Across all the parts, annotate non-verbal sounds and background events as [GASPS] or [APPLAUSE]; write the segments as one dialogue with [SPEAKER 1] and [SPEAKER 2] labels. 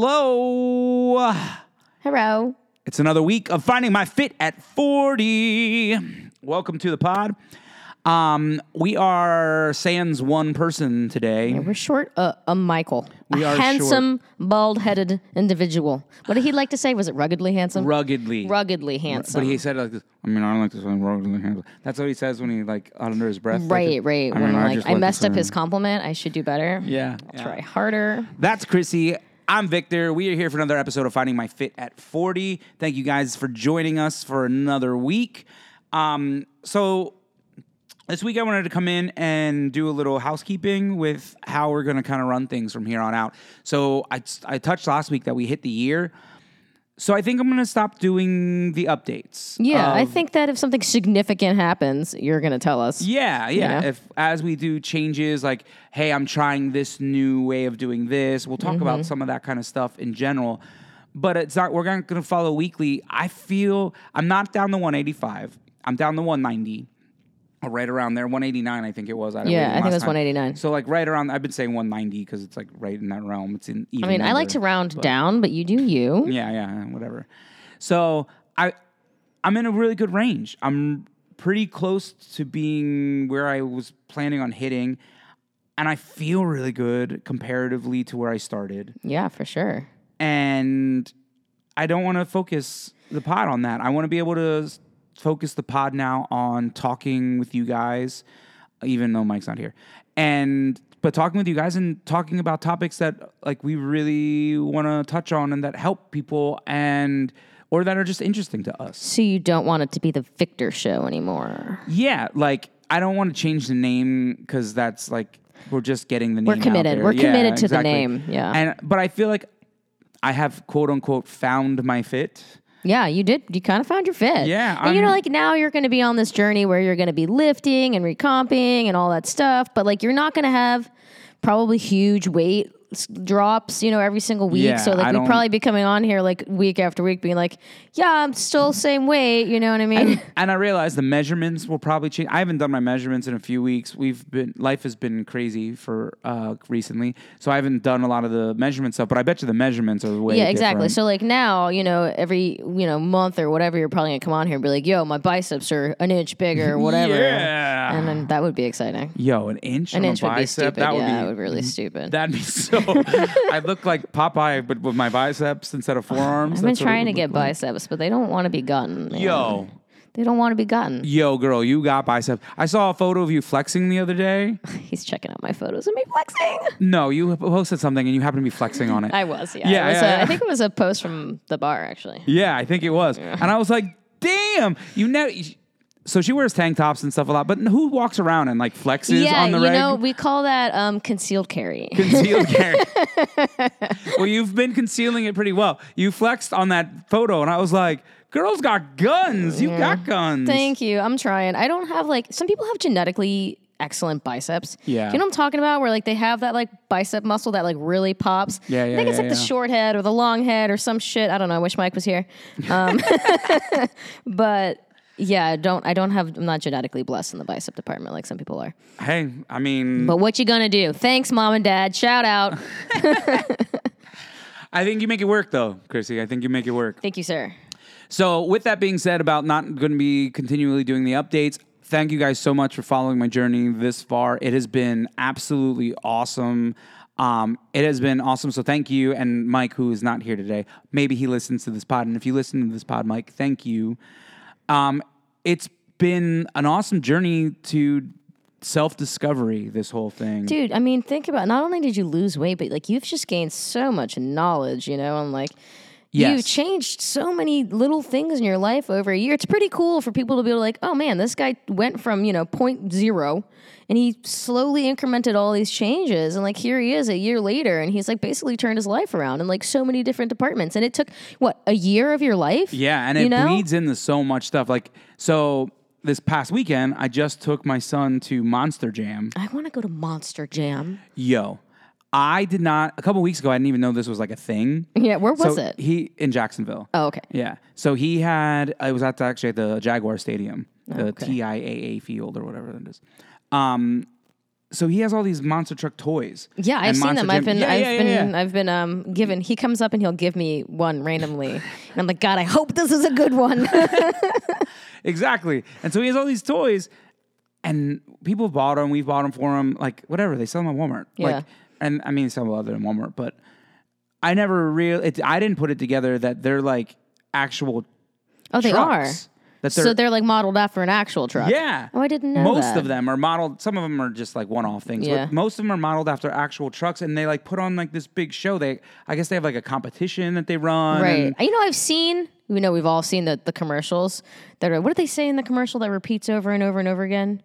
[SPEAKER 1] Hello.
[SPEAKER 2] Hello.
[SPEAKER 1] It's another week of finding my fit at 40. Welcome to the pod. Um, we are sans one person today.
[SPEAKER 2] We're short a, a Michael,
[SPEAKER 1] We
[SPEAKER 2] a
[SPEAKER 1] are
[SPEAKER 2] handsome, bald-headed individual. What did he like to say? Was it ruggedly handsome?
[SPEAKER 1] Ruggedly.
[SPEAKER 2] ruggedly handsome.
[SPEAKER 1] But he said it like this. I mean, I don't like this one. ruggedly handled." That's what he says when he like under his breath. like,
[SPEAKER 2] right, right.
[SPEAKER 1] I
[SPEAKER 2] when
[SPEAKER 1] mean, I
[SPEAKER 2] like,
[SPEAKER 1] just
[SPEAKER 2] I
[SPEAKER 1] like
[SPEAKER 2] messed
[SPEAKER 1] this
[SPEAKER 2] up his
[SPEAKER 1] one."
[SPEAKER 2] compliment. I should do better.
[SPEAKER 1] Yeah,
[SPEAKER 2] I'll
[SPEAKER 1] yeah.
[SPEAKER 2] try harder.
[SPEAKER 1] That's Chrissy. I'm Victor. We are here for another episode of Finding My Fit at 40. Thank you guys for joining us for another week. Um, so this week I wanted to come in and do a little housekeeping with how we're going to kind of run things from here on out. So I, I touched last week that we hit the year. So I think I'm going to stop doing the updates.
[SPEAKER 2] Yeah, I
[SPEAKER 1] of-
[SPEAKER 2] think that if something significant happens, you're going to tell us.
[SPEAKER 1] yeah, yeah.
[SPEAKER 2] know?
[SPEAKER 1] If as we do changes, like, hey, I'm trying this new way of doing this, we'll talk
[SPEAKER 2] Mm-hmm.
[SPEAKER 1] about some of that kind of stuff in general. But it's not. We're not going to follow weekly. I feel I'm not down to 185. I'm down to 190. or Right around there, 189, I think it was. had it
[SPEAKER 2] Yeah,
[SPEAKER 1] written
[SPEAKER 2] I think it
[SPEAKER 1] last
[SPEAKER 2] was
[SPEAKER 1] time.
[SPEAKER 2] 189.
[SPEAKER 1] So like right around, I've been saying 190 because it's like right in that realm. It's in. Even
[SPEAKER 2] I mean, I like to round down, but you do you.
[SPEAKER 1] yeah, yeah, whatever. So I, I'm in a really good range. I'm pretty close to being where I was planning on hitting, and I feel really good comparatively to where I started.
[SPEAKER 2] Yeah, for sure.
[SPEAKER 1] And I don't want to focus the pod on that. I want to be able to s- focus the pod now on talking with you guys, even though Mike's not here. And but talking with you guys and talking about topics that like we really want to touch on and that help people and or that are just interesting to us.
[SPEAKER 2] So you don't want it to be the Victor show anymore.
[SPEAKER 1] Yeah, like I don't want to change the name because that's like we're just getting the name.
[SPEAKER 2] We're
[SPEAKER 1] out
[SPEAKER 2] committed.
[SPEAKER 1] there.
[SPEAKER 2] We're
[SPEAKER 1] Yeah,
[SPEAKER 2] committed to the
[SPEAKER 1] exactly.
[SPEAKER 2] name. Yeah.
[SPEAKER 1] And but I feel like I have quote unquote found my fit.
[SPEAKER 2] Yeah, you did. You kind of found your fit.
[SPEAKER 1] Yeah,
[SPEAKER 2] And you know,
[SPEAKER 1] I'm-
[SPEAKER 2] like now you're going to be on this journey where you're going to be lifting and recomping and all that stuff, but like you're not going to have probably huge weight s- drops, you know, every single week.
[SPEAKER 1] Yeah,
[SPEAKER 2] so
[SPEAKER 1] I
[SPEAKER 2] like
[SPEAKER 1] don't-
[SPEAKER 2] we'd probably be coming on here like week after week being like, yeah, I'm still same weight. You know what I mean?
[SPEAKER 1] and I realize the measurements will probably change. I haven't done my measurements in a few weeks. We've been life has been crazy for uh, recently, so I haven't done a lot of the measurement stuff. But I bet you the measurements are way
[SPEAKER 2] [LAUGHS] yeah, exactly.
[SPEAKER 1] different.
[SPEAKER 2] So like now, you know, every, you know, month or whatever, you're probably going to come on here and be like, yo, my biceps are an inch
[SPEAKER 1] [LAUGHS]
[SPEAKER 2] bigger or whatever.
[SPEAKER 1] Yeah.
[SPEAKER 2] And then that would be exciting.
[SPEAKER 1] Yo, an inch
[SPEAKER 2] An
[SPEAKER 1] on
[SPEAKER 2] inch
[SPEAKER 1] a
[SPEAKER 2] would be
[SPEAKER 1] bicep
[SPEAKER 2] stupid.
[SPEAKER 1] that would
[SPEAKER 2] yeah,
[SPEAKER 1] be
[SPEAKER 2] it would be really stupid.
[SPEAKER 1] that'd be
[SPEAKER 2] [LAUGHS]
[SPEAKER 1] so. I look like Popeye, but with my biceps instead of forearms.
[SPEAKER 2] I've been
[SPEAKER 1] That's what it
[SPEAKER 2] trying to
[SPEAKER 1] would
[SPEAKER 2] get
[SPEAKER 1] look like.
[SPEAKER 2] biceps, but they don't want to be gotten. man.
[SPEAKER 1] Yo,
[SPEAKER 2] They don't want to be gotten.
[SPEAKER 1] yo, girl, you got biceps. I saw a photo of you flexing the other
[SPEAKER 2] [LAUGHS]
[SPEAKER 1] day.
[SPEAKER 2] He's checking out my photos of me flexing.
[SPEAKER 1] [LAUGHS] No, you posted something and you happened to be flexing on it.
[SPEAKER 2] I was, yeah.
[SPEAKER 1] Yeah,
[SPEAKER 2] it was
[SPEAKER 1] yeah,
[SPEAKER 2] a-
[SPEAKER 1] yeah.
[SPEAKER 2] I think it was a post from the bar,
[SPEAKER 1] [LAUGHS]
[SPEAKER 2] actually.
[SPEAKER 1] Yeah, I think it was. And I was like, damn, you never. So she wears tank tops and stuff a lot, but who walks around and like flexes
[SPEAKER 2] yeah,
[SPEAKER 1] on the
[SPEAKER 2] you
[SPEAKER 1] reg?
[SPEAKER 2] know, we call that um, concealed carry.
[SPEAKER 1] [LAUGHS] Concealed
[SPEAKER 2] [LAUGHS]
[SPEAKER 1] carry. well, you've been concealing it pretty well. You flexed on that photo, and I was like, girls got guns. You got guns.
[SPEAKER 2] Thank you. I'm trying. I don't have like some people have genetically excellent biceps.
[SPEAKER 1] Yeah.
[SPEAKER 2] Do you know what I'm talking about? Where like they have that like bicep muscle that like really pops.
[SPEAKER 1] Yeah, yeah,
[SPEAKER 2] I think it's
[SPEAKER 1] yeah,
[SPEAKER 2] like the
[SPEAKER 1] yeah.
[SPEAKER 2] short head or the long head or some shit. I don't know. I wish Mike was here. Um, [LAUGHS] but yeah, I don't I don't have I'm not genetically blessed in the bicep department like some people are.
[SPEAKER 1] hey, I mean,
[SPEAKER 2] But what you gonna do? Thanks, mom and dad. Shout out.
[SPEAKER 1] I think you make it work though, Chrissy. I think you make it work.
[SPEAKER 2] Thank you, sir.
[SPEAKER 1] So, with that being said, about not going to be continually doing the updates, thank you guys so much for following my journey this far. It has been absolutely awesome. Um, it has been awesome. So, thank you. And Mike, who is not here today, maybe he listens to this pod. And if you listen to this pod, Mike, thank you. Um, it's been an awesome journey to self discovery, this whole thing.
[SPEAKER 2] Dude, I mean, think about not only did you lose weight, but like you've just gained so much knowledge, you know, and like you
[SPEAKER 1] Yes.
[SPEAKER 2] changed so many little things in your life over a year. It's pretty cool for people to be like, oh man, this guy went from, you know, point zero and he slowly incremented all these changes. And like, here he is a year later and he's like basically turned his life around in like so many different departments. And it took, what, a year of your life?
[SPEAKER 1] Yeah, and
[SPEAKER 2] You
[SPEAKER 1] it
[SPEAKER 2] know?
[SPEAKER 1] bleeds into so much stuff. Like so this past weekend, I just took my son to Monster Jam.
[SPEAKER 2] I want to go to Monster Jam.
[SPEAKER 1] Yo, I did not a couple weeks ago. I didn't even know this was like a thing.
[SPEAKER 2] Yeah, where was
[SPEAKER 1] So
[SPEAKER 2] it?
[SPEAKER 1] He in Jacksonville.
[SPEAKER 2] Oh, okay.
[SPEAKER 1] Yeah. So he had, I was at actually at the Jaguar Stadium,
[SPEAKER 2] Oh,
[SPEAKER 1] the TIAA field or whatever it is. Um, so he has all these monster truck toys.
[SPEAKER 2] Yeah, I've
[SPEAKER 1] and
[SPEAKER 2] seen
[SPEAKER 1] Monster
[SPEAKER 2] them.
[SPEAKER 1] Jam-
[SPEAKER 2] I've been,
[SPEAKER 1] Yeah,
[SPEAKER 2] I've
[SPEAKER 1] yeah, yeah,
[SPEAKER 2] been,
[SPEAKER 1] yeah.
[SPEAKER 2] I've been um, given. He comes up and he'll give me one
[SPEAKER 1] [LAUGHS]
[SPEAKER 2] randomly, and I'm like, God, I hope this is a good one.
[SPEAKER 1] Exactly. And so he has all these toys, and people have bought them. We've bought them for him. Like whatever they sell them at Walmart.
[SPEAKER 2] Yeah.
[SPEAKER 1] Like, and I mean, they sell them other than Walmart, but I never really, I didn't put it together that they're like actual
[SPEAKER 2] oh, they are.
[SPEAKER 1] trucks. That they're
[SPEAKER 2] so they're like modeled after an actual truck.
[SPEAKER 1] Yeah.
[SPEAKER 2] Oh, I didn't know
[SPEAKER 1] Most
[SPEAKER 2] that.
[SPEAKER 1] of them are modeled. Some of them are just like one-off things,
[SPEAKER 2] Yeah.
[SPEAKER 1] but most of them are modeled after actual trucks, and they like put on like this big show. They, I guess, they have like a competition that they run.
[SPEAKER 2] Right.
[SPEAKER 1] and-
[SPEAKER 2] You know, I've seen. You know, we've all seen the the commercials. That are, what do they say in the commercial that repeats over and over and over again?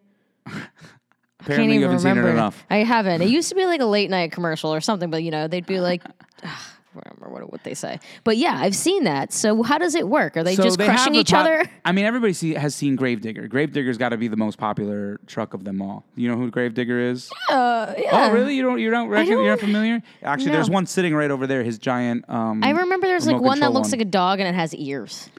[SPEAKER 1] apparently, you haven't seen it enough.
[SPEAKER 2] I haven't. It used to be like a late night commercial or something, but you know, they'd
[SPEAKER 1] [LAUGHS]
[SPEAKER 2] be like. ugh, I don't Remember what, what they say, but yeah, I've seen that. So how does it work? Are they just
[SPEAKER 1] they have
[SPEAKER 2] crushing
[SPEAKER 1] the
[SPEAKER 2] each
[SPEAKER 1] pro-
[SPEAKER 2] other?
[SPEAKER 1] I mean, everybody see, has seen Gravedigger. Gravedigger's got to be the most popular truck of them all. You know who Gravedigger is?
[SPEAKER 2] Uh, yeah.
[SPEAKER 1] Oh, really? You don't? You don't? Reckon, You're not
[SPEAKER 2] don't-
[SPEAKER 1] familiar? Actually, there's
[SPEAKER 2] No.
[SPEAKER 1] one sitting right over there. His giant. Um,
[SPEAKER 2] I remember there's like
[SPEAKER 1] remote
[SPEAKER 2] one that
[SPEAKER 1] control
[SPEAKER 2] looks like a dog and it has ears.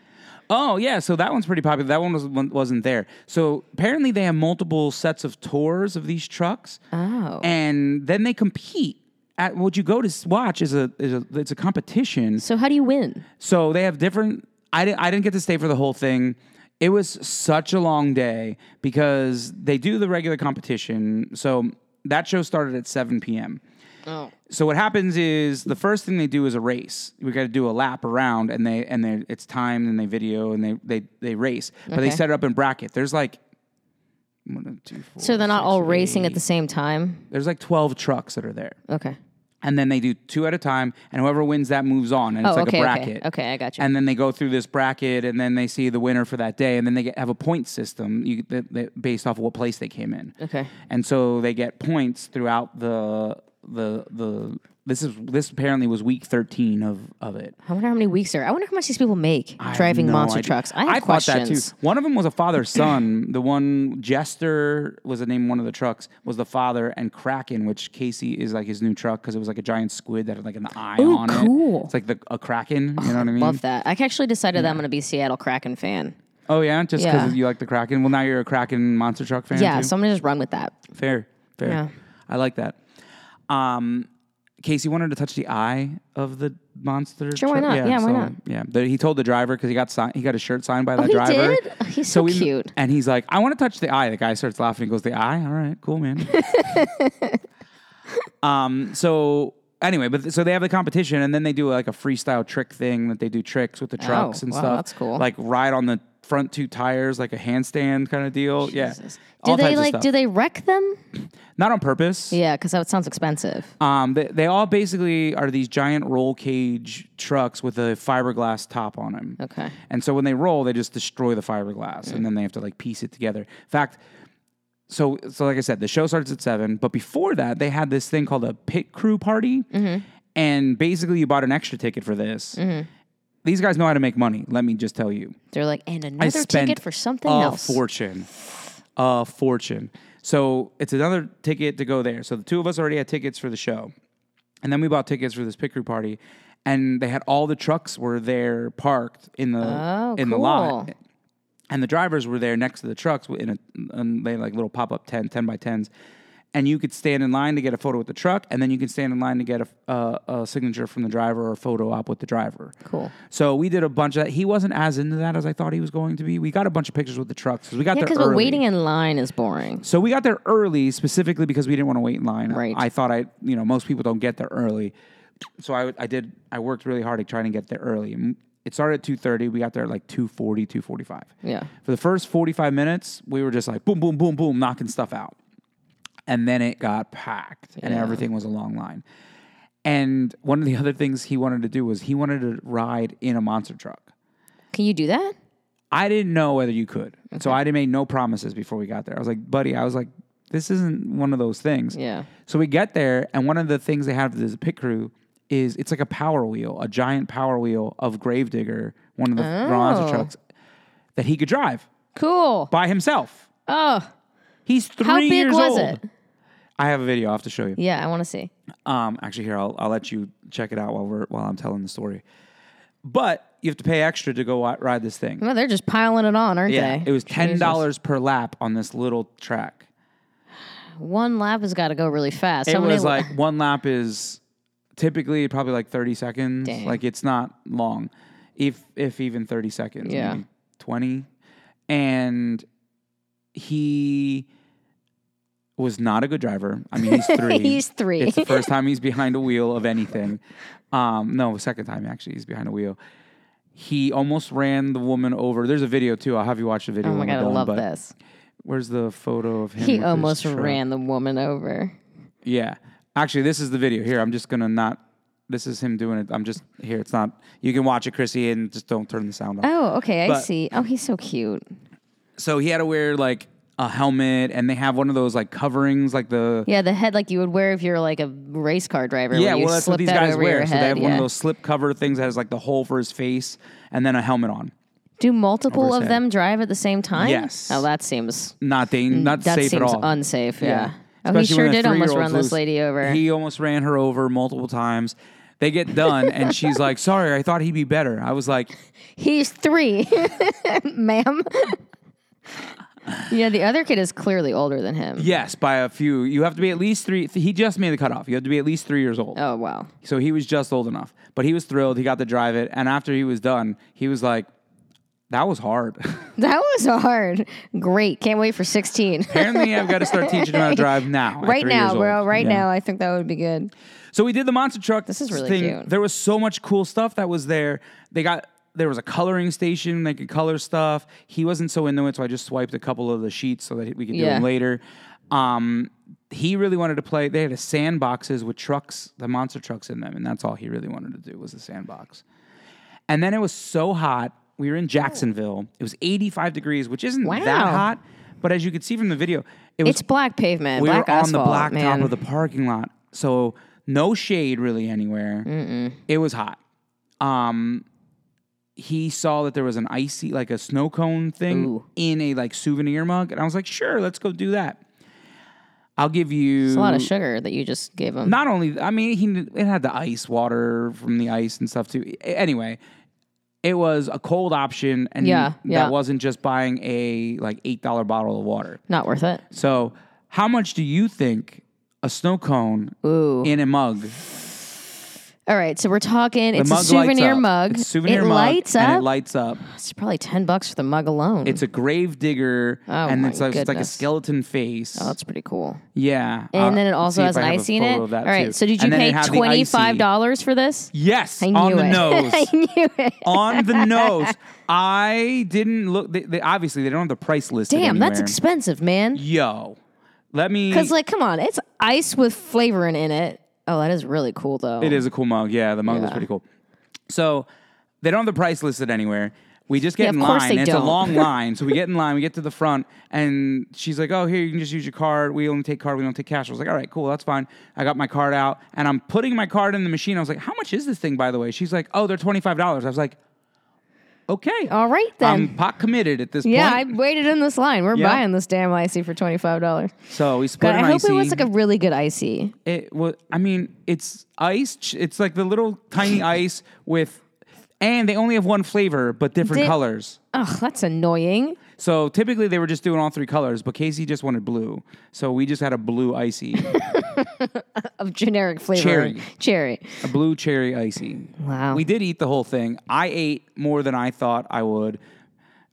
[SPEAKER 1] Oh yeah, so that one's pretty popular. That one was wasn't there. So apparently they have multiple sets of tours of these trucks.
[SPEAKER 2] Oh.
[SPEAKER 1] And then they compete. At what you go to s- watch is a is a it's a competition.
[SPEAKER 2] So how do you win?
[SPEAKER 1] So they have different. I didn't I didn't get to stay for the whole thing. It was such a long day because they do the regular competition. So that show started at 7 p.m.
[SPEAKER 2] Oh.
[SPEAKER 1] So what happens is the first thing they do is a race. We got to do a lap around, and they and they it's timed and they video and they they they race. But they
[SPEAKER 2] Okay.
[SPEAKER 1] set it up in bracket. There's like one, two, four.
[SPEAKER 2] So they're not all racing at the same time.
[SPEAKER 1] There's like 12 trucks that are there,
[SPEAKER 2] Okay.
[SPEAKER 1] and then they do two at a time, and whoever wins that moves on, and it's
[SPEAKER 2] oh,
[SPEAKER 1] like
[SPEAKER 2] okay,
[SPEAKER 1] a bracket.
[SPEAKER 2] okay. Okay, I got you.
[SPEAKER 1] And then they go through this bracket, and then they see the winner for that day, and then they get, have a point system you, that, that, based off of what place they came in.
[SPEAKER 2] Okay.
[SPEAKER 1] And so they get points throughout the the the. This is this apparently was week thirteen of of it.
[SPEAKER 2] I wonder how many weeks there. I wonder how much these people make
[SPEAKER 1] I have
[SPEAKER 2] driving
[SPEAKER 1] no
[SPEAKER 2] monster
[SPEAKER 1] idea.
[SPEAKER 2] trucks. I have
[SPEAKER 1] thought
[SPEAKER 2] questions.
[SPEAKER 1] that too. One of them was a
[SPEAKER 2] [CLEARS THROAT]
[SPEAKER 1] father son. the one Jester was the name of one of the trucks was the father, and Kraken, which Casey is like his new truck because it was like a giant squid that had like an eye on
[SPEAKER 2] cool.
[SPEAKER 1] it. It's like the, a Kraken. You know what I mean?
[SPEAKER 2] Love that. I actually decided that I'm going to be a Seattle Kraken fan.
[SPEAKER 1] Oh yeah, just
[SPEAKER 2] Yeah.
[SPEAKER 1] because you like the Kraken. Well, now you're a Kraken monster truck fan.
[SPEAKER 2] Yeah,
[SPEAKER 1] too?
[SPEAKER 2] so I'm going to just run with that.
[SPEAKER 1] fair, fair.
[SPEAKER 2] Yeah.
[SPEAKER 1] I like that. Um, Casey wanted to touch the eye of the monster.
[SPEAKER 2] Sure, why
[SPEAKER 1] truck.
[SPEAKER 2] not? Yeah, why
[SPEAKER 1] so,
[SPEAKER 2] not? Oh,
[SPEAKER 1] Yeah, The- he told the driver because he got si- he got his shirt signed by the
[SPEAKER 2] he
[SPEAKER 1] driver.
[SPEAKER 2] did? He's so cute.
[SPEAKER 1] And he's like, I want to touch the eye. The guy starts laughing. He goes, the eye. All right, cool,
[SPEAKER 2] [LAUGHS]
[SPEAKER 1] man. um. So. Anyway, but th- so they have the competition, and then they do like a freestyle trick thing that they do tricks with the trucks and
[SPEAKER 2] Oh, wow,
[SPEAKER 1] stuff.
[SPEAKER 2] that's cool.
[SPEAKER 1] Like ride on the front two tires, like a handstand kind of deal.
[SPEAKER 2] Jesus.
[SPEAKER 1] Yeah,
[SPEAKER 2] Do
[SPEAKER 1] all
[SPEAKER 2] they
[SPEAKER 1] types of
[SPEAKER 2] like
[SPEAKER 1] stuff.
[SPEAKER 2] do they wreck them?
[SPEAKER 1] Not on purpose.
[SPEAKER 2] Yeah, cuz that sounds expensive.
[SPEAKER 1] Um, they, they all basically are these giant roll cage trucks with a fiberglass top on them.
[SPEAKER 2] Okay.
[SPEAKER 1] And so when they roll, they just destroy the fiberglass, and then they have to like piece it together. In fact, so so like I said, the show starts at seven, but before that, they had this thing called a pit crew party,
[SPEAKER 2] Mm-hmm.
[SPEAKER 1] and basically you bought an extra ticket for this. These guys know how to make money. Let me just tell you.
[SPEAKER 2] They're like and another
[SPEAKER 1] spent
[SPEAKER 2] ticket for something
[SPEAKER 1] a
[SPEAKER 2] else.
[SPEAKER 1] fortune. A fortune. So it's another ticket to go there. So the two of us already had tickets for the show. And then we bought tickets for this pick crew party. And they had all the trucks were there parked in the
[SPEAKER 2] Oh,
[SPEAKER 1] in the
[SPEAKER 2] cool.
[SPEAKER 1] lot. And the drivers were there next to the trucks in a and they had, like little pop-up 10, 10 by 10s. And you could stand in line to get a photo with the truck, and then you can stand in line to get a, a, a signature from the driver or a photo op with the driver.
[SPEAKER 2] Cool.
[SPEAKER 1] So we did a bunch of that. He wasn't as into that as I thought he was going to be. We got a bunch of pictures with the trucks because we got
[SPEAKER 2] Yeah,
[SPEAKER 1] there
[SPEAKER 2] cuz
[SPEAKER 1] early.
[SPEAKER 2] waiting in line is boring.
[SPEAKER 1] so we got there early specifically because we didn't want to wait in line.
[SPEAKER 2] Right.
[SPEAKER 1] I thought I, you know, most people don't get there early. So I, I did. I worked really hard at trying to get there early. M- It started at two thirty. We got there at like 240, 245.
[SPEAKER 2] Yeah.
[SPEAKER 1] For the first forty five minutes, we were just like boom, boom, boom, boom, knocking stuff out, and then it got packed, and
[SPEAKER 2] Yeah.
[SPEAKER 1] everything was a long line. And one of the other things he wanted to do was he wanted to ride in a monster truck.
[SPEAKER 2] Can you do that?
[SPEAKER 1] I didn't know whether you could. and So I made no promises before we got there. I was like, buddy, I was like, this isn't one of those things.
[SPEAKER 2] Yeah.
[SPEAKER 1] So we get there, and one of the things they have for this pit crew is it's like a power wheel, a giant power wheel of Gravedigger, one of the
[SPEAKER 2] Oh.
[SPEAKER 1] Bronzer trucks that he could drive
[SPEAKER 2] Cool.
[SPEAKER 1] by himself.
[SPEAKER 2] Oh,
[SPEAKER 1] He's three
[SPEAKER 2] how big
[SPEAKER 1] years
[SPEAKER 2] was
[SPEAKER 1] old.
[SPEAKER 2] it?
[SPEAKER 1] I have a video. I'll have to show you.
[SPEAKER 2] Yeah, I want to see.
[SPEAKER 1] Um, actually, here I'll, I'll let you check it out while we're while I'm telling the story. But you have to pay extra to go wi- ride this thing.
[SPEAKER 2] Well, they're just piling it on, aren't
[SPEAKER 1] Yeah,
[SPEAKER 2] they?
[SPEAKER 1] it was ten
[SPEAKER 2] Jesus.
[SPEAKER 1] dollars per lap on this little track.
[SPEAKER 2] One lap has got to go really fast.
[SPEAKER 1] It
[SPEAKER 2] How many
[SPEAKER 1] was
[SPEAKER 2] la-
[SPEAKER 1] like one lap is typically probably like thirty seconds.
[SPEAKER 2] Dang.
[SPEAKER 1] Like it's not long, if if even thirty seconds.
[SPEAKER 2] Yeah.
[SPEAKER 1] maybe twenty, and he was not a good driver. I mean,
[SPEAKER 2] [LAUGHS]
[SPEAKER 1] he's three.
[SPEAKER 2] He's three.
[SPEAKER 1] It's the first time he's behind a wheel of anything. Um, no, second time actually he's behind a wheel. He almost ran the woman over. There's a video too. I'll have you watch the video.
[SPEAKER 2] [LAUGHS] oh my
[SPEAKER 1] when we're
[SPEAKER 2] god, I
[SPEAKER 1] done,
[SPEAKER 2] love
[SPEAKER 1] but
[SPEAKER 2] this.
[SPEAKER 1] Where's the photo of him?
[SPEAKER 2] He
[SPEAKER 1] with his
[SPEAKER 2] almost
[SPEAKER 1] truck?
[SPEAKER 2] ran the woman over.
[SPEAKER 1] Yeah. Actually, this is the video here. I'm just gonna not. This is him doing it. I'm just here. It's not. You can watch it, Chrissy, and just don't turn the sound off.
[SPEAKER 2] Oh, okay, I
[SPEAKER 1] But-
[SPEAKER 2] see. Oh, he's so cute.
[SPEAKER 1] So he had to wear like a helmet, and they have one of those like coverings, like the
[SPEAKER 2] Yeah, the head like you would wear if you're like a race car driver. where
[SPEAKER 1] yeah.
[SPEAKER 2] you
[SPEAKER 1] Well, that's
[SPEAKER 2] slip
[SPEAKER 1] what these
[SPEAKER 2] that
[SPEAKER 1] guys
[SPEAKER 2] over your
[SPEAKER 1] wear. So they
[SPEAKER 2] head,
[SPEAKER 1] have one of
[SPEAKER 2] yeah.
[SPEAKER 1] those slip cover things that has like the hole for his face, and then a helmet on.
[SPEAKER 2] Do multiple
[SPEAKER 1] his
[SPEAKER 2] of
[SPEAKER 1] head.
[SPEAKER 2] them drive at the same time?
[SPEAKER 1] Yes.
[SPEAKER 2] Oh, that seems
[SPEAKER 1] Not they, not
[SPEAKER 2] Mm, that
[SPEAKER 1] safe
[SPEAKER 2] seems
[SPEAKER 1] at all.
[SPEAKER 2] unsafe. Yeah. Oh,
[SPEAKER 1] Especially
[SPEAKER 2] he sure
[SPEAKER 1] when the
[SPEAKER 2] did almost
[SPEAKER 1] three-year-old's
[SPEAKER 2] run this
[SPEAKER 1] loose.
[SPEAKER 2] lady over.
[SPEAKER 1] He almost ran her over multiple times. They get done, and she's like, "Sorry, I thought he'd be better." I was like,
[SPEAKER 2] He's three, [LAUGHS] ma'am. [LAUGHS] yeah, the other kid is clearly older than him.
[SPEAKER 1] Yes, by a few. You have to be at least three. He just made the cutoff. You have to be at least three years old.
[SPEAKER 2] Oh wow.
[SPEAKER 1] So he was just old enough. But he was thrilled. He got to drive it. And after he was done, he was like, that was hard. [LAUGHS]
[SPEAKER 2] That was hard. Great. Can't wait
[SPEAKER 1] [LAUGHS]
[SPEAKER 2] for 16.
[SPEAKER 1] Apparently, I've got to start teaching him how to drive now. at
[SPEAKER 2] right
[SPEAKER 1] three years
[SPEAKER 2] now,
[SPEAKER 1] old.
[SPEAKER 2] bro. Right
[SPEAKER 1] Yeah.
[SPEAKER 2] now, I think that would be good.
[SPEAKER 1] So we did the monster truck. This
[SPEAKER 2] is really
[SPEAKER 1] thing.
[SPEAKER 2] cute.
[SPEAKER 1] There was so much cool stuff that was there. They got there was a coloring station. They could color stuff. He wasn't so into it, so I just swiped a couple of the sheets so that we could do
[SPEAKER 2] Yeah.
[SPEAKER 1] them later. Um, he really wanted to play. They had a sandboxes with trucks, the monster trucks in them, and that's all he really wanted to do was the sandbox. And then it was so hot. We were in Jacksonville. It was 85 degrees, which isn't that
[SPEAKER 2] Oh. Wow.
[SPEAKER 1] hot. But as you could see from the video, it was
[SPEAKER 2] It's black pavement,
[SPEAKER 1] we
[SPEAKER 2] black
[SPEAKER 1] were on
[SPEAKER 2] asphalt,
[SPEAKER 1] the blacktop
[SPEAKER 2] man.
[SPEAKER 1] of the parking lot, so no shade really anywhere. It was hot. Um, he saw that there was an icy, like a snow cone thing
[SPEAKER 2] Ooh.
[SPEAKER 1] in a like souvenir mug, and I was like, sure, let's go do that. I'll give you
[SPEAKER 2] a lot of sugar that you just gave him.
[SPEAKER 1] not only I mean he it had the ice water from the ice and stuff too. A- Anyway, it was a cold option, and
[SPEAKER 2] Yeah,
[SPEAKER 1] that
[SPEAKER 2] yeah.
[SPEAKER 1] wasn't just buying a like eight dollar bottle of water.
[SPEAKER 2] Not worth it.
[SPEAKER 1] So, how much do you think a snow cone
[SPEAKER 2] Ooh.
[SPEAKER 1] in a mug?
[SPEAKER 2] All right, so we're talking. It's
[SPEAKER 1] mug
[SPEAKER 2] a
[SPEAKER 1] lights
[SPEAKER 2] souvenir
[SPEAKER 1] up.
[SPEAKER 2] mug.
[SPEAKER 1] It's a souvenir
[SPEAKER 2] it
[SPEAKER 1] mug,
[SPEAKER 2] lights
[SPEAKER 1] and
[SPEAKER 2] up.
[SPEAKER 1] it lights up.
[SPEAKER 2] it's probably ten bucks for the mug alone.
[SPEAKER 1] It's a grave digger,
[SPEAKER 2] Oh
[SPEAKER 1] and
[SPEAKER 2] my
[SPEAKER 1] it's like, it's like a
[SPEAKER 2] goodness.
[SPEAKER 1] skeleton face.
[SPEAKER 2] oh, that's pretty cool.
[SPEAKER 1] yeah,
[SPEAKER 2] And
[SPEAKER 1] I'll
[SPEAKER 2] then it also
[SPEAKER 1] uh, see if
[SPEAKER 2] has
[SPEAKER 1] I
[SPEAKER 2] an
[SPEAKER 1] have a
[SPEAKER 2] ice in it.
[SPEAKER 1] photo
[SPEAKER 2] All
[SPEAKER 1] of that
[SPEAKER 2] right,
[SPEAKER 1] too.
[SPEAKER 2] so did you
[SPEAKER 1] And then
[SPEAKER 2] pay
[SPEAKER 1] it had the icy-
[SPEAKER 2] twenty five dollars for this?
[SPEAKER 1] Yes,
[SPEAKER 2] I knew
[SPEAKER 1] on the
[SPEAKER 2] it.
[SPEAKER 1] nose.
[SPEAKER 2] [LAUGHS] I knew it.
[SPEAKER 1] on the
[SPEAKER 2] [LAUGHS]
[SPEAKER 1] nose. I didn't look. They, they, obviously, they don't have the price list.
[SPEAKER 2] Damn, that's
[SPEAKER 1] anywhere.
[SPEAKER 2] expensive, man.
[SPEAKER 1] yo. Let me.
[SPEAKER 2] Because like, come on, it's ice with flavoring in it. Oh, that is really cool though.
[SPEAKER 1] It is a cool mug. Yeah, the mug looks
[SPEAKER 2] Yeah.
[SPEAKER 1] pretty cool. So they don't have the price listed anywhere. We just get
[SPEAKER 2] Yeah,
[SPEAKER 1] in
[SPEAKER 2] of course
[SPEAKER 1] line.
[SPEAKER 2] they
[SPEAKER 1] and It's a
[SPEAKER 2] don't. [LAUGHS]
[SPEAKER 1] long line. So we get in line, we get to the front, and she's like, Oh, here, you can just use your card. We only take card, we don't take cash. I was like, All right, cool, that's fine. I got my card out, and I'm putting my card in the machine. I was like, How much is this thing, by the way? She's like, Oh, they're $25. I was like, Okay.
[SPEAKER 2] All right then.
[SPEAKER 1] I'm pot committed at this
[SPEAKER 2] yeah, I
[SPEAKER 1] point.
[SPEAKER 2] waited in this line. We're
[SPEAKER 1] Yeah.
[SPEAKER 2] buying this damn icy for twenty five dollars.
[SPEAKER 1] so we split
[SPEAKER 2] God, I
[SPEAKER 1] an
[SPEAKER 2] hope
[SPEAKER 1] icy.
[SPEAKER 2] it was like a really good icy.
[SPEAKER 1] It was. I mean, it's ice. ch- It's like the little
[SPEAKER 2] [LAUGHS]
[SPEAKER 1] tiny ice with, and they only have one flavor but different
[SPEAKER 2] Di-
[SPEAKER 1] colors.
[SPEAKER 2] Ugh, that's annoying.
[SPEAKER 1] So typically they were just doing all three colors, but Casey just wanted blue. So we just had a blue icy,
[SPEAKER 2] Of generic flavor.
[SPEAKER 1] Cherry.
[SPEAKER 2] Cherry.
[SPEAKER 1] a
[SPEAKER 2] [LAUGHS]
[SPEAKER 1] blue cherry icy.
[SPEAKER 2] Wow.
[SPEAKER 1] We did eat the whole thing. I ate more than I thought I would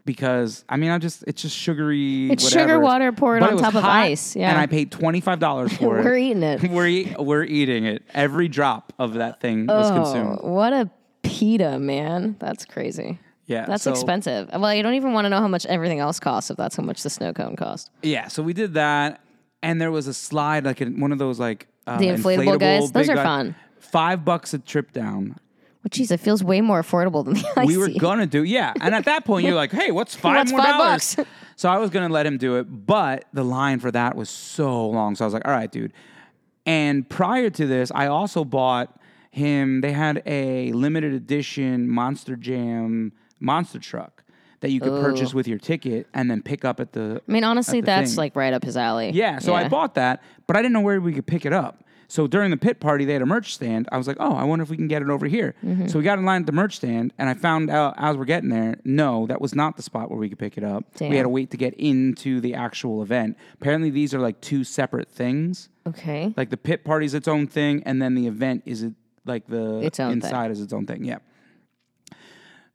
[SPEAKER 1] because I mean I just it's just sugary.
[SPEAKER 2] It's
[SPEAKER 1] whatever.
[SPEAKER 2] sugar water poured
[SPEAKER 1] But
[SPEAKER 2] on
[SPEAKER 1] it was
[SPEAKER 2] top of
[SPEAKER 1] hot,
[SPEAKER 2] ice, yeah.
[SPEAKER 1] and I paid twenty five
[SPEAKER 2] [LAUGHS]
[SPEAKER 1] dollars for it.
[SPEAKER 2] We're eating it.
[SPEAKER 1] [LAUGHS] we're e- we're eating it. Every drop of that thing was consumed.
[SPEAKER 2] Oh, what a pita, man. That's crazy.
[SPEAKER 1] Yeah,
[SPEAKER 2] That's
[SPEAKER 1] so-
[SPEAKER 2] expensive. Well, you don't even want to know how much everything else costs if that's how much the snow cone cost.
[SPEAKER 1] Yeah, so we did that. and there was a slide like in one of those like uh,
[SPEAKER 2] The inflatable guys?
[SPEAKER 1] big
[SPEAKER 2] Those are
[SPEAKER 1] guy-
[SPEAKER 2] fun.
[SPEAKER 1] Five bucks a trip down.
[SPEAKER 2] Well, geez, Oh, it feels way more affordable than the icy.
[SPEAKER 1] we were gonna do yeah, and at that point you're like, hey, what's five
[SPEAKER 2] [LAUGHS] What's
[SPEAKER 1] more
[SPEAKER 2] five
[SPEAKER 1] dollars?
[SPEAKER 2] bucks? [LAUGHS]
[SPEAKER 1] So I was gonna let him do it, but the line for that was so long. So I was like, all right, dude. And prior to this, I also bought him. They had a limited edition Monster Jam monster truck that you could
[SPEAKER 2] Oh.
[SPEAKER 1] purchase with your ticket and then pick up at the
[SPEAKER 2] I mean, honestly,
[SPEAKER 1] the
[SPEAKER 2] that's
[SPEAKER 1] thing.
[SPEAKER 2] like right up his alley.
[SPEAKER 1] Yeah, so I bought that, but I didn't know where we could pick it up. So during the pit party, they had a merch stand. I was like, oh, I wonder if we can get it over here. So we got in line at the merch stand, and I found out as we're getting there, no, that was not the spot where we could pick it up.
[SPEAKER 2] Damn.
[SPEAKER 1] We had to wait to get into the actual event. Apparently, these are like two separate things.
[SPEAKER 2] Okay.
[SPEAKER 1] Like the pit party is its own thing, and then the event is it like the
[SPEAKER 2] Its own thing.
[SPEAKER 1] inside is its own thing. Yeah.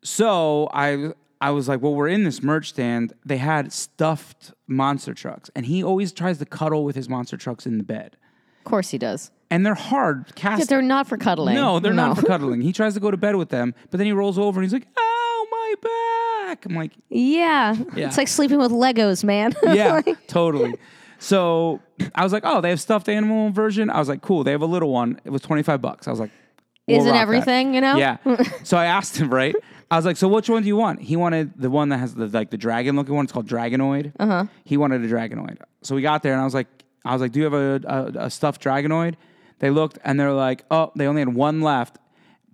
[SPEAKER 1] So I I was like, well, we're in this merch stand. They had stuffed monster trucks, and he always tries to cuddle with his monster trucks in the bed,
[SPEAKER 2] Of course he does.
[SPEAKER 1] and they're hard cast.
[SPEAKER 2] Because they're not for cuddling.
[SPEAKER 1] no, they're not for
[SPEAKER 2] [LAUGHS]
[SPEAKER 1] cuddling. He tries to go to bed with them, but then he rolls over and he's like, "Ow, my back!" I'm like,
[SPEAKER 2] Yeah.
[SPEAKER 1] Yeah.
[SPEAKER 2] It's like sleeping with Legos, man. [LAUGHS]
[SPEAKER 1] [LAUGHS] Yeah,
[SPEAKER 2] Like,
[SPEAKER 1] totally. So I was like, oh, they have stuffed animal version. I was like, cool. They have a little one. It was twenty five bucks. I was like, we'll
[SPEAKER 2] Isn't
[SPEAKER 1] rock that.
[SPEAKER 2] everything, you know? [LAUGHS]
[SPEAKER 1] Yeah. so I asked him, right? I was like, so which one do you want? He wanted the one that has the like the dragon looking one. It's called Dragonoid. Uh
[SPEAKER 2] Uh-huh.
[SPEAKER 1] huh. He wanted a Dragonoid. So we got there, and I was like, I was like, do you have a, a, a stuffed Dragonoid? They looked, and they're like, oh, they only had one left,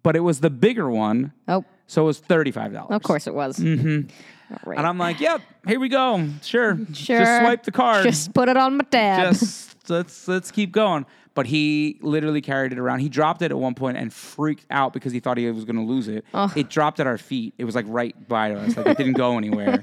[SPEAKER 1] but it was the bigger one.
[SPEAKER 2] oh,
[SPEAKER 1] So it was thirty five dollars.
[SPEAKER 2] of course it was. All right.
[SPEAKER 1] Mm-hmm. And I'm like, yep, here we go. Sure.
[SPEAKER 2] [LAUGHS] sure.
[SPEAKER 1] Just swipe the card
[SPEAKER 2] Just put it on my tab. [LAUGHS]
[SPEAKER 1] just let's let's keep going. But he literally carried it around. He dropped it at one point and freaked out because he thought he was going to lose it. It dropped at our feet. It was like right by us. Like it didn't go
[SPEAKER 2] [LAUGHS]
[SPEAKER 1] anywhere.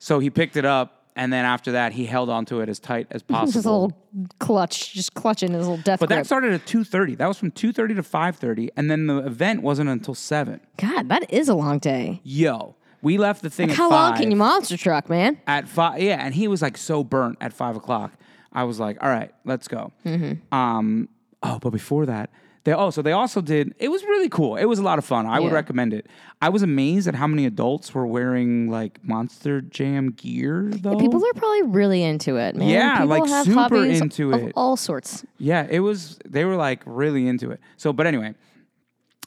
[SPEAKER 1] So he picked it up, and then after that, he held onto it as tight
[SPEAKER 2] [LAUGHS]
[SPEAKER 1] as
[SPEAKER 2] Just a
[SPEAKER 1] possible.
[SPEAKER 2] little clutch, just clutching his little death
[SPEAKER 1] But that
[SPEAKER 2] grip.
[SPEAKER 1] started at two thirty. That was from two thirty to five thirty, and then the event wasn't until seven.
[SPEAKER 2] God, that is a long day.
[SPEAKER 1] Yo, we left the thing. at
[SPEAKER 2] How long
[SPEAKER 1] five.
[SPEAKER 2] can you monster truck, man?
[SPEAKER 1] at five. Yeah, and he was like so burnt at five o'clock. I was like, all right, let's go.
[SPEAKER 2] Mm-hmm.
[SPEAKER 1] Um, oh, but before that, they oh, so they also did. It was really cool. It was a lot of fun. I would
[SPEAKER 2] Yeah.
[SPEAKER 1] recommend it. I was amazed at how many adults were wearing like Monster Jam gear though.
[SPEAKER 2] People are probably really into it, man.
[SPEAKER 1] Oh. Yeah,
[SPEAKER 2] People
[SPEAKER 1] like,
[SPEAKER 2] have
[SPEAKER 1] super
[SPEAKER 2] hobbies
[SPEAKER 1] into
[SPEAKER 2] of
[SPEAKER 1] it.
[SPEAKER 2] all sorts.
[SPEAKER 1] yeah, it was. They were like really into it. So, but anyway.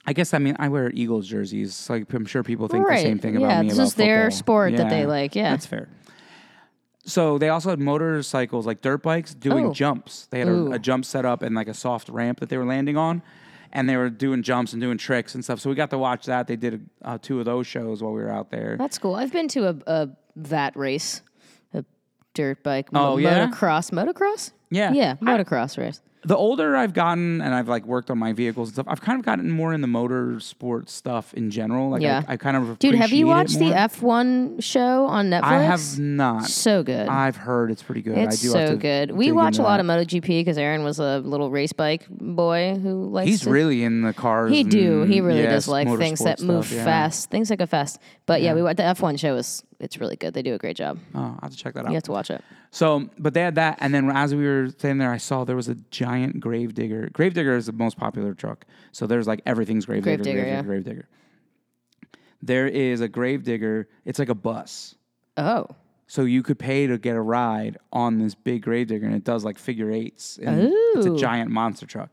[SPEAKER 1] I guess I mean I wear Eagles jerseys. So like, I'm sure people think
[SPEAKER 2] Right.
[SPEAKER 1] the same thing
[SPEAKER 2] Yeah,
[SPEAKER 1] about me.
[SPEAKER 2] it's
[SPEAKER 1] about
[SPEAKER 2] just their
[SPEAKER 1] football.
[SPEAKER 2] sport that they like, yeah.
[SPEAKER 1] that's fair. So they also had motorcycles, like dirt bikes, doing
[SPEAKER 2] Oh.
[SPEAKER 1] jumps. They had
[SPEAKER 2] Ooh.
[SPEAKER 1] a, a jump set up and like a soft ramp that they were landing on, and they were doing jumps and doing tricks and stuff. So we got to watch that. They did uh, two of those shows while we were out there.
[SPEAKER 2] That's cool. I've been to a, a that race, a dirt bike, mo-
[SPEAKER 1] Oh, yeah?
[SPEAKER 2] motocross, motocross.
[SPEAKER 1] Yeah.
[SPEAKER 2] yeah, motocross race.
[SPEAKER 1] the older I've gotten and I've like worked on my vehicles and stuff, I've kind of gotten more in the motorsport stuff in general. Like
[SPEAKER 2] Yeah.
[SPEAKER 1] I, I kind of
[SPEAKER 2] Dude, have
[SPEAKER 1] appreciate
[SPEAKER 2] you
[SPEAKER 1] it
[SPEAKER 2] watched the
[SPEAKER 1] more.
[SPEAKER 2] F1 show on Netflix?
[SPEAKER 1] I have not.
[SPEAKER 2] So good.
[SPEAKER 1] I've heard it's pretty good.
[SPEAKER 2] it's
[SPEAKER 1] I do
[SPEAKER 2] so
[SPEAKER 1] have to
[SPEAKER 2] good.
[SPEAKER 1] dig
[SPEAKER 2] We watch
[SPEAKER 1] into
[SPEAKER 2] a lot
[SPEAKER 1] that.
[SPEAKER 2] of MotoGP because Aaron was a little race bike boy who likes.
[SPEAKER 1] He's
[SPEAKER 2] to,
[SPEAKER 1] really in the cars.
[SPEAKER 2] He do. He
[SPEAKER 1] and,
[SPEAKER 2] really
[SPEAKER 1] yes,
[SPEAKER 2] does like things
[SPEAKER 1] motorsport
[SPEAKER 2] that move
[SPEAKER 1] stuff, yeah.
[SPEAKER 2] fast. Things that go fast. But yeah, we watch the F1 show is it's really good. They do a great job.
[SPEAKER 1] Oh, I have to check that out.
[SPEAKER 2] You have to watch it.
[SPEAKER 1] So, but they had that, and then as we were sitting there, I saw there was a giant gravedigger. Gravedigger is the most popular truck, so there's like everything's gravedigger,
[SPEAKER 2] Gravedigger,
[SPEAKER 1] gravedigger,
[SPEAKER 2] yeah.
[SPEAKER 1] gravedigger. There is a gravedigger. It's like a bus,
[SPEAKER 2] Oh,
[SPEAKER 1] so you could pay to get a ride on this big gravedigger, and it does like figure eights. And It's a
[SPEAKER 2] Ooh.
[SPEAKER 1] giant monster truck.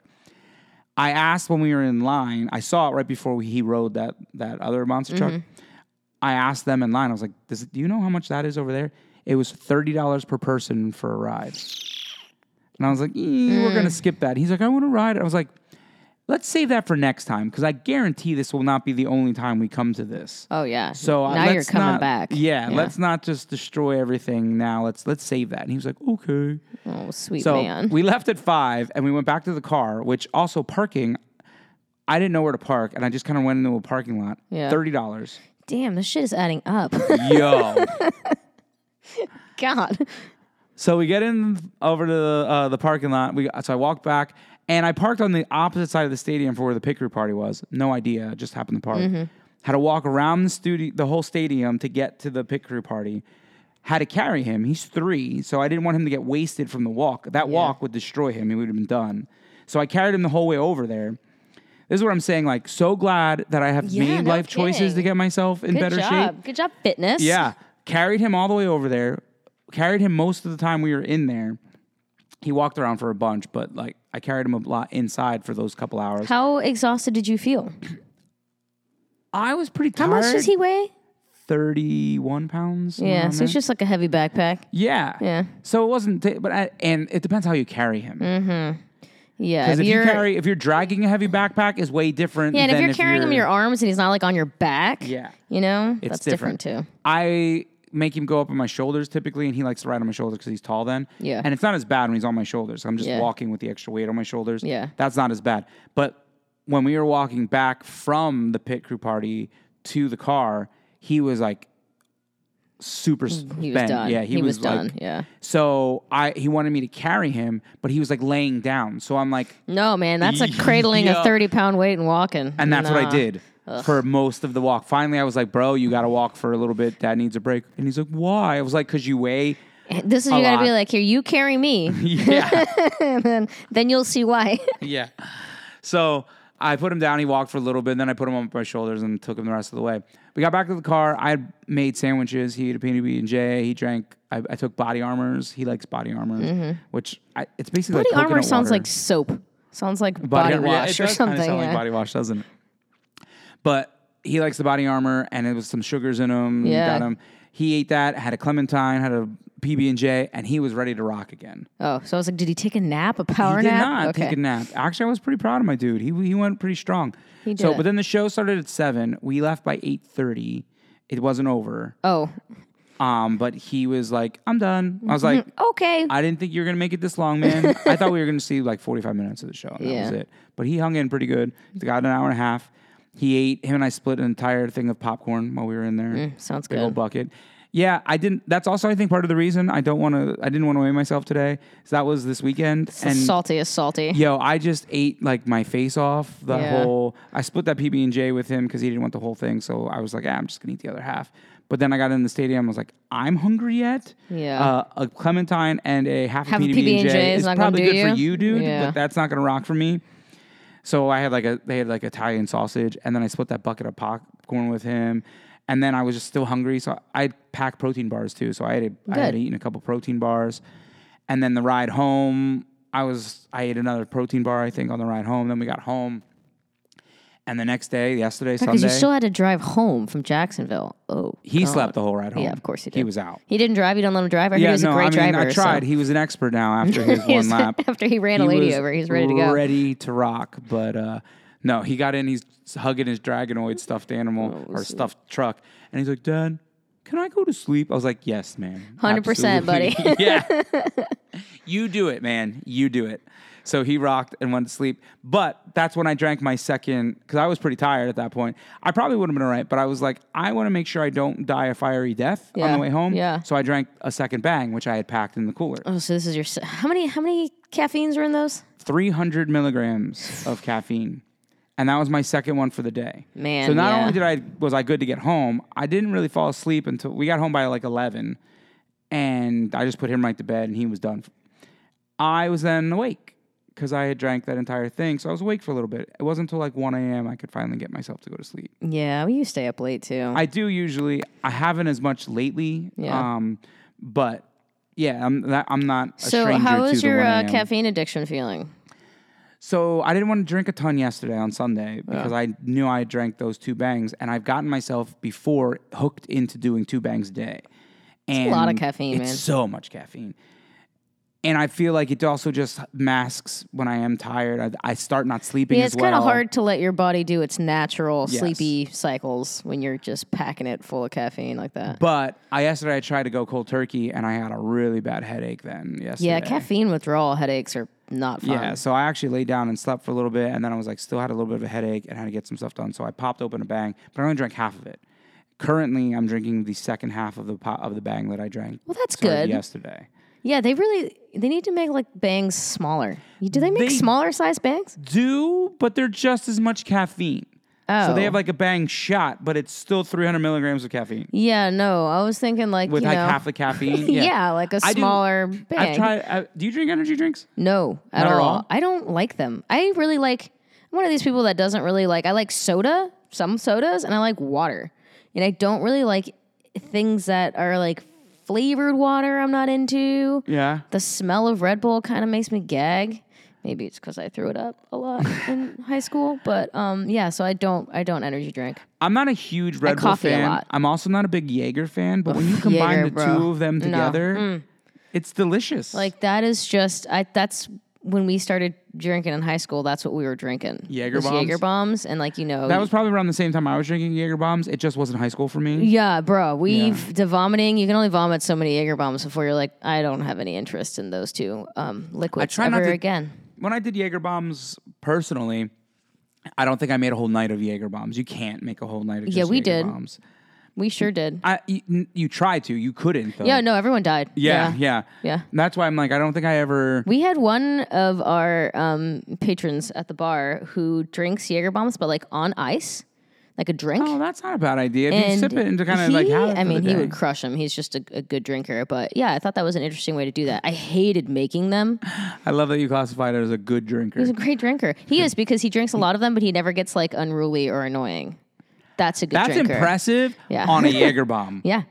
[SPEAKER 1] I asked when we were in line. I saw it right before he rode that that other monster truck. I asked them in line. I was like, Does, "Do you know how much that is over there?" It was thirty dollars per person for a ride. And I was like, "Eh, "We're gonna skip that." He's like, "I want to ride." I was like, "Let's save that for next time because I guarantee this will not be the only time we come to this."
[SPEAKER 2] oh yeah.
[SPEAKER 1] So uh,
[SPEAKER 2] now you're
[SPEAKER 1] let's
[SPEAKER 2] coming
[SPEAKER 1] not-
[SPEAKER 2] back.
[SPEAKER 1] Yeah, let's not just destroy everything now. Let's let's save that. And he was like, "Okay."
[SPEAKER 2] Oh sweet
[SPEAKER 1] So
[SPEAKER 2] man.
[SPEAKER 1] we left at five and we went back to the car, which also parking, I didn't know where to park and I just kind of went into a parking lot.
[SPEAKER 2] Yeah.
[SPEAKER 1] $30.
[SPEAKER 2] Damn, this shit is adding up. [LAUGHS]
[SPEAKER 1] [LAUGHS] Yo.
[SPEAKER 2] God.
[SPEAKER 1] so we get in over to the, uh, the parking lot. We So I walked back and I parked on the opposite side of the stadium for where the pick crew party was. No idea. Just happened to park.
[SPEAKER 2] Mm-hmm.
[SPEAKER 1] Had to walk around the studio, the whole stadium to get to the pick crew party. Had to carry him. He's three, so I didn't want him to get wasted from the walk. That walk would destroy him. He would have been done. So I carried him the whole way over there. This is what I'm saying. Like, so glad that I have
[SPEAKER 2] Yeah,
[SPEAKER 1] made
[SPEAKER 2] no
[SPEAKER 1] life choices to
[SPEAKER 2] kidding.
[SPEAKER 1] get myself in
[SPEAKER 2] Good
[SPEAKER 1] better shape.
[SPEAKER 2] job. Good job,
[SPEAKER 1] [LAUGHS]
[SPEAKER 2] fitness.
[SPEAKER 1] Yeah. Carried him all the way over there. Carried him most of the time we were in there. he walked around for a bunch, but like I carried him a lot inside for those couple hours.
[SPEAKER 2] How exhausted did you feel?
[SPEAKER 1] I was pretty
[SPEAKER 2] How
[SPEAKER 1] tired.
[SPEAKER 2] much does he weigh?
[SPEAKER 1] 31 pounds. somewhere
[SPEAKER 2] Yeah,
[SPEAKER 1] around
[SPEAKER 2] so it's
[SPEAKER 1] there.
[SPEAKER 2] just like a heavy backpack.
[SPEAKER 1] yeah.
[SPEAKER 2] Yeah. Mm-hmm.
[SPEAKER 1] So it wasn't, t- but I, and it depends how you carry him.
[SPEAKER 2] Yeah.
[SPEAKER 1] Because if you carry, if you're dragging a heavy backpack, is way different.
[SPEAKER 2] yeah, and if
[SPEAKER 1] than
[SPEAKER 2] you're carrying him in your arms and he's not like on your back,
[SPEAKER 1] Yeah.
[SPEAKER 2] you know,
[SPEAKER 1] It's
[SPEAKER 2] that's different. too.
[SPEAKER 1] I make him go up on my shoulders typically, and he likes to ride on my shoulders because he's tall then.
[SPEAKER 2] Yeah.
[SPEAKER 1] And it's not as bad when he's on my shoulders. I'm just
[SPEAKER 2] Yeah.
[SPEAKER 1] walking with the extra weight on my shoulders.
[SPEAKER 2] Yeah.
[SPEAKER 1] That's not as bad. But when we were walking back from the pit crew party to the car, he was like super
[SPEAKER 2] He was
[SPEAKER 1] spent.
[SPEAKER 2] done.
[SPEAKER 1] Yeah, he,
[SPEAKER 2] was,
[SPEAKER 1] like-
[SPEAKER 2] done. yeah.
[SPEAKER 1] So I he wanted me to carry him, but he was like laying down. So I'm like,
[SPEAKER 2] No, man,
[SPEAKER 1] [LAUGHS]
[SPEAKER 2] that's like cradling
[SPEAKER 1] Yeah.
[SPEAKER 2] a 30 pound weight and walking.
[SPEAKER 1] and that's what I
[SPEAKER 2] Nah.
[SPEAKER 1] did for most of the walk. Finally, I was like, "Bro, you got to walk for a little bit. Dad needs a break." And he's like, "Why?" I was like, "Cause you
[SPEAKER 2] [LAUGHS]
[SPEAKER 1] weigh."
[SPEAKER 2] This is, you got to be
[SPEAKER 1] lot.
[SPEAKER 2] like, here, you
[SPEAKER 1] [LAUGHS]
[SPEAKER 2] carry me.
[SPEAKER 1] Yeah,
[SPEAKER 2] and then, then you'll see why. [LAUGHS]
[SPEAKER 1] yeah. So I put him down. He walked for a little bit. Then I put him on my shoulders and took him the rest of the way. We got back to the car. I had made sandwiches. He ate a peanut B and J. He drank. I, I took body armors. He likes body armors, which I, it's basically
[SPEAKER 2] Mm-hmm. body
[SPEAKER 1] like
[SPEAKER 2] armor
[SPEAKER 1] coconut
[SPEAKER 2] sounds
[SPEAKER 1] water.
[SPEAKER 2] like soap. Sounds like body,
[SPEAKER 1] body, armor.
[SPEAKER 2] wash
[SPEAKER 1] yeah, it
[SPEAKER 2] or
[SPEAKER 1] does kinda
[SPEAKER 2] something.
[SPEAKER 1] Sound
[SPEAKER 2] yeah.
[SPEAKER 1] like body wash, doesn't it? But he likes the body armor, and it was some sugars in him.
[SPEAKER 2] Yeah.
[SPEAKER 1] got him. He ate that. Had a clementine. Had a PB and J, and he was ready to rock again.
[SPEAKER 2] Oh, so I was like, did he take a nap, a power
[SPEAKER 1] he did
[SPEAKER 2] nap?
[SPEAKER 1] not take a nap. Actually, I was pretty proud of my dude. He he went pretty strong.
[SPEAKER 2] He
[SPEAKER 1] So,
[SPEAKER 2] did it.
[SPEAKER 1] but then the show started at seven. We left by eight thirty. It wasn't over.
[SPEAKER 2] Oh,
[SPEAKER 1] Um, but he was like, "I'm done." I was
[SPEAKER 2] Mm-hmm.
[SPEAKER 1] like,
[SPEAKER 2] okay.
[SPEAKER 1] I didn't think you were gonna make it this long,
[SPEAKER 2] [LAUGHS]
[SPEAKER 1] man. I thought we were gonna see like 45 minutes of the show. And
[SPEAKER 2] Yeah.
[SPEAKER 1] That was it. But he hung in pretty good. He got an hour and a half. He ate. Him and I split an entire thing of popcorn while we were in there.
[SPEAKER 2] Mm, sounds
[SPEAKER 1] Big old
[SPEAKER 2] good.
[SPEAKER 1] bucket. Yeah, I didn't. That's also I think part of the reason I don't want to. I didn't want to weigh myself today. So that was this weekend. and
[SPEAKER 2] salty is salty.
[SPEAKER 1] [LAUGHS] yo, I just ate like my face off. The
[SPEAKER 2] Yeah.
[SPEAKER 1] whole. I split that PB and J with him because he didn't want the whole thing. So I was like, ah, I'm just gonna eat the other half. But then I got in the stadium. I was like, I'm hungry yet.
[SPEAKER 2] Yeah.
[SPEAKER 1] Uh, a clementine and a half
[SPEAKER 2] Half a
[SPEAKER 1] a PB and
[SPEAKER 2] PB&J
[SPEAKER 1] J
[SPEAKER 2] is
[SPEAKER 1] is
[SPEAKER 2] not gonna
[SPEAKER 1] probably
[SPEAKER 2] do
[SPEAKER 1] good for
[SPEAKER 2] you.
[SPEAKER 1] you, dude.
[SPEAKER 2] Yeah.
[SPEAKER 1] But that's not gonna rock for me. So I had like a they had like Italian sausage, and then I split that bucket of popcorn with him. And then I was just still hungry, so I had packed protein bars too. So I had a, I had
[SPEAKER 2] Good.
[SPEAKER 1] eaten a couple protein bars, and then the ride home, I was I ate another protein bar I think on the ride home. Then we got home, and the next day, yesterday,
[SPEAKER 2] Because
[SPEAKER 1] Sunday,
[SPEAKER 2] you still had to drive home from Jacksonville. Oh,
[SPEAKER 1] he
[SPEAKER 2] God.
[SPEAKER 1] slept the whole ride home.
[SPEAKER 2] Yeah, of course Um, he did.
[SPEAKER 1] He was out.
[SPEAKER 2] He didn't drive. You don't let him drive. I heard
[SPEAKER 1] yeah,
[SPEAKER 2] he was
[SPEAKER 1] no,
[SPEAKER 2] a great
[SPEAKER 1] I mean
[SPEAKER 2] driver.
[SPEAKER 1] I
[SPEAKER 2] so-
[SPEAKER 1] tried. He was an expert now after his
[SPEAKER 2] [LAUGHS] He was-
[SPEAKER 1] one lap.
[SPEAKER 2] [LAUGHS] after he ran a lady over, he's ready to go.
[SPEAKER 1] Ready to rock, but uh, no, he got in. He's hugging his dragonoid stuffed
[SPEAKER 2] Oh,
[SPEAKER 1] animal or stuffed truck, and he's like, "Dad, can I go to sleep?" I was like, "Yes, man,
[SPEAKER 2] 100%, buddy."
[SPEAKER 1] absolutely." [LAUGHS]
[SPEAKER 2] [LAUGHS]
[SPEAKER 1] yeah, you do it, man. You do it." So he rocked and went to sleep. But that's when I drank my second because I was pretty tired at that point. I probably would have been all right, but I was like, I want to make sure I don't die a fiery death on
[SPEAKER 2] Yeah,
[SPEAKER 1] the way home.
[SPEAKER 2] yeah.
[SPEAKER 1] So I drank a second bang, which I had packed in the cooler.
[SPEAKER 2] Oh, so this is your se- how many how many caffeines are in those?
[SPEAKER 1] 300 milligrams of caffeine. And that was my second one for the day.
[SPEAKER 2] Man,
[SPEAKER 1] so not
[SPEAKER 2] yeah.
[SPEAKER 1] only did I was I good to get home, I didn't really fall asleep until we got home by like 11, and I just put him right to bed, and he was done. I was then awake because I had drank that entire thing, so I was awake for a little bit. It wasn't until like 1 a.m. I could finally get myself to go to sleep.
[SPEAKER 2] Yeah, well, you stay up late too.
[SPEAKER 1] I do usually. I haven't as much lately.
[SPEAKER 2] Yeah.
[SPEAKER 1] Um, but yeah, I'm that, I'm not. A
[SPEAKER 2] so
[SPEAKER 1] stranger
[SPEAKER 2] how
[SPEAKER 1] to
[SPEAKER 2] is
[SPEAKER 1] the
[SPEAKER 2] your
[SPEAKER 1] 1
[SPEAKER 2] uh,
[SPEAKER 1] a.m..
[SPEAKER 2] caffeine addiction feeling?
[SPEAKER 1] So I didn't want to drink a ton yesterday on Sunday because I knew I drank those two bangs, and I've gotten myself before hooked into doing two bangs a day. And
[SPEAKER 2] lot of caffeine,
[SPEAKER 1] it's
[SPEAKER 2] man.
[SPEAKER 1] So much caffeine, and I feel like it also just masks when I am tired. I, I start not sleeping.
[SPEAKER 2] Yeah,
[SPEAKER 1] as
[SPEAKER 2] it's kind
[SPEAKER 1] well.
[SPEAKER 2] of hard to let your body do its natural
[SPEAKER 1] Yes.
[SPEAKER 2] sleepy cycles when you're just packing it full of caffeine like that.
[SPEAKER 1] But I yesterday I tried to go cold turkey, and I had a really bad headache. Then yesterday,
[SPEAKER 2] yeah, caffeine withdrawal headaches are not fun.
[SPEAKER 1] Yeah, so I actually laid down and slept for a little bit, and then I was like, still had a little bit of a headache and had to get some stuff done. So I popped open a bang, but I only drank half of it. Currently, I'm drinking the second half of the po- of the bang that I drank.
[SPEAKER 2] Well, that's
[SPEAKER 1] started
[SPEAKER 2] good.
[SPEAKER 1] Yesterday,
[SPEAKER 2] Yeah, they really they need to make like bangs smaller. You- Do they make
[SPEAKER 1] They-
[SPEAKER 2] smaller size bangs?
[SPEAKER 1] do but they're just as much caffeine.
[SPEAKER 2] Oh,
[SPEAKER 1] So they have like a bang shot, but it's still 300 milligrams of caffeine
[SPEAKER 2] yeah. No, I was thinking like
[SPEAKER 1] with
[SPEAKER 2] you
[SPEAKER 1] like
[SPEAKER 2] know,
[SPEAKER 1] half the caffeine.
[SPEAKER 2] [LAUGHS] yeah. like a
[SPEAKER 1] I do-
[SPEAKER 2] smaller bang.
[SPEAKER 1] I've tried. I, do you drink energy drinks?
[SPEAKER 2] No, at
[SPEAKER 1] Not at
[SPEAKER 2] all.
[SPEAKER 1] all?
[SPEAKER 2] I don't like them. I really like I'm one of these people that doesn't really like I like soda, some sodas, and I like water. And I don't really like things that are like flavored water I'm not into.
[SPEAKER 1] Yeah.
[SPEAKER 2] The smell of Red Bull kind of makes me gag. Maybe it's because I threw it up a lot in high school, but um, yeah. So I don't, I don't energy drink.
[SPEAKER 1] I'm not a huge Red Bull
[SPEAKER 2] coffee a
[SPEAKER 1] fan.
[SPEAKER 2] lot.
[SPEAKER 1] I'm also not a big Jaeger fan, but when you combine
[SPEAKER 2] Jaeger,
[SPEAKER 1] the
[SPEAKER 2] bro.
[SPEAKER 1] two of them
[SPEAKER 2] No. Mm.
[SPEAKER 1] together, it's delicious.
[SPEAKER 2] Like that is just, I that's when we started drinking in high school. That's what we were drinking.
[SPEAKER 1] Jaeger
[SPEAKER 2] Was
[SPEAKER 1] bombs?
[SPEAKER 2] Jaeger bombs, and like you know,
[SPEAKER 1] that was probably around the same time I was drinking Jaeger bombs. It just wasn't high school for me.
[SPEAKER 2] Yeah, bro. We've the vomiting. You can only vomit so many Jaeger bombs before you're like, I don't have any interest in those two um, liquids
[SPEAKER 1] try not
[SPEAKER 2] ever
[SPEAKER 1] to-
[SPEAKER 2] again.
[SPEAKER 1] When I did Jaeger bombs personally, I don't think I made a whole night of Jaeger bombs. You can't make a whole night of just
[SPEAKER 2] Yeah, we
[SPEAKER 1] Jaeger
[SPEAKER 2] did.
[SPEAKER 1] bombs.
[SPEAKER 2] We sure did.
[SPEAKER 1] I you, you tried to, you couldn't though.
[SPEAKER 2] yeah, no, everyone died.
[SPEAKER 1] yeah, yeah.
[SPEAKER 2] Yeah.
[SPEAKER 1] And That's why I'm like I don't think I ever
[SPEAKER 2] We had one of our um, patrons at the bar who drinks Jaeger bombs, but like on ice, like a drink.
[SPEAKER 1] Oh, that's not a bad idea. If you
[SPEAKER 2] and
[SPEAKER 1] sip it and to kind of like
[SPEAKER 2] he-
[SPEAKER 1] have it for
[SPEAKER 2] I
[SPEAKER 1] the
[SPEAKER 2] mean, he
[SPEAKER 1] day.
[SPEAKER 2] would crush him. He's just a, a good drinker. But yeah, I thought that was an interesting way to do that. I hated making them.
[SPEAKER 1] I love that you classified it as a good drinker.
[SPEAKER 2] He's a great drinker. He is because he drinks a lot of them, but he never gets like unruly or annoying. That's a good
[SPEAKER 1] That's
[SPEAKER 2] drinker.
[SPEAKER 1] impressive
[SPEAKER 2] Yeah. [LAUGHS]
[SPEAKER 1] on a Jaeger bomb.
[SPEAKER 2] Yeah.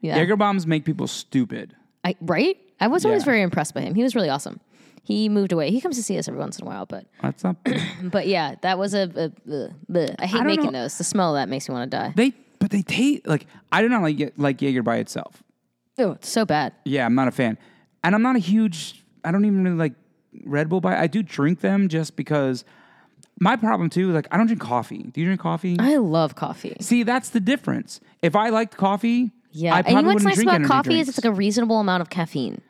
[SPEAKER 2] Yeah.
[SPEAKER 1] Jaeger bombs make people stupid.
[SPEAKER 2] I, right? I was always
[SPEAKER 1] Yeah.
[SPEAKER 2] very impressed by him. He was really awesome. He moved away. He comes to see us every once in a while, but
[SPEAKER 1] That's not. [CLEARS THROAT]
[SPEAKER 2] but yeah, that was a, a, a- bleh. I hate
[SPEAKER 1] don't
[SPEAKER 2] making
[SPEAKER 1] know.
[SPEAKER 2] those. The smell of that makes me want to die.
[SPEAKER 1] they but they taste like I do not like Ye- like Jaeger by itself.
[SPEAKER 2] Oh, it's so bad.
[SPEAKER 1] Yeah, I'm not a fan, and I'm not a huge. I don't even really like Red Bull. By I do drink them just because. My problem too, like I don't drink coffee. Do you drink coffee?
[SPEAKER 2] I love coffee.
[SPEAKER 1] See, that's the difference. If I liked coffee,
[SPEAKER 2] Yeah,
[SPEAKER 1] I probably
[SPEAKER 2] and you know what's
[SPEAKER 1] wouldn't
[SPEAKER 2] nice
[SPEAKER 1] drink
[SPEAKER 2] about
[SPEAKER 1] energy
[SPEAKER 2] coffee
[SPEAKER 1] drinks.
[SPEAKER 2] is it's like a reasonable amount of caffeine.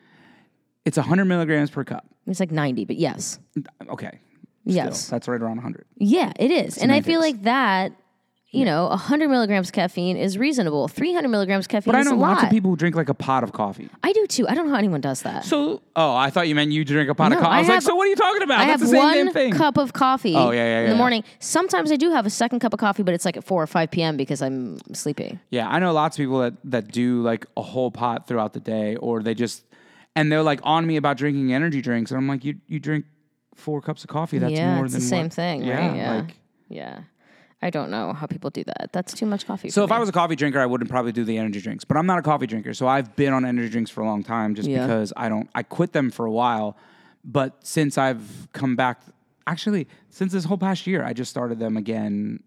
[SPEAKER 1] it's 100 milligrams per cup.
[SPEAKER 2] It's like ninety, but yes,
[SPEAKER 1] Okay.
[SPEAKER 2] Yes.
[SPEAKER 1] Still, that's right around 100.
[SPEAKER 2] yeah, it is. and I feel
[SPEAKER 1] semantics.
[SPEAKER 2] like that, you know, hundred milligrams caffeine is reasonable. Three hundred milligrams caffeine
[SPEAKER 1] But I
[SPEAKER 2] is
[SPEAKER 1] know
[SPEAKER 2] a lot.
[SPEAKER 1] lots of people who drink like a pot of coffee.
[SPEAKER 2] I do too. I don't know how anyone does that.
[SPEAKER 1] So, oh, I thought you meant you drink a pot of
[SPEAKER 2] No,
[SPEAKER 1] coffee. I was
[SPEAKER 2] I
[SPEAKER 1] like,
[SPEAKER 2] have-
[SPEAKER 1] so what are you talking about?
[SPEAKER 2] I
[SPEAKER 1] That's
[SPEAKER 2] have
[SPEAKER 1] the same
[SPEAKER 2] one
[SPEAKER 1] damn thing.
[SPEAKER 2] cup of coffee.
[SPEAKER 1] Oh, yeah, yeah, yeah,
[SPEAKER 2] In the
[SPEAKER 1] yeah.
[SPEAKER 2] morning, sometimes I do have a second cup of coffee, but it's like at four or five p.m. because I'm sleepy.
[SPEAKER 1] Yeah, I know lots of people that that do like a whole pot throughout the day, or they just and they're like on me about drinking energy drinks, and I'm like, you you drink four cups of coffee. That's
[SPEAKER 2] yeah,
[SPEAKER 1] more
[SPEAKER 2] it's
[SPEAKER 1] than
[SPEAKER 2] the same
[SPEAKER 1] what-
[SPEAKER 2] thing.
[SPEAKER 1] Yeah,
[SPEAKER 2] right? yeah,
[SPEAKER 1] like-
[SPEAKER 2] yeah. I don't know how people do that. That's too much coffee.
[SPEAKER 1] so
[SPEAKER 2] for
[SPEAKER 1] if
[SPEAKER 2] me.
[SPEAKER 1] I was a coffee drinker, I wouldn't probably do the energy drinks. But I'm not a coffee drinker, so I've been on energy drinks for a long time just
[SPEAKER 2] Yeah.
[SPEAKER 1] because I don't. I quit them for a while, but since I've come back, actually since this whole past year, I just started them again.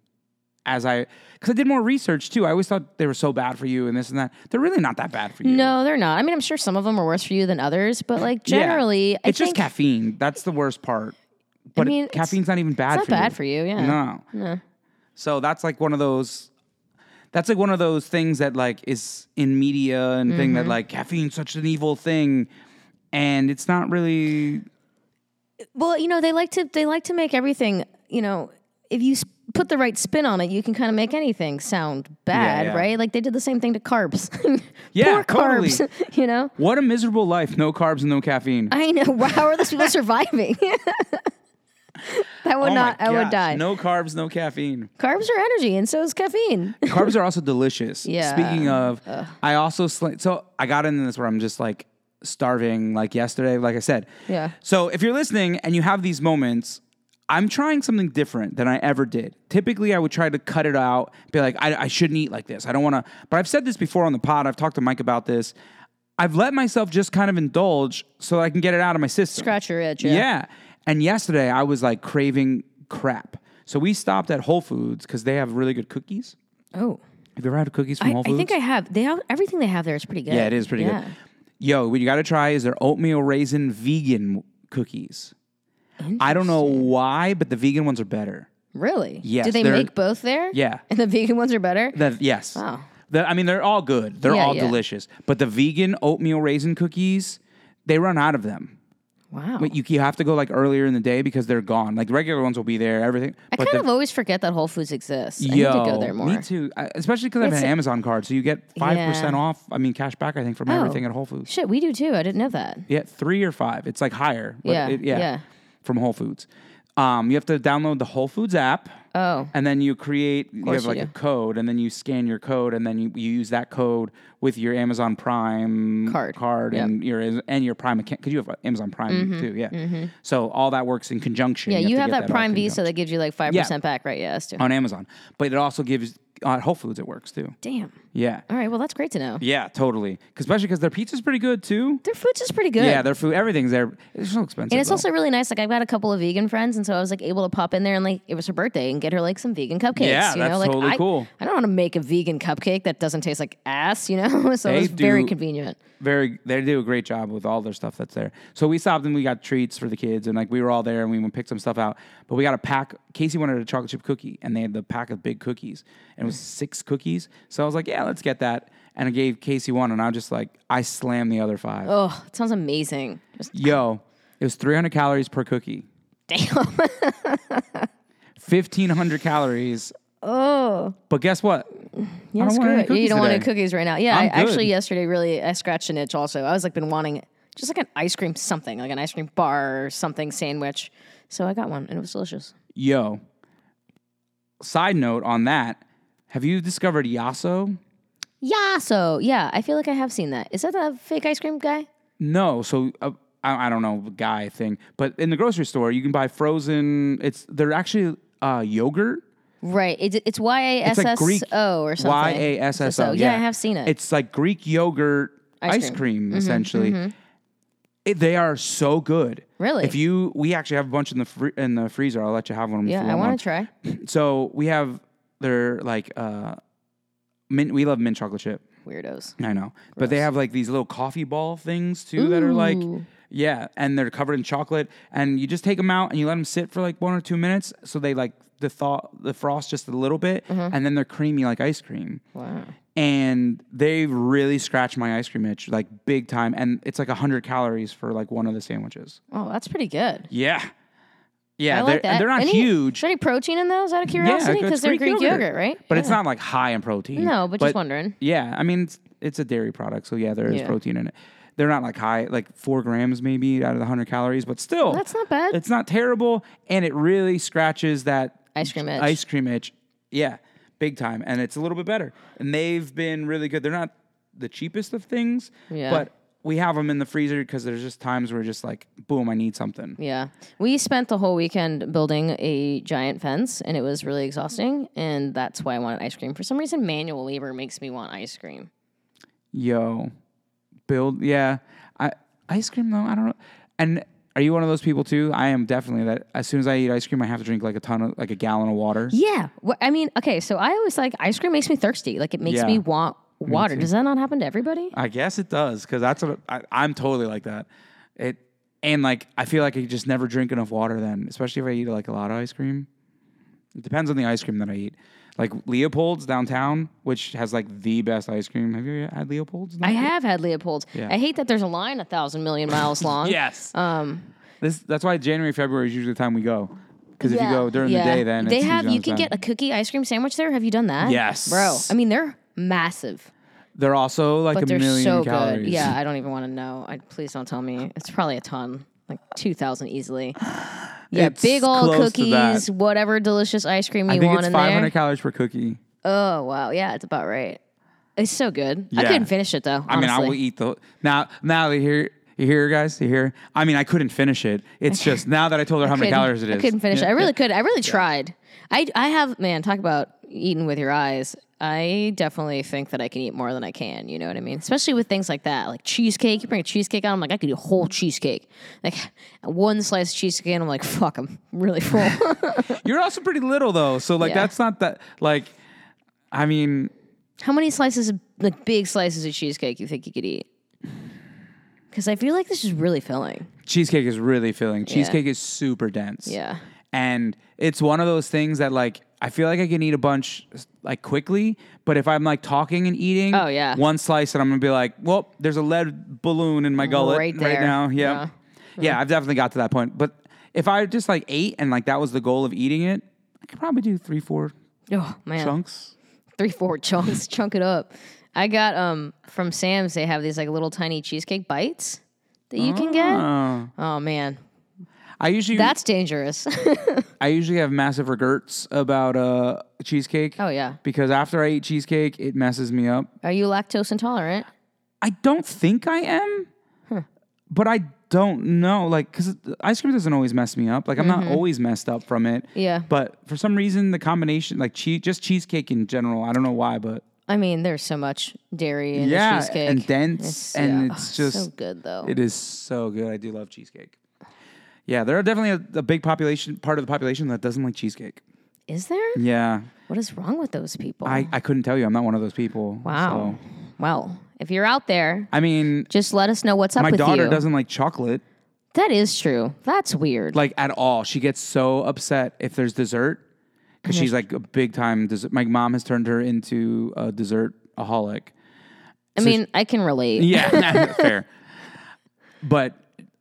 [SPEAKER 1] As I, because I did more research too. I always thought they were so bad for you and this and that. They're really not that bad for you.
[SPEAKER 2] no, they're not. I mean, I'm sure some of them are worse for you than others, but like
[SPEAKER 1] Yeah.
[SPEAKER 2] generally, I
[SPEAKER 1] it's just
[SPEAKER 2] think-
[SPEAKER 1] caffeine. That's the worst part. But
[SPEAKER 2] mean, it's-
[SPEAKER 1] caffeine's not even bad.
[SPEAKER 2] It's not
[SPEAKER 1] for
[SPEAKER 2] bad
[SPEAKER 1] you.
[SPEAKER 2] for you. Yeah.
[SPEAKER 1] No. So that's like one of those. That's like one of those things that like is in media and thing
[SPEAKER 2] Mm-hmm.
[SPEAKER 1] that like caffeine's such an evil thing, and it's not really.
[SPEAKER 2] Well, you know, they like to they like to make everything. You know, if you s- put the right spin on it, you can kind of make anything sound bad,
[SPEAKER 1] yeah.
[SPEAKER 2] right? Like they did the same thing to carbs. [LAUGHS]
[SPEAKER 1] Yeah,
[SPEAKER 2] Poor
[SPEAKER 1] totally.
[SPEAKER 2] carbs. [LAUGHS] you know.
[SPEAKER 1] What a miserable life! No carbs and no caffeine.
[SPEAKER 2] I know. How are
[SPEAKER 1] [LAUGHS]
[SPEAKER 2] those people surviving? [LAUGHS] that would
[SPEAKER 1] Oh my
[SPEAKER 2] not. I would
[SPEAKER 1] gosh,
[SPEAKER 2] die.
[SPEAKER 1] No carbs, no caffeine.
[SPEAKER 2] Carbs are energy, and so is caffeine.
[SPEAKER 1] Carbs are also delicious.
[SPEAKER 2] Yeah.
[SPEAKER 1] Speaking of, I also sl- so I got into this where I'm just like starving. Like yesterday, like I said.
[SPEAKER 2] Yeah.
[SPEAKER 1] So if you're listening and you have these moments, I'm trying something different than I ever did. Typically, I would try to cut it out, be like, I, I shouldn't eat like this. I don't want to. But I've said this before on the pod. I've talked to Mike about this. I've let myself just kind of indulge so that I can get it out of my system.
[SPEAKER 2] Scratch your itch.
[SPEAKER 1] Yeah. And yesterday I was like craving crap. So we stopped at Whole Foods because they have really good cookies.
[SPEAKER 2] Oh,
[SPEAKER 1] Have you ever had cookies from
[SPEAKER 2] I,
[SPEAKER 1] Whole
[SPEAKER 2] I
[SPEAKER 1] Foods?
[SPEAKER 2] think I have. They have everything they have there is pretty good.
[SPEAKER 1] yeah, it is pretty
[SPEAKER 2] Yeah.
[SPEAKER 1] good. Yo, what you got to try is their oatmeal raisin vegan cookies. I don't know why, but the vegan ones are better.
[SPEAKER 2] Really?
[SPEAKER 1] Yes,
[SPEAKER 2] Do they
[SPEAKER 1] they're-
[SPEAKER 2] make both there?
[SPEAKER 1] Yeah.
[SPEAKER 2] And the vegan ones are better.
[SPEAKER 1] The, yes.
[SPEAKER 2] Wow.
[SPEAKER 1] The- I mean, they're all good. They're
[SPEAKER 2] Yeah,
[SPEAKER 1] all
[SPEAKER 2] yeah.
[SPEAKER 1] delicious. But the vegan oatmeal raisin cookies, they run out of them.
[SPEAKER 2] Wow.
[SPEAKER 1] But you, you have to go like earlier in the day because they're gone. Like regular ones will be there, everything.
[SPEAKER 2] I
[SPEAKER 1] but
[SPEAKER 2] kind
[SPEAKER 1] the
[SPEAKER 2] of always forget that Whole Foods exists. I need to go there more.
[SPEAKER 1] Me too. I, especially because I have
[SPEAKER 2] It's
[SPEAKER 1] an
[SPEAKER 2] a-
[SPEAKER 1] Amazon card, so you get five percent
[SPEAKER 2] Yeah. Oh.
[SPEAKER 1] off. I mean, cash back. I think from everything at Whole Foods.
[SPEAKER 2] Shit, we do too. I didn't know that.
[SPEAKER 1] Yeah, three or five. It's like higher. but
[SPEAKER 2] Yeah,
[SPEAKER 1] it-
[SPEAKER 2] yeah.
[SPEAKER 1] From Whole Foods, um, you have to download the Whole Foods app.
[SPEAKER 2] Oh.
[SPEAKER 1] And then you create, you have
[SPEAKER 2] you
[SPEAKER 1] like a
[SPEAKER 2] do.
[SPEAKER 1] code, and then you scan your code, and then you, you use that code with your Amazon Prime
[SPEAKER 2] Card. Yep. Mm-hmm,
[SPEAKER 1] and your and your Prime account because you have uh, Amazon Prime too, yeah. So all that works in conjunction.
[SPEAKER 2] Yeah, you,
[SPEAKER 1] to
[SPEAKER 2] have
[SPEAKER 1] get
[SPEAKER 2] that
[SPEAKER 1] all
[SPEAKER 2] Prime Visa
[SPEAKER 1] conjunction.
[SPEAKER 2] that gives you like five
[SPEAKER 1] Yeah.
[SPEAKER 2] percent back, right? Yeah, that's too.
[SPEAKER 1] on Amazon, but it also gives on Whole Foods it works too.
[SPEAKER 2] Damn.
[SPEAKER 1] Yeah.
[SPEAKER 2] All right. Well, that's great to know.
[SPEAKER 1] Yeah, totally. 'Cause especially because their pizza's pretty good too.
[SPEAKER 2] Their food's just pretty good.
[SPEAKER 1] Yeah, their food, everything's there. It's so expensive.
[SPEAKER 2] And it's
[SPEAKER 1] though.
[SPEAKER 2] also really nice. Like I've got a couple of vegan friends, and so I was like able to pop in there and like it was her birthday and get her like some vegan cupcakes.
[SPEAKER 1] Yeah,
[SPEAKER 2] you
[SPEAKER 1] that's
[SPEAKER 2] know? like,
[SPEAKER 1] totally
[SPEAKER 2] I,
[SPEAKER 1] cool.
[SPEAKER 2] I don't want to make a vegan cupcake that doesn't taste like ass, you know. [LAUGHS] so
[SPEAKER 1] They
[SPEAKER 2] it was very
[SPEAKER 1] do-
[SPEAKER 2] convenient.
[SPEAKER 1] very they do a great job with all their stuff that's there. So we stopped and we got treats for the kids and like we were all there and we went pick some stuff out. But we got a pack. Casey wanted a chocolate chip cookie and they had the pack of big cookies and it was six cookies. So I was like, yeah, let's get that. And I gave Casey one and I was just like, I slammed the other five.
[SPEAKER 2] Oh, it sounds amazing. Just
[SPEAKER 1] Yo, it was 300 calories per cookie,
[SPEAKER 2] damn. [LAUGHS]
[SPEAKER 1] 1500 calories.
[SPEAKER 2] Oh,
[SPEAKER 1] But guess what?
[SPEAKER 2] yeah,
[SPEAKER 1] don't want
[SPEAKER 2] screw
[SPEAKER 1] any
[SPEAKER 2] it. Yeah,
[SPEAKER 1] cookies
[SPEAKER 2] you don't want any
[SPEAKER 1] today.
[SPEAKER 2] cookies right now. Yeah, I
[SPEAKER 1] I'm good.
[SPEAKER 2] actually yesterday really I scratched an itch. Also, I was like been wanting just like an ice cream something, like an ice cream bar or something sandwich. So I got one and it was delicious.
[SPEAKER 1] Yo. Side note on that, have you discovered Yasso?
[SPEAKER 2] Yeah, so yeah, I feel like I have seen that. Is that the fake ice cream guy?
[SPEAKER 1] No, so uh, I, I don't know guy thing, but in the grocery store you can buy frozen. It's they're actually uh, yogurt.
[SPEAKER 2] Right. It's, it's Y A S
[SPEAKER 1] It's like
[SPEAKER 2] S
[SPEAKER 1] Greek
[SPEAKER 2] O or something.
[SPEAKER 1] Y a s s o.
[SPEAKER 2] So, Yeah, I have seen it.
[SPEAKER 1] It's like Greek yogurt
[SPEAKER 2] Ice
[SPEAKER 1] ice,
[SPEAKER 2] cream. Mm-hmm,
[SPEAKER 1] cream, essentially. It- they are so good.
[SPEAKER 2] Really?
[SPEAKER 1] If you, we actually have a bunch in the free, in the freezer. I'll let you have one.
[SPEAKER 2] yeah, I want to try.
[SPEAKER 1] try. So we have their like uh, mint. We love mint chocolate chip.
[SPEAKER 2] Weirdos.
[SPEAKER 1] I know. But they have like these little coffee ball things too that are like,
[SPEAKER 2] Ooh.
[SPEAKER 1] yeah, and they're covered in chocolate. And you just take them out and you let them sit for like one or two minutes. So they like the thaw, the frost just a little bit. And then they're creamy like ice cream.
[SPEAKER 2] Mm-hmm. Wow.
[SPEAKER 1] And they really scratch my ice cream itch like big time. And it's like 100 calories for like one of the sandwiches.
[SPEAKER 2] Oh, that's pretty good.
[SPEAKER 1] Yeah. Yeah.
[SPEAKER 2] I
[SPEAKER 1] they're,
[SPEAKER 2] like that.
[SPEAKER 1] and they're not
[SPEAKER 2] Any-
[SPEAKER 1] huge.
[SPEAKER 2] Is there any protein in those out of
[SPEAKER 1] Yeah,
[SPEAKER 2] curiosity?
[SPEAKER 1] it's
[SPEAKER 2] Because they're Greek yogurt, right?
[SPEAKER 1] But it's not like high in protein.
[SPEAKER 2] No, but, just wondering.
[SPEAKER 1] Yeah, I mean it's it's a dairy product, so yeah, there is
[SPEAKER 2] Yeah.
[SPEAKER 1] protein in it. They're not like high, like four grams maybe out of the hundred calories, but still,
[SPEAKER 2] That's not bad.
[SPEAKER 1] It's not terrible, and it really scratches that
[SPEAKER 2] Ice cream itch.
[SPEAKER 1] ice cream itch. Yeah, big time, and it's a little bit better. And they've been really good. They're not the cheapest of things,
[SPEAKER 2] Yeah.
[SPEAKER 1] but we have them in the freezer because there's just times where just like, boom, I need something.
[SPEAKER 2] Yeah. We spent the whole weekend building a giant fence and it was really exhausting. And that's why I wanted ice cream. For some reason, manual labor makes me want ice cream.
[SPEAKER 1] Yo, build. Yeah, I ice cream though. I don't know. And are you one of those people too? I am definitely that. As soon as I eat ice cream, I have to drink like a ton of like a gallon of water.
[SPEAKER 2] Yeah. Wh- I mean, okay, so I always like ice cream makes me thirsty. Like it makes
[SPEAKER 1] Yeah.
[SPEAKER 2] me want water. Does that not happen to everybody?
[SPEAKER 1] I guess it does because that's what I, I'm totally like that. It and like I feel like I just never drink enough water then, especially if I eat like a lot of ice cream. It depends on the ice cream that I eat. Like Leopold's downtown, which has like the best ice cream. Have you had Leopold's?
[SPEAKER 2] I have had Leopold's. I hate that there's a line a thousand million miles
[SPEAKER 1] [LAUGHS]
[SPEAKER 2] [LAUGHS] long.
[SPEAKER 1] yes. Um, this that's why January February is usually the time we go because if you go during the
[SPEAKER 2] Yeah.
[SPEAKER 1] day, then
[SPEAKER 2] they
[SPEAKER 1] it's
[SPEAKER 2] have
[SPEAKER 1] usually
[SPEAKER 2] you
[SPEAKER 1] on
[SPEAKER 2] can
[SPEAKER 1] time.
[SPEAKER 2] get a cookie ice cream sandwich there. Have you done that?
[SPEAKER 1] Yes.
[SPEAKER 2] bro. I mean, they're massive,
[SPEAKER 1] They're also like
[SPEAKER 2] but
[SPEAKER 1] a
[SPEAKER 2] they're
[SPEAKER 1] million
[SPEAKER 2] so
[SPEAKER 1] calories.
[SPEAKER 2] good. Yeah, I don't even want to know. I, please don't tell me. It's probably a ton, like two
[SPEAKER 1] [SIGHS]
[SPEAKER 2] thousand easily. Yeah,
[SPEAKER 1] It's
[SPEAKER 2] big old
[SPEAKER 1] close to that.
[SPEAKER 2] cookies, whatever delicious ice cream you
[SPEAKER 1] I think
[SPEAKER 2] want
[SPEAKER 1] it's
[SPEAKER 2] in
[SPEAKER 1] 500
[SPEAKER 2] there.
[SPEAKER 1] calories per cookie.
[SPEAKER 2] Oh wow, yeah, it's about right. It's so good. I
[SPEAKER 1] Yeah.
[SPEAKER 2] couldn't finish it though.
[SPEAKER 1] I mean, I
[SPEAKER 2] honestly.
[SPEAKER 1] will eat the now. Now you hear, you hear, guys, you hear. I mean, I couldn't finish it. It's just now that I told her how many
[SPEAKER 2] couldn't-
[SPEAKER 1] calories it is.
[SPEAKER 2] I couldn't finish
[SPEAKER 1] Yeah.
[SPEAKER 2] it. I really could. I really tried. I I have man, talk about eating with your eyes. I definitely think that I can eat more than I can. You know what I mean? Especially with things like that, like cheesecake. You bring a cheesecake out, I'm like, I could eat a whole cheesecake. Like one slice of cheesecake, and I'm like, fuck, I'm
[SPEAKER 1] [LAUGHS]
[SPEAKER 2] really full.
[SPEAKER 1] You're also pretty little though, so like
[SPEAKER 2] Yeah.
[SPEAKER 1] that's not that. Like, I mean,
[SPEAKER 2] How many slices, of, like big slices of cheesecake, you think you could eat? Because I feel like this is really filling.
[SPEAKER 1] cheesecake is really filling. Cheesecake is super dense.
[SPEAKER 2] Yeah.
[SPEAKER 1] and it's one of those things that like I feel like I can eat a bunch like quickly, but if I'm like talking and eating,
[SPEAKER 2] Oh, yeah.
[SPEAKER 1] one slice and I'm gonna be like, well, there's a lead balloon in my gullet
[SPEAKER 2] Right
[SPEAKER 1] right,
[SPEAKER 2] there.
[SPEAKER 1] now. Yeah.
[SPEAKER 2] Yeah.
[SPEAKER 1] yeah, I've definitely got to that point. But if I just like ate and like that was the goal of eating it, I could probably do three, four
[SPEAKER 2] Oh man.
[SPEAKER 1] chunks.
[SPEAKER 2] three four chunks [LAUGHS] chunk it up i got um from sam's they have these like little tiny cheesecake bites that you can get
[SPEAKER 1] Oh.
[SPEAKER 2] oh man
[SPEAKER 1] I usually
[SPEAKER 2] that's dangerous [LAUGHS]
[SPEAKER 1] I usually have massive regrets about uh cheesecake.
[SPEAKER 2] oh yeah
[SPEAKER 1] Because after I eat cheesecake, it messes me up.
[SPEAKER 2] are you lactose intolerant
[SPEAKER 1] I don't think I am, but I don't know. Like, because ice cream doesn't always mess me up. Like, I'm not always messed up from it.
[SPEAKER 2] Mm-hmm. Yeah.
[SPEAKER 1] But for some reason, the combination, like, che- just cheesecake in general, I don't know why, but
[SPEAKER 2] I mean, there's so much dairy in
[SPEAKER 1] yeah,
[SPEAKER 2] the cheesecake.
[SPEAKER 1] and dense, and
[SPEAKER 2] yeah.
[SPEAKER 1] it's
[SPEAKER 2] Oh,
[SPEAKER 1] just
[SPEAKER 2] so good though.
[SPEAKER 1] It is so good. I do love cheesecake. Yeah, there are definitely a, a big population part of the population that doesn't like cheesecake.
[SPEAKER 2] Is there?
[SPEAKER 1] Yeah,
[SPEAKER 2] What is wrong with those people?
[SPEAKER 1] I, I couldn't tell you. I'm not one of those people.
[SPEAKER 2] wow.
[SPEAKER 1] so-
[SPEAKER 2] Well, if you're out there,
[SPEAKER 1] I mean,
[SPEAKER 2] just let us know what's up
[SPEAKER 1] my
[SPEAKER 2] with
[SPEAKER 1] daughter
[SPEAKER 2] you.
[SPEAKER 1] doesn't like chocolate
[SPEAKER 2] That is true. That's weird.
[SPEAKER 1] like at all. She gets so upset if there's dessert because she's like a big time dessert. My mom has turned her into a dessert aholic.
[SPEAKER 2] I mean, I can relate.
[SPEAKER 1] Yeah, [LAUGHS] fair. But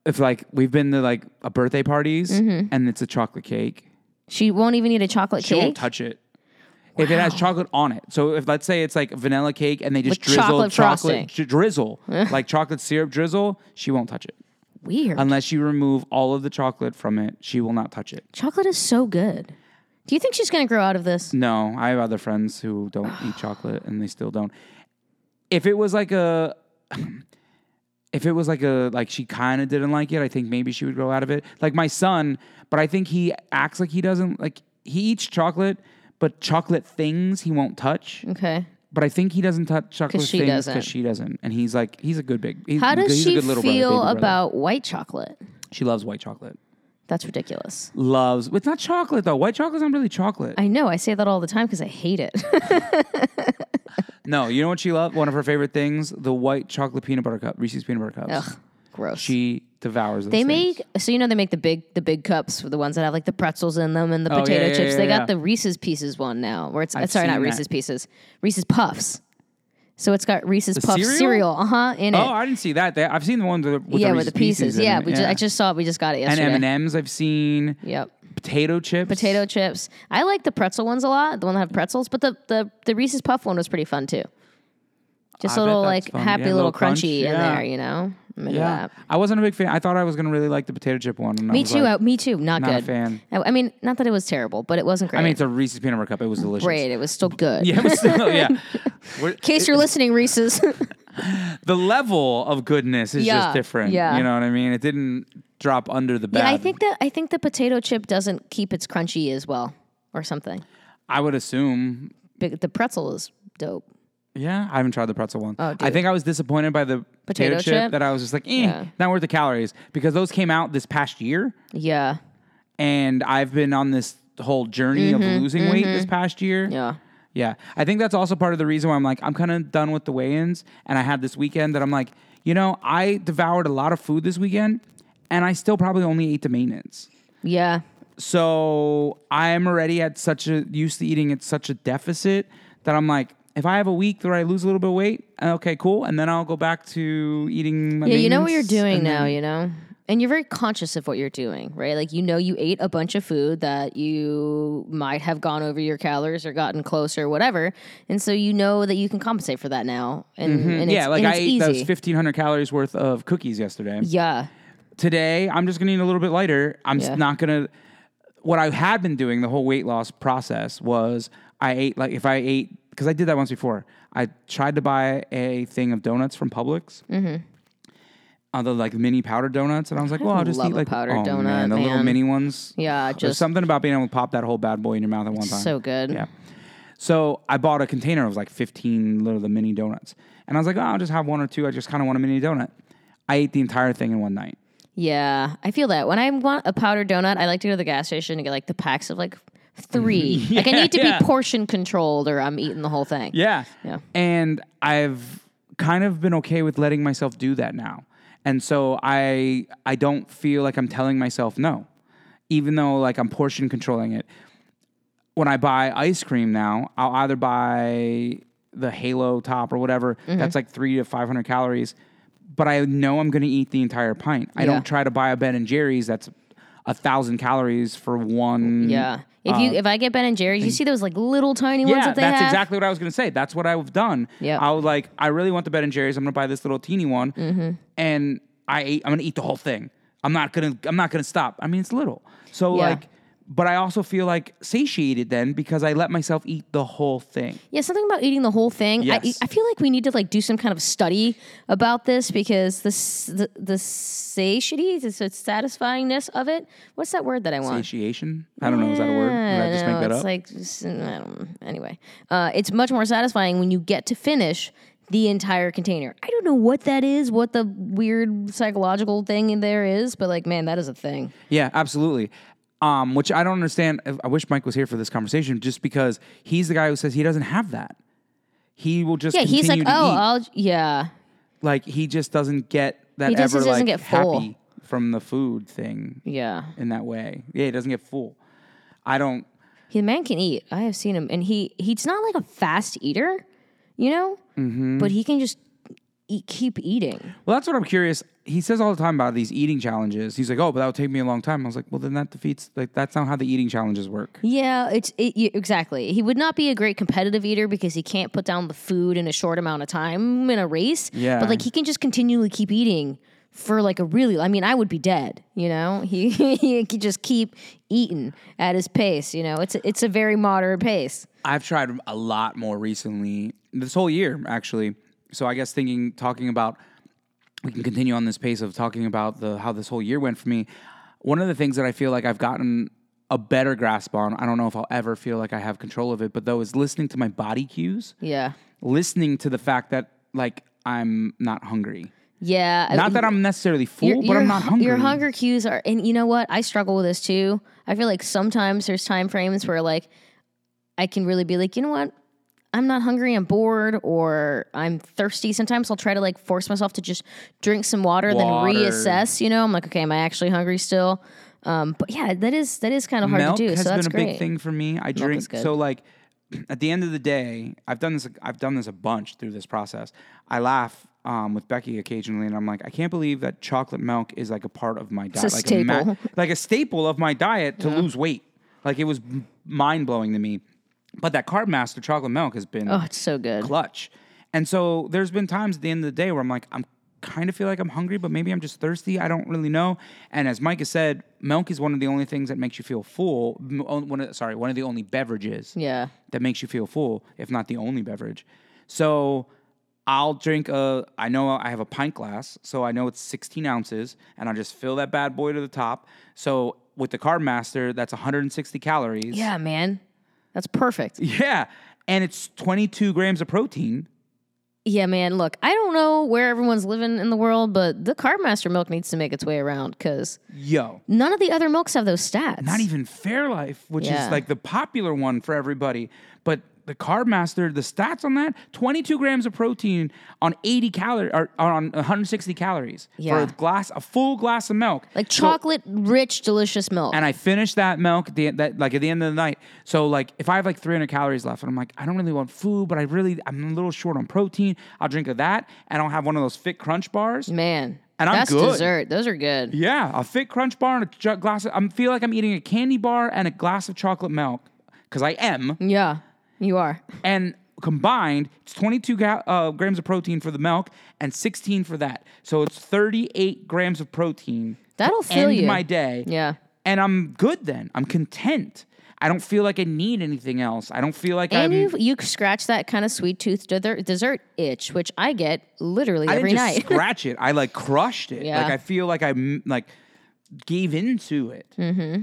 [SPEAKER 1] if like we've been to like a birthday parties
[SPEAKER 2] Mm-hmm.
[SPEAKER 1] and it's a chocolate cake,
[SPEAKER 2] She won't even eat a chocolate
[SPEAKER 1] she
[SPEAKER 2] cake.
[SPEAKER 1] won't touch it. If it has chocolate on it, so if let's say it's like vanilla cake and they just
[SPEAKER 2] With
[SPEAKER 1] drizzle
[SPEAKER 2] chocolate
[SPEAKER 1] chocolate,
[SPEAKER 2] frosting.
[SPEAKER 1] dri-
[SPEAKER 2] [LAUGHS]
[SPEAKER 1] drizzle like chocolate syrup drizzle, she won't touch it
[SPEAKER 2] Weird.
[SPEAKER 1] unless you remove all of the chocolate from it. She will not touch it.
[SPEAKER 2] chocolate is so good. Do you think she's going to grow out of this?
[SPEAKER 1] No, I have other friends who don't
[SPEAKER 2] [SIGHS]
[SPEAKER 1] eat chocolate and they still don't. If it was like a [SIGHS] if it was like a like she kind of didn't like it, I think maybe she would grow out of it. Like my son, but I think he acts like he doesn't like he eats chocolate, but chocolate things he won't touch.
[SPEAKER 2] Okay.
[SPEAKER 1] But I think he doesn't touch chocolate
[SPEAKER 2] Mm. she
[SPEAKER 1] things
[SPEAKER 2] doesn't.
[SPEAKER 1] because she doesn't, and he's like he's a good big. He's,
[SPEAKER 2] How does
[SPEAKER 1] he's a
[SPEAKER 2] she
[SPEAKER 1] good little brother,
[SPEAKER 2] feel
[SPEAKER 1] baby brother.
[SPEAKER 2] about white chocolate?
[SPEAKER 1] She loves white chocolate.
[SPEAKER 2] That's ridiculous.
[SPEAKER 1] Loves. It's not chocolate though. White chocolate's not really chocolate.
[SPEAKER 2] I know. I say that all the time because I hate it. [LAUGHS]
[SPEAKER 1] No, you know what she loved? One of her favorite things: the white chocolate peanut butter cup, Reese's peanut butter cups.
[SPEAKER 2] Ugh, gross.
[SPEAKER 1] She devours. Those
[SPEAKER 2] they
[SPEAKER 1] things.
[SPEAKER 2] make so you know they make the big the big cups for the ones that have like the pretzels in them and the
[SPEAKER 1] Oh, yeah,
[SPEAKER 2] potato
[SPEAKER 1] yeah,
[SPEAKER 2] chips.
[SPEAKER 1] yeah,
[SPEAKER 2] they
[SPEAKER 1] yeah.
[SPEAKER 2] got the Reese's Pieces one now, where it's
[SPEAKER 1] I've
[SPEAKER 2] sorry, not
[SPEAKER 1] seen that.
[SPEAKER 2] Reese's Pieces, Reese's Puffs. So it's got Reese's Puffs
[SPEAKER 1] cereal?
[SPEAKER 2] cereal, uh huh, in
[SPEAKER 1] Oh,
[SPEAKER 2] it.
[SPEAKER 1] I didn't see that. They, I've seen the ones with, with
[SPEAKER 2] yeah,
[SPEAKER 1] the
[SPEAKER 2] with the
[SPEAKER 1] Reese's
[SPEAKER 2] pieces.
[SPEAKER 1] in
[SPEAKER 2] yeah,
[SPEAKER 1] it,
[SPEAKER 2] we Just, I just saw it. We just got it
[SPEAKER 1] and
[SPEAKER 2] yesterday.
[SPEAKER 1] M and M's. I've seen
[SPEAKER 2] Yep.
[SPEAKER 1] potato chips.
[SPEAKER 2] Potato chips. I like the pretzel ones a lot, the one that have pretzels, but the, the, the Reese's Puff one was pretty fun too. Just
[SPEAKER 1] I bet
[SPEAKER 2] a little
[SPEAKER 1] that's
[SPEAKER 2] like
[SPEAKER 1] fun.
[SPEAKER 2] happy
[SPEAKER 1] Yeah, a
[SPEAKER 2] little
[SPEAKER 1] little crunch,
[SPEAKER 2] crunchy in
[SPEAKER 1] yeah.
[SPEAKER 2] there, you know? I'm into
[SPEAKER 1] Yeah,
[SPEAKER 2] that.
[SPEAKER 1] I wasn't a big fan. I thought I was gonna really like the potato chip one. and I
[SPEAKER 2] Me
[SPEAKER 1] was
[SPEAKER 2] too.
[SPEAKER 1] like-
[SPEAKER 2] uh, me too. Not,
[SPEAKER 1] not a
[SPEAKER 2] good.
[SPEAKER 1] fan.
[SPEAKER 2] I, I mean, not that it was terrible, but it wasn't great.
[SPEAKER 1] I mean, it's a Reese's peanut butter cup. It was delicious.
[SPEAKER 2] great. It was still
[SPEAKER 1] [LAUGHS]
[SPEAKER 2] good.
[SPEAKER 1] Yeah, it was still,
[SPEAKER 2] [LAUGHS]
[SPEAKER 1] yeah. We're-
[SPEAKER 2] In case you're listening, Reese's. [LAUGHS]
[SPEAKER 1] the level of goodness is
[SPEAKER 2] Yeah,
[SPEAKER 1] just different.
[SPEAKER 2] yeah.
[SPEAKER 1] You know what I mean? It didn't drop under the bad.
[SPEAKER 2] yeah, I think that I think the potato chip doesn't keep its crunchy as well, or something.
[SPEAKER 1] I would assume
[SPEAKER 2] Big- The pretzel is dope.
[SPEAKER 1] Yeah, I haven't tried the pretzel one.
[SPEAKER 2] Oh,
[SPEAKER 1] I
[SPEAKER 2] dude.
[SPEAKER 1] think I was disappointed by the potato,
[SPEAKER 2] Potato
[SPEAKER 1] chip,
[SPEAKER 2] chip?
[SPEAKER 1] that I was just like, eh,
[SPEAKER 2] Yeah.
[SPEAKER 1] not worth the calories because those came out this past year,
[SPEAKER 2] Yeah,
[SPEAKER 1] and I've been on this whole journey of losing weight this past year.
[SPEAKER 2] Mm-hmm, yeah.
[SPEAKER 1] Yeah, I think that's also part of the reason why I'm like, I'm kind of done with the weigh-ins, and I had this weekend that I'm like, you know, I devoured a lot of food this weekend, and I still probably only ate the maintenance.
[SPEAKER 2] Yeah.
[SPEAKER 1] So I'm already at such a used to eating at such a deficit that I'm like, if I have a week where I lose a little bit of weight, uh, okay, cool, and then I'll go back to eating. My
[SPEAKER 2] Yeah, you know what you're
[SPEAKER 1] maintenance
[SPEAKER 2] doing
[SPEAKER 1] and
[SPEAKER 2] now,
[SPEAKER 1] then-
[SPEAKER 2] you know? And you're very conscious of what you're doing, right? Like you know you ate a bunch of food that you might have gone over your calories or gotten close or whatever. And so you know that you can compensate for that now. And, and
[SPEAKER 1] Mm-hmm. yeah,
[SPEAKER 2] it's,
[SPEAKER 1] like
[SPEAKER 2] and
[SPEAKER 1] I
[SPEAKER 2] it's
[SPEAKER 1] ate
[SPEAKER 2] easy.
[SPEAKER 1] those 1,500 calories worth of cookies yesterday.
[SPEAKER 2] yeah.
[SPEAKER 1] Today, I'm just gonna eat a little bit lighter. I'm s-
[SPEAKER 2] Yeah.
[SPEAKER 1] not gonna. What I had been doing the whole weight loss process was I ate like if I ate because I did that once before. I tried to buy a thing of donuts from Publix.
[SPEAKER 2] Mm-hmm.
[SPEAKER 1] Uh, the like mini powdered donuts, and I was like, "Well, I'll just
[SPEAKER 2] love
[SPEAKER 1] eat
[SPEAKER 2] a
[SPEAKER 1] like
[SPEAKER 2] powdered
[SPEAKER 1] oh,
[SPEAKER 2] donut,
[SPEAKER 1] man, the little
[SPEAKER 2] man.
[SPEAKER 1] mini ones."
[SPEAKER 2] Yeah,
[SPEAKER 1] There's
[SPEAKER 2] just
[SPEAKER 1] something about being able to pop that whole bad boy in your mouth at one time.
[SPEAKER 2] so good.
[SPEAKER 1] Yeah. So I bought a container of like 15 little the mini donuts, and I was like, "Oh, I'll just have one or two. I just kind of want a mini donut." I ate the entire thing in one night.
[SPEAKER 2] Yeah, I feel that. When I want a powdered donut, I like to go to the gas station and get like the packs of like three. like I need to
[SPEAKER 1] [LAUGHS] yeah.
[SPEAKER 2] be portion controlled or I'm eating the whole thing.
[SPEAKER 1] Yeah.
[SPEAKER 2] Yeah.
[SPEAKER 1] And I've kind of been okay with letting myself do that now. And so I I don't feel like I'm telling myself no. Even though like I'm portion controlling it. When I buy ice cream now, I'll either buy the Halo top or whatever.
[SPEAKER 2] Mm-hmm.
[SPEAKER 1] That's like 3 to 500 calories, but I know I'm going to eat the entire pint. I
[SPEAKER 2] Yeah.
[SPEAKER 1] don't try to buy a Ben and Jerry's that's a thousand calories for one.
[SPEAKER 2] Yeah. If you if I get Ben and Jerry's, you see those like little tiny ones
[SPEAKER 1] Uh-huh. Yeah,
[SPEAKER 2] that they
[SPEAKER 1] that's
[SPEAKER 2] have.
[SPEAKER 1] exactly what I was going to say. That's what I've done.
[SPEAKER 2] Yeah.
[SPEAKER 1] I was like, I really want the Ben and Jerry's. I'm going to buy this little teeny one,
[SPEAKER 2] Mm-hmm.
[SPEAKER 1] and I ate, I'm going to eat the whole thing. I'm not going to. I'm not going to stop. I mean, it's little. So
[SPEAKER 2] Yeah.
[SPEAKER 1] like, but I also feel like satiated then because I let myself eat the whole thing.
[SPEAKER 2] Yeah, something about eating the whole thing.
[SPEAKER 1] Yes.
[SPEAKER 2] I, I feel like we need to like do some kind of study about this because the s- the, the satiety, the s- satisfyingness of it. What's that word that I want?
[SPEAKER 1] Satiation? I don't know. Is that a word? Did I just
[SPEAKER 2] no,
[SPEAKER 1] make that
[SPEAKER 2] it's
[SPEAKER 1] up?
[SPEAKER 2] like s- I don't- anyway, uh, it's much more satisfying when you get to finish the entire container. I don't know what that is, what the weird psychological thing in there is, but like, man, that is a thing.
[SPEAKER 1] Yeah, absolutely. Um, which I don't understand. I wish Mike was here for this conversation, just because he's the guy who says he doesn't have that. He will just
[SPEAKER 2] Yeah,
[SPEAKER 1] continue
[SPEAKER 2] he's like, oh,
[SPEAKER 1] to eat.
[SPEAKER 2] I'll, yeah,
[SPEAKER 1] like he just doesn't get that
[SPEAKER 2] He just
[SPEAKER 1] ever
[SPEAKER 2] doesn't
[SPEAKER 1] like
[SPEAKER 2] get full.
[SPEAKER 1] happy from the food thing
[SPEAKER 2] yeah.
[SPEAKER 1] in that way. Yeah, he doesn't get full. I don't.
[SPEAKER 2] The man can eat. I have seen him, and he he's not like a fast eater, you know,
[SPEAKER 1] Mm-hmm.
[SPEAKER 2] but he can just eat, keep eating.
[SPEAKER 1] Well, that's what I'm curious. He says all the time about these eating challenges. He's like, oh, but that would take me a long time. I was like, well, then that defeats like that's not how the eating challenges work.
[SPEAKER 2] Yeah, it's it, y exactly. He would not be a great competitive eater because he can't put down the food in a short amount of time in a race.
[SPEAKER 1] Yeah.
[SPEAKER 2] but like he can just continually keep eating for like a really. I mean, I would be dead. You know, [LAUGHS] he he could just keep eating at his pace. You know, it's a, it's a very moderate pace.
[SPEAKER 1] I've tried a lot more recently this whole year, actually. So I guess thinking, talking about, we can continue on this pace of talking about the how this whole year went for me. One of the things that I feel like I've gotten a better grasp on, I don't know if I'll ever feel like I have control of it, but though, is listening to my body cues,
[SPEAKER 2] Yeah,
[SPEAKER 1] listening to the fact that like I'm not hungry.
[SPEAKER 2] yeah. I-
[SPEAKER 1] Not that I'm necessarily full, but I'm not
[SPEAKER 2] hu-
[SPEAKER 1] hungry.
[SPEAKER 2] Your hunger cues are, and you know what? I struggle with this too. I feel like sometimes there's time frames where like I can really be like, you know what? I'm not hungry. I'm bored, or I'm thirsty. Sometimes I'll try to like force myself to just drink some water,
[SPEAKER 1] Water.
[SPEAKER 2] then reassess. You know, I'm like, okay, am I actually hungry still? Um, but yeah, that is that is kind of hard
[SPEAKER 1] Milk
[SPEAKER 2] to do.
[SPEAKER 1] has
[SPEAKER 2] So that's
[SPEAKER 1] been a
[SPEAKER 2] great.
[SPEAKER 1] big thing for me. I drink
[SPEAKER 2] is good.
[SPEAKER 1] so like at the end of the day, I've done this. I've done this a bunch through this process. I laugh um, with Becky occasionally, and I'm like, I can't believe that chocolate milk is like a part of my diet,
[SPEAKER 2] a
[SPEAKER 1] like a ma-
[SPEAKER 2] staple.
[SPEAKER 1] [LAUGHS] like a staple of my diet to lose weight. Like it was mind blowing to me. But that carb master chocolate milk has been
[SPEAKER 2] Oh, it's so good.
[SPEAKER 1] clutch. And so there's been times at the end of the day where I'm like, I'm kind of feel like I'm hungry, but maybe I'm just thirsty. I don't really know. And as Mike has said, milk is one of the only things that makes you feel full. m- on- One of, sorry, one of the only beverages
[SPEAKER 2] Yeah.
[SPEAKER 1] that makes you feel full, if not the only beverage. So I'll drink a, I know I have a pint glass, so I know it's 16 ounces, and I'll just fill that bad boy to the top. So with the Carb Master, that's 160 calories.
[SPEAKER 2] Yeah, man. That's perfect.
[SPEAKER 1] Yeah. And it's 22 grams of protein.
[SPEAKER 2] Yeah, man. Look, I don't know where everyone's living in the world, but the Carb Master milk needs to make its way around because
[SPEAKER 1] Yo.
[SPEAKER 2] none of the other milks have those stats.
[SPEAKER 1] not even Fairlife, which
[SPEAKER 2] Yeah.
[SPEAKER 1] is like the popular one for everybody. But the Carb Master, the stats on that: twenty-two grams of protein on eighty calories, or on one hundred sixty calories
[SPEAKER 2] Yeah.
[SPEAKER 1] for a glass, a full glass of milk.
[SPEAKER 2] like
[SPEAKER 1] So-
[SPEAKER 2] chocolate rich, delicious milk.
[SPEAKER 1] and I finished that milk at the, that like at the end of the night. So like if I have like 300 calories left and I'm like I don't really want food, but I really I'm a little short on protein, I'll drink of that and I'll have one of those Fit Crunch bars.
[SPEAKER 2] Man,
[SPEAKER 1] And I'm
[SPEAKER 2] that's
[SPEAKER 1] good.
[SPEAKER 2] dessert. Those are good.
[SPEAKER 1] Yeah, a fit crunch bar and a ju- glass. Of, I feel like I'm eating a candy bar and a glass of chocolate milk because I am.
[SPEAKER 2] Yeah, you are.
[SPEAKER 1] And combined, it's 22 ga- uh, grams of protein for the milk and 16 for that. So it's 38 grams of protein. to
[SPEAKER 2] That'll fill
[SPEAKER 1] end
[SPEAKER 2] you.
[SPEAKER 1] my day.
[SPEAKER 2] Yeah.
[SPEAKER 1] And I'm good then. I'm content. I don't feel like I need anything else. I don't feel like I'm.
[SPEAKER 2] And you you scratch that kind of sweet tooth dither- dessert itch, which I get literally
[SPEAKER 1] I
[SPEAKER 2] every
[SPEAKER 1] didn't just
[SPEAKER 2] night.
[SPEAKER 1] [LAUGHS]
[SPEAKER 2] [LAUGHS]
[SPEAKER 1] scratch it. I like crushed it.
[SPEAKER 2] Yeah.
[SPEAKER 1] Like I feel like I mm, like gave into it. Mm-hmm.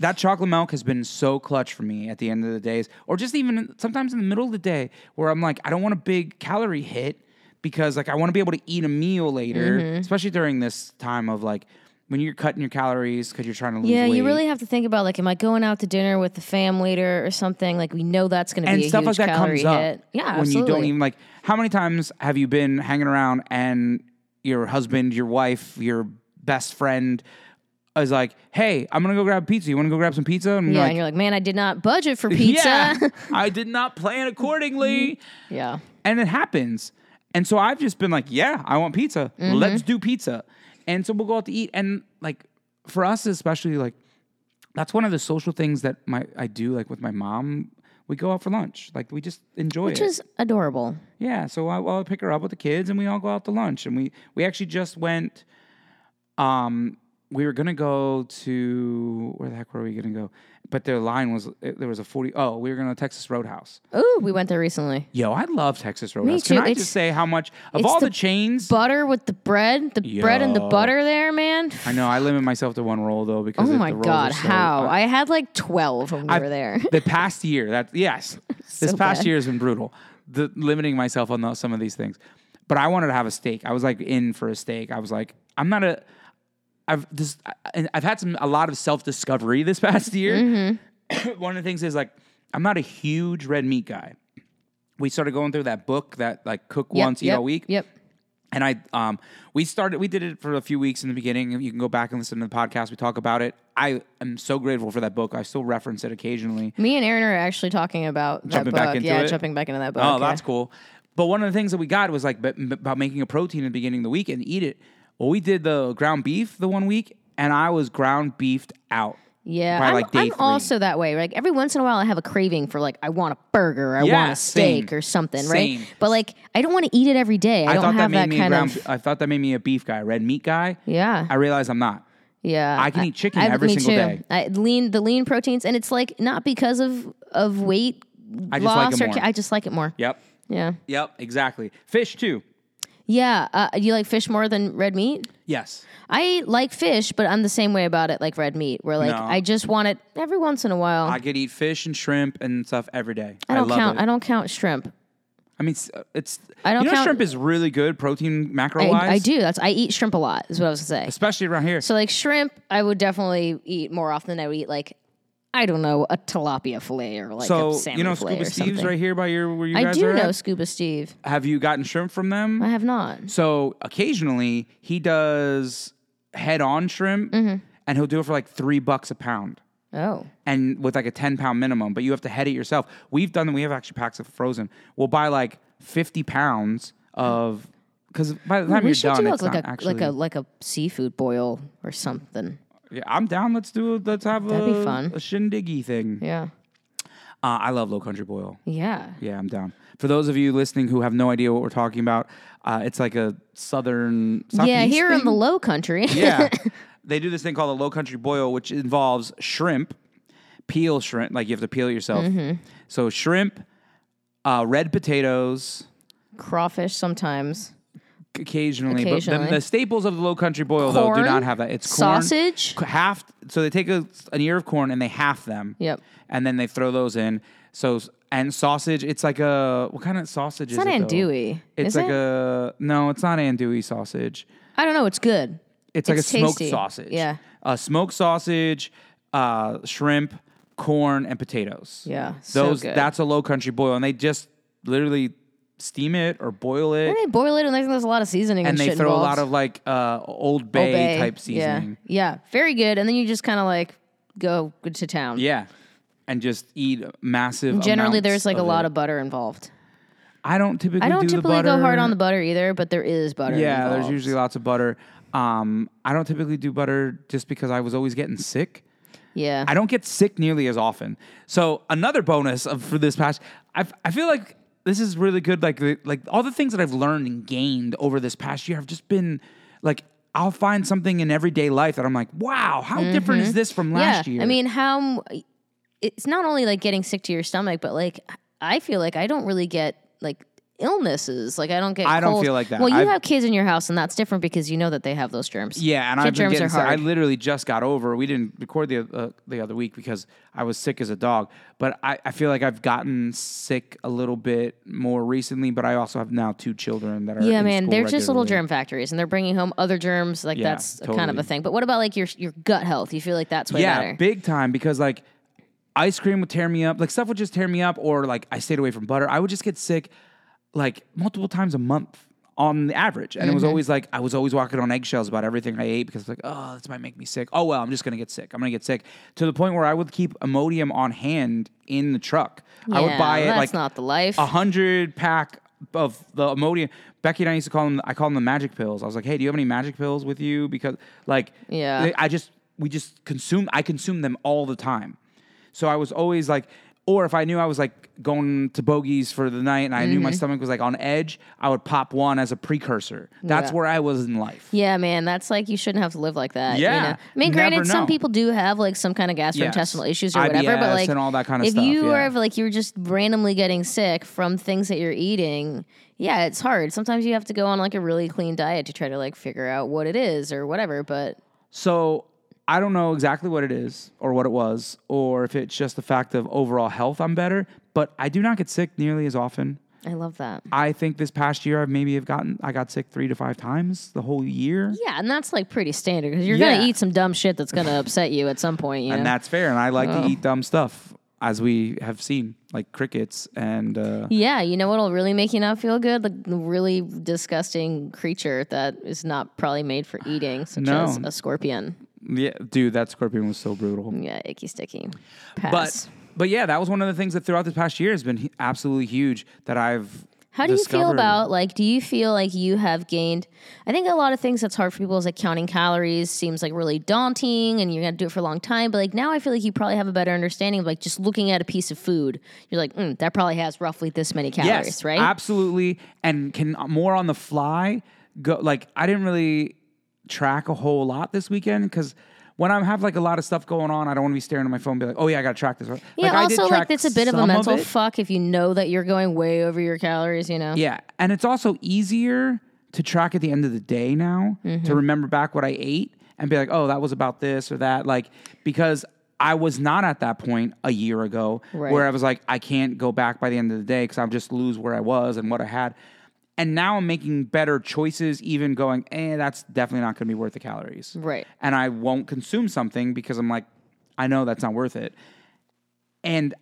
[SPEAKER 1] That chocolate milk has been so clutch for me at the end of the days, or just even in- sometimes in the middle of the day where I'm like, I don't want a big calorie hit because like I want to be able to eat a meal later,
[SPEAKER 2] Mm-hmm.
[SPEAKER 1] especially during this time of like when you're cutting your calories because you're trying to lose
[SPEAKER 2] yeah,
[SPEAKER 1] weight.
[SPEAKER 2] you really have to think about like, am I going out to dinner with the fam later or something? Like, we know that's going to
[SPEAKER 1] and
[SPEAKER 2] be a
[SPEAKER 1] stuff like
[SPEAKER 2] huge
[SPEAKER 1] that
[SPEAKER 2] calorie
[SPEAKER 1] comes up
[SPEAKER 2] hit. Yeah,
[SPEAKER 1] when
[SPEAKER 2] absolutely.
[SPEAKER 1] you don't even like how many times have you been hanging around and your husband your wife your best friend is like hey i'm gonna go grab pizza you wanna go grab some pizza and
[SPEAKER 2] yeah,
[SPEAKER 1] you're
[SPEAKER 2] and
[SPEAKER 1] like
[SPEAKER 2] you're like, man, I did not budget for pizza. Mm-hmm.
[SPEAKER 1] yeah i did not plan accordingly
[SPEAKER 2] [LAUGHS] yeah.
[SPEAKER 1] and it happens and so i've just been like yeah i want pizza
[SPEAKER 2] Mm-hmm.
[SPEAKER 1] let's do pizza and so we'll go out to eat and like for us especially like that's one of the social things that my i do like with my mom we go out for lunch like we just enjoy
[SPEAKER 2] Which
[SPEAKER 1] it
[SPEAKER 2] is adorable.
[SPEAKER 1] yeah, so I, well, I pick her up with the kids, and we all go out to lunch, and we we actually just went. Um, we were gonna go to where the heck were we gonna go? But their line was it- there was a forty. Oh, we were gonna Texas Roadhouse.
[SPEAKER 2] Oh, we went there recently.
[SPEAKER 1] Yo, I love Texas Roadhouse. Can
[SPEAKER 2] too.
[SPEAKER 1] I
[SPEAKER 2] It's-
[SPEAKER 1] just say how much of
[SPEAKER 2] it's
[SPEAKER 1] all the,
[SPEAKER 2] the
[SPEAKER 1] chains?
[SPEAKER 2] Butter with the bread, the bread and the
[SPEAKER 1] Yo.
[SPEAKER 2] butter there, man.
[SPEAKER 1] I know I limit myself to one roll though because
[SPEAKER 2] Oh
[SPEAKER 1] it-
[SPEAKER 2] my
[SPEAKER 1] the rolls
[SPEAKER 2] god,
[SPEAKER 1] are so-
[SPEAKER 2] how?
[SPEAKER 1] uh,
[SPEAKER 2] I had like 12 when we
[SPEAKER 1] [LAUGHS]
[SPEAKER 2] were there. [LAUGHS]
[SPEAKER 1] the past year that yes, this
[SPEAKER 2] So
[SPEAKER 1] past
[SPEAKER 2] bad.
[SPEAKER 1] year has been brutal. The limiting myself on those some of these things, but I wanted to have a steak. I was like in for a steak. I was like, I'm not a. I've this I- and I've had some a lot of self discovery this past year.
[SPEAKER 2] Mm-hmm.
[SPEAKER 1] [COUGHS] One of the things is like I'm not a huge red meat guy. We started going through that book that like cook
[SPEAKER 2] Yep,
[SPEAKER 1] once eat
[SPEAKER 2] yep,
[SPEAKER 1] all week.
[SPEAKER 2] Yep.
[SPEAKER 1] And I, um, we started, we did it for a few weeks in the beginning. You can go back and listen to the podcast. We talk about it. I am so grateful for that book. I still reference it occasionally.
[SPEAKER 2] Me and Aaron are actually talking about that
[SPEAKER 1] Jumping
[SPEAKER 2] book.
[SPEAKER 1] back into
[SPEAKER 2] yeah,
[SPEAKER 1] it?
[SPEAKER 2] jumping back into that book.
[SPEAKER 1] Oh,
[SPEAKER 2] yeah.
[SPEAKER 1] that's cool. But one of the things that we got was like b- b- about making a protein at the beginning of the week and eat it. Well, we did the ground beef the one week, and I was ground beefed out.
[SPEAKER 2] Yeah,
[SPEAKER 1] by,
[SPEAKER 2] I'm,
[SPEAKER 1] like, day
[SPEAKER 2] I'm
[SPEAKER 1] three.
[SPEAKER 2] also that way. Like every once in a while, I have a craving for like I want a burger, I
[SPEAKER 1] Yeah,
[SPEAKER 2] want a steak
[SPEAKER 1] same.
[SPEAKER 2] or something,
[SPEAKER 1] Same.
[SPEAKER 2] right? But like I don't want to eat it every day. I,
[SPEAKER 1] I
[SPEAKER 2] don't
[SPEAKER 1] thought that
[SPEAKER 2] have
[SPEAKER 1] made
[SPEAKER 2] that,
[SPEAKER 1] me a
[SPEAKER 2] kind
[SPEAKER 1] ground.
[SPEAKER 2] of.
[SPEAKER 1] I thought that made me a beef guy, a red meat guy.
[SPEAKER 2] Yeah,
[SPEAKER 1] I realized I'm not.
[SPEAKER 2] yeah.
[SPEAKER 1] I can eat chicken every
[SPEAKER 2] me
[SPEAKER 1] single
[SPEAKER 2] too.
[SPEAKER 1] day.
[SPEAKER 2] I, lean the lean proteins, and it's like not because of of weight
[SPEAKER 1] I just like
[SPEAKER 2] loss
[SPEAKER 1] it
[SPEAKER 2] or
[SPEAKER 1] more.
[SPEAKER 2] ca- I just like it more.
[SPEAKER 1] Yep.
[SPEAKER 2] Yeah,
[SPEAKER 1] Yep. Exactly. Fish too.
[SPEAKER 2] yeah. Uh, you like fish more than red meat?
[SPEAKER 1] Yes.
[SPEAKER 2] I like fish, but I'm the same way about it, like red meat, where like
[SPEAKER 1] No.
[SPEAKER 2] I just want it every once in a while.
[SPEAKER 1] I could eat fish and shrimp and stuff every day.
[SPEAKER 2] I don't
[SPEAKER 1] love
[SPEAKER 2] count.
[SPEAKER 1] it.
[SPEAKER 2] I don't count shrimp.
[SPEAKER 1] I mean, it's. it's
[SPEAKER 2] I don't
[SPEAKER 1] you know,
[SPEAKER 2] count-
[SPEAKER 1] shrimp is really good protein macro
[SPEAKER 2] I,
[SPEAKER 1] wise.
[SPEAKER 2] I do. That's I eat shrimp a lot. Is what I was gonna say.
[SPEAKER 1] especially around here.
[SPEAKER 2] So like shrimp, I would definitely eat more often than I would eat like I don't know a tilapia fillet or like a
[SPEAKER 1] So,
[SPEAKER 2] salmon
[SPEAKER 1] you know,
[SPEAKER 2] fillet
[SPEAKER 1] Scuba
[SPEAKER 2] or
[SPEAKER 1] Steve's
[SPEAKER 2] something.
[SPEAKER 1] right here by your where you
[SPEAKER 2] I
[SPEAKER 1] guys
[SPEAKER 2] do
[SPEAKER 1] are.
[SPEAKER 2] know
[SPEAKER 1] at?
[SPEAKER 2] Scuba Steve.
[SPEAKER 1] Have you gotten shrimp from them?
[SPEAKER 2] I have not.
[SPEAKER 1] So occasionally he does head on shrimp
[SPEAKER 2] Mm-hmm.
[SPEAKER 1] and he'll do it for like three bucks a pound
[SPEAKER 2] Oh,
[SPEAKER 1] and with like a 10 pound minimum, but you have to head it yourself. We've done, we have actually packs of frozen. We'll buy like 50 pounds
[SPEAKER 2] [GASPS]
[SPEAKER 1] of, because by the time
[SPEAKER 2] we
[SPEAKER 1] you're
[SPEAKER 2] should
[SPEAKER 1] done,
[SPEAKER 2] do
[SPEAKER 1] it's
[SPEAKER 2] like, like
[SPEAKER 1] not
[SPEAKER 2] a
[SPEAKER 1] actually.
[SPEAKER 2] like a like a seafood boil or something.
[SPEAKER 1] yeah, I'm down. Let's do, let's have
[SPEAKER 2] That'd
[SPEAKER 1] a,
[SPEAKER 2] be fun.
[SPEAKER 1] a shindiggy thing.
[SPEAKER 2] Yeah,
[SPEAKER 1] Uh, I love low country boil.
[SPEAKER 2] yeah.
[SPEAKER 1] Yeah, I'm down. For those of you listening who have no idea what we're talking about, uh, it's like a southern.
[SPEAKER 2] yeah,
[SPEAKER 1] southeast
[SPEAKER 2] here
[SPEAKER 1] thing?
[SPEAKER 2] in the Low Country. [LAUGHS]
[SPEAKER 1] yeah, they do this thing called a low country boil, which involves shrimp, peel shrimp. Like you have to peel it yourself.
[SPEAKER 2] Mm-hmm.
[SPEAKER 1] So shrimp, uh, red potatoes,
[SPEAKER 2] crawfish sometimes.
[SPEAKER 1] c- occasionally, but
[SPEAKER 2] Occasionally.
[SPEAKER 1] the, the staples of the low country boil though
[SPEAKER 2] Corn,
[SPEAKER 1] do not have that. It's corn,
[SPEAKER 2] sausage.
[SPEAKER 1] c- half. So they take a, an ear of corn and they half them.
[SPEAKER 2] Yep.
[SPEAKER 1] And then they throw those in. So s- and sausage. It's like a what kind of sausage
[SPEAKER 2] It's
[SPEAKER 1] is
[SPEAKER 2] not
[SPEAKER 1] it? though?
[SPEAKER 2] andouille.
[SPEAKER 1] It's
[SPEAKER 2] is
[SPEAKER 1] like
[SPEAKER 2] it?
[SPEAKER 1] a no, it's not andouille sausage.
[SPEAKER 2] I don't know. It's good.
[SPEAKER 1] It's like
[SPEAKER 2] It's
[SPEAKER 1] a smoked
[SPEAKER 2] tasty.
[SPEAKER 1] sausage.
[SPEAKER 2] Yeah.
[SPEAKER 1] a smoked sausage, uh, shrimp, corn, and potatoes.
[SPEAKER 2] Yeah, so
[SPEAKER 1] those.
[SPEAKER 2] good.
[SPEAKER 1] That's a low country boil, and they just literally steam it or boil it,
[SPEAKER 2] They boil it, and I think there's a lot of seasoning
[SPEAKER 1] and
[SPEAKER 2] and,
[SPEAKER 1] they
[SPEAKER 2] shit
[SPEAKER 1] throw a
[SPEAKER 2] involved.
[SPEAKER 1] lot of like uh, Old Bay,
[SPEAKER 2] Obey.
[SPEAKER 1] type seasoning.
[SPEAKER 2] Yeah. yeah, very good. And then you just kind of like go to town.
[SPEAKER 1] Yeah. and just eat massive.
[SPEAKER 2] Generally,
[SPEAKER 1] amounts
[SPEAKER 2] there's like a lot
[SPEAKER 1] it.
[SPEAKER 2] of butter involved.
[SPEAKER 1] I don't typically.
[SPEAKER 2] I don't
[SPEAKER 1] do the
[SPEAKER 2] typically go hard
[SPEAKER 1] butter.
[SPEAKER 2] on the butter either, but there is butter.
[SPEAKER 1] Yeah,
[SPEAKER 2] involved.
[SPEAKER 1] there's usually lots of butter. Um, I don't typically do butter just because I was always getting sick.
[SPEAKER 2] yeah.
[SPEAKER 1] I don't get sick nearly as often. So another bonus of, for this past, I, I feel like this is really good. Like the- like all the things that I've learned and gained over this past year have just been like I'll find something in everyday life that I'm like, wow, how different is this from last
[SPEAKER 2] Mm-hmm. yeah.
[SPEAKER 1] year?
[SPEAKER 2] I mean, how m- it's not only like getting sick to your stomach, but like I feel like I don't really get like illnesses. Like I don't get.
[SPEAKER 1] I don't
[SPEAKER 2] colds.
[SPEAKER 1] feel like that.
[SPEAKER 2] Well, you
[SPEAKER 1] I've-
[SPEAKER 2] have kids in your house, and that's different because you know that they have those germs.
[SPEAKER 1] Yeah, and
[SPEAKER 2] Kid
[SPEAKER 1] I've been
[SPEAKER 2] germs
[SPEAKER 1] getting
[SPEAKER 2] are
[SPEAKER 1] sick. I
[SPEAKER 2] hard.
[SPEAKER 1] literally just got over. We didn't record the uh, the other week because I was sick as a dog. But I, I feel like I've gotten sick a little bit more recently. But I also have now two children that are
[SPEAKER 2] Yeah,
[SPEAKER 1] in
[SPEAKER 2] man,
[SPEAKER 1] school
[SPEAKER 2] they're just little
[SPEAKER 1] regularly.
[SPEAKER 2] germ factories, and they're bringing home other germs. Like
[SPEAKER 1] Yeah,
[SPEAKER 2] that's kind of
[SPEAKER 1] totally.
[SPEAKER 2] a thing. But what about like your your gut health? You feel like that's way
[SPEAKER 1] Yeah,
[SPEAKER 2] better.
[SPEAKER 1] big time because like ice cream would tear me up. Like stuff would just tear me up, or like I stayed away from butter. I would just get sick like multiple times a month on the average. And it
[SPEAKER 2] Mm-hmm.
[SPEAKER 1] was always like I was always walking on eggshells about everything I ate because like, oh, this might make me sick. Oh well, I'm just gonna get sick. I'm gonna get sick. To the point where I would keep Imodium on hand in the truck. I would
[SPEAKER 2] Yeah,
[SPEAKER 1] buy it
[SPEAKER 2] That's
[SPEAKER 1] like
[SPEAKER 2] not the life.
[SPEAKER 1] a hundred pack of the Imodium. Becky and I used to call them. I call them the magic pills. I was like, "Hey, do you have any magic pills with you?" Because like,
[SPEAKER 2] Yeah.
[SPEAKER 1] I just we just consume. I consume them all the time, so I was always like, Or if I knew I was like going to bogeys for the night and I knew my
[SPEAKER 2] Mm-hmm.
[SPEAKER 1] stomach was like on edge, I would pop one as a precursor. That's
[SPEAKER 2] Yeah.
[SPEAKER 1] where I was in life.
[SPEAKER 2] Yeah, man, that's like you shouldn't have to live like that. you
[SPEAKER 1] Yeah,
[SPEAKER 2] know? I mean,
[SPEAKER 1] never
[SPEAKER 2] granted, some
[SPEAKER 1] know.
[SPEAKER 2] people do have like some kind of gastrointestinal
[SPEAKER 1] Yes.
[SPEAKER 2] issues or whatever, but
[SPEAKER 1] IBS
[SPEAKER 2] like
[SPEAKER 1] and all that kind of
[SPEAKER 2] if
[SPEAKER 1] stuff,
[SPEAKER 2] you
[SPEAKER 1] yeah.
[SPEAKER 2] are like you're just randomly getting sick from things that you're eating, yeah, it's hard. Sometimes you have to go on like a really clean diet to try to like figure out what it is or whatever. But
[SPEAKER 1] So I don't know exactly what it is or what it was, or if it's just the fact of overall health, I'm better, but I do not get sick nearly as often.
[SPEAKER 2] I love that.
[SPEAKER 1] I think this past year I've maybe have gotten I got sick three to five times the whole year.
[SPEAKER 2] Yeah, and that's like pretty standard because you're
[SPEAKER 1] Yeah.
[SPEAKER 2] gonna eat some dumb shit that's gonna upset you at some point. You know?
[SPEAKER 1] And that's fair. And I like to eat dumb stuff, as we have seen, like crickets and uh,
[SPEAKER 2] Yeah, you know what'll really make you not feel good? Like the really disgusting creature that is not probably made for eating, such
[SPEAKER 1] No.
[SPEAKER 2] as a scorpion.
[SPEAKER 1] yeah, dude, that scorpion was so brutal.
[SPEAKER 2] Yeah, icky sticky.
[SPEAKER 1] But
[SPEAKER 2] Pass.
[SPEAKER 1] but yeah, that was one of the things that throughout this past year has been hu- absolutely huge that I've.
[SPEAKER 2] how do you feel
[SPEAKER 1] discovered.
[SPEAKER 2] about like do you feel like you have gained I think a lot of things that's hard for people is like counting calories seems like really daunting and you're gonna do it for a long time, but like now I feel like you probably have a better understanding of like just looking at a piece of food, you're like, mm, that probably has roughly this many calories,
[SPEAKER 1] yes,
[SPEAKER 2] right?
[SPEAKER 1] Absolutely, and can uh, more on the fly go. Like I didn't really track a whole lot this weekend because. When I have like a lot of stuff going on, I don't want to be staring at my phone and be like, oh yeah, I got to track this. Like,
[SPEAKER 2] yeah,
[SPEAKER 1] I did
[SPEAKER 2] also like
[SPEAKER 1] track
[SPEAKER 2] it's a bit of
[SPEAKER 1] some
[SPEAKER 2] a mental
[SPEAKER 1] it.
[SPEAKER 2] fuck if you know that you're going way over your calories, you know.
[SPEAKER 1] Yeah. And it's also easier to track at the end of the day now to remember back what I ate and be like, oh, that was about this or that. Like, because I was not at that point a year ago
[SPEAKER 2] Right.
[SPEAKER 1] where I was like, I can't go back by the end of the day because I'll just lose where I was and what I had. And now I'm making better choices, even going, eh, that's definitely not going to be worth the calories.
[SPEAKER 2] Right.
[SPEAKER 1] And I won't consume something because I'm like, I know that's not worth it and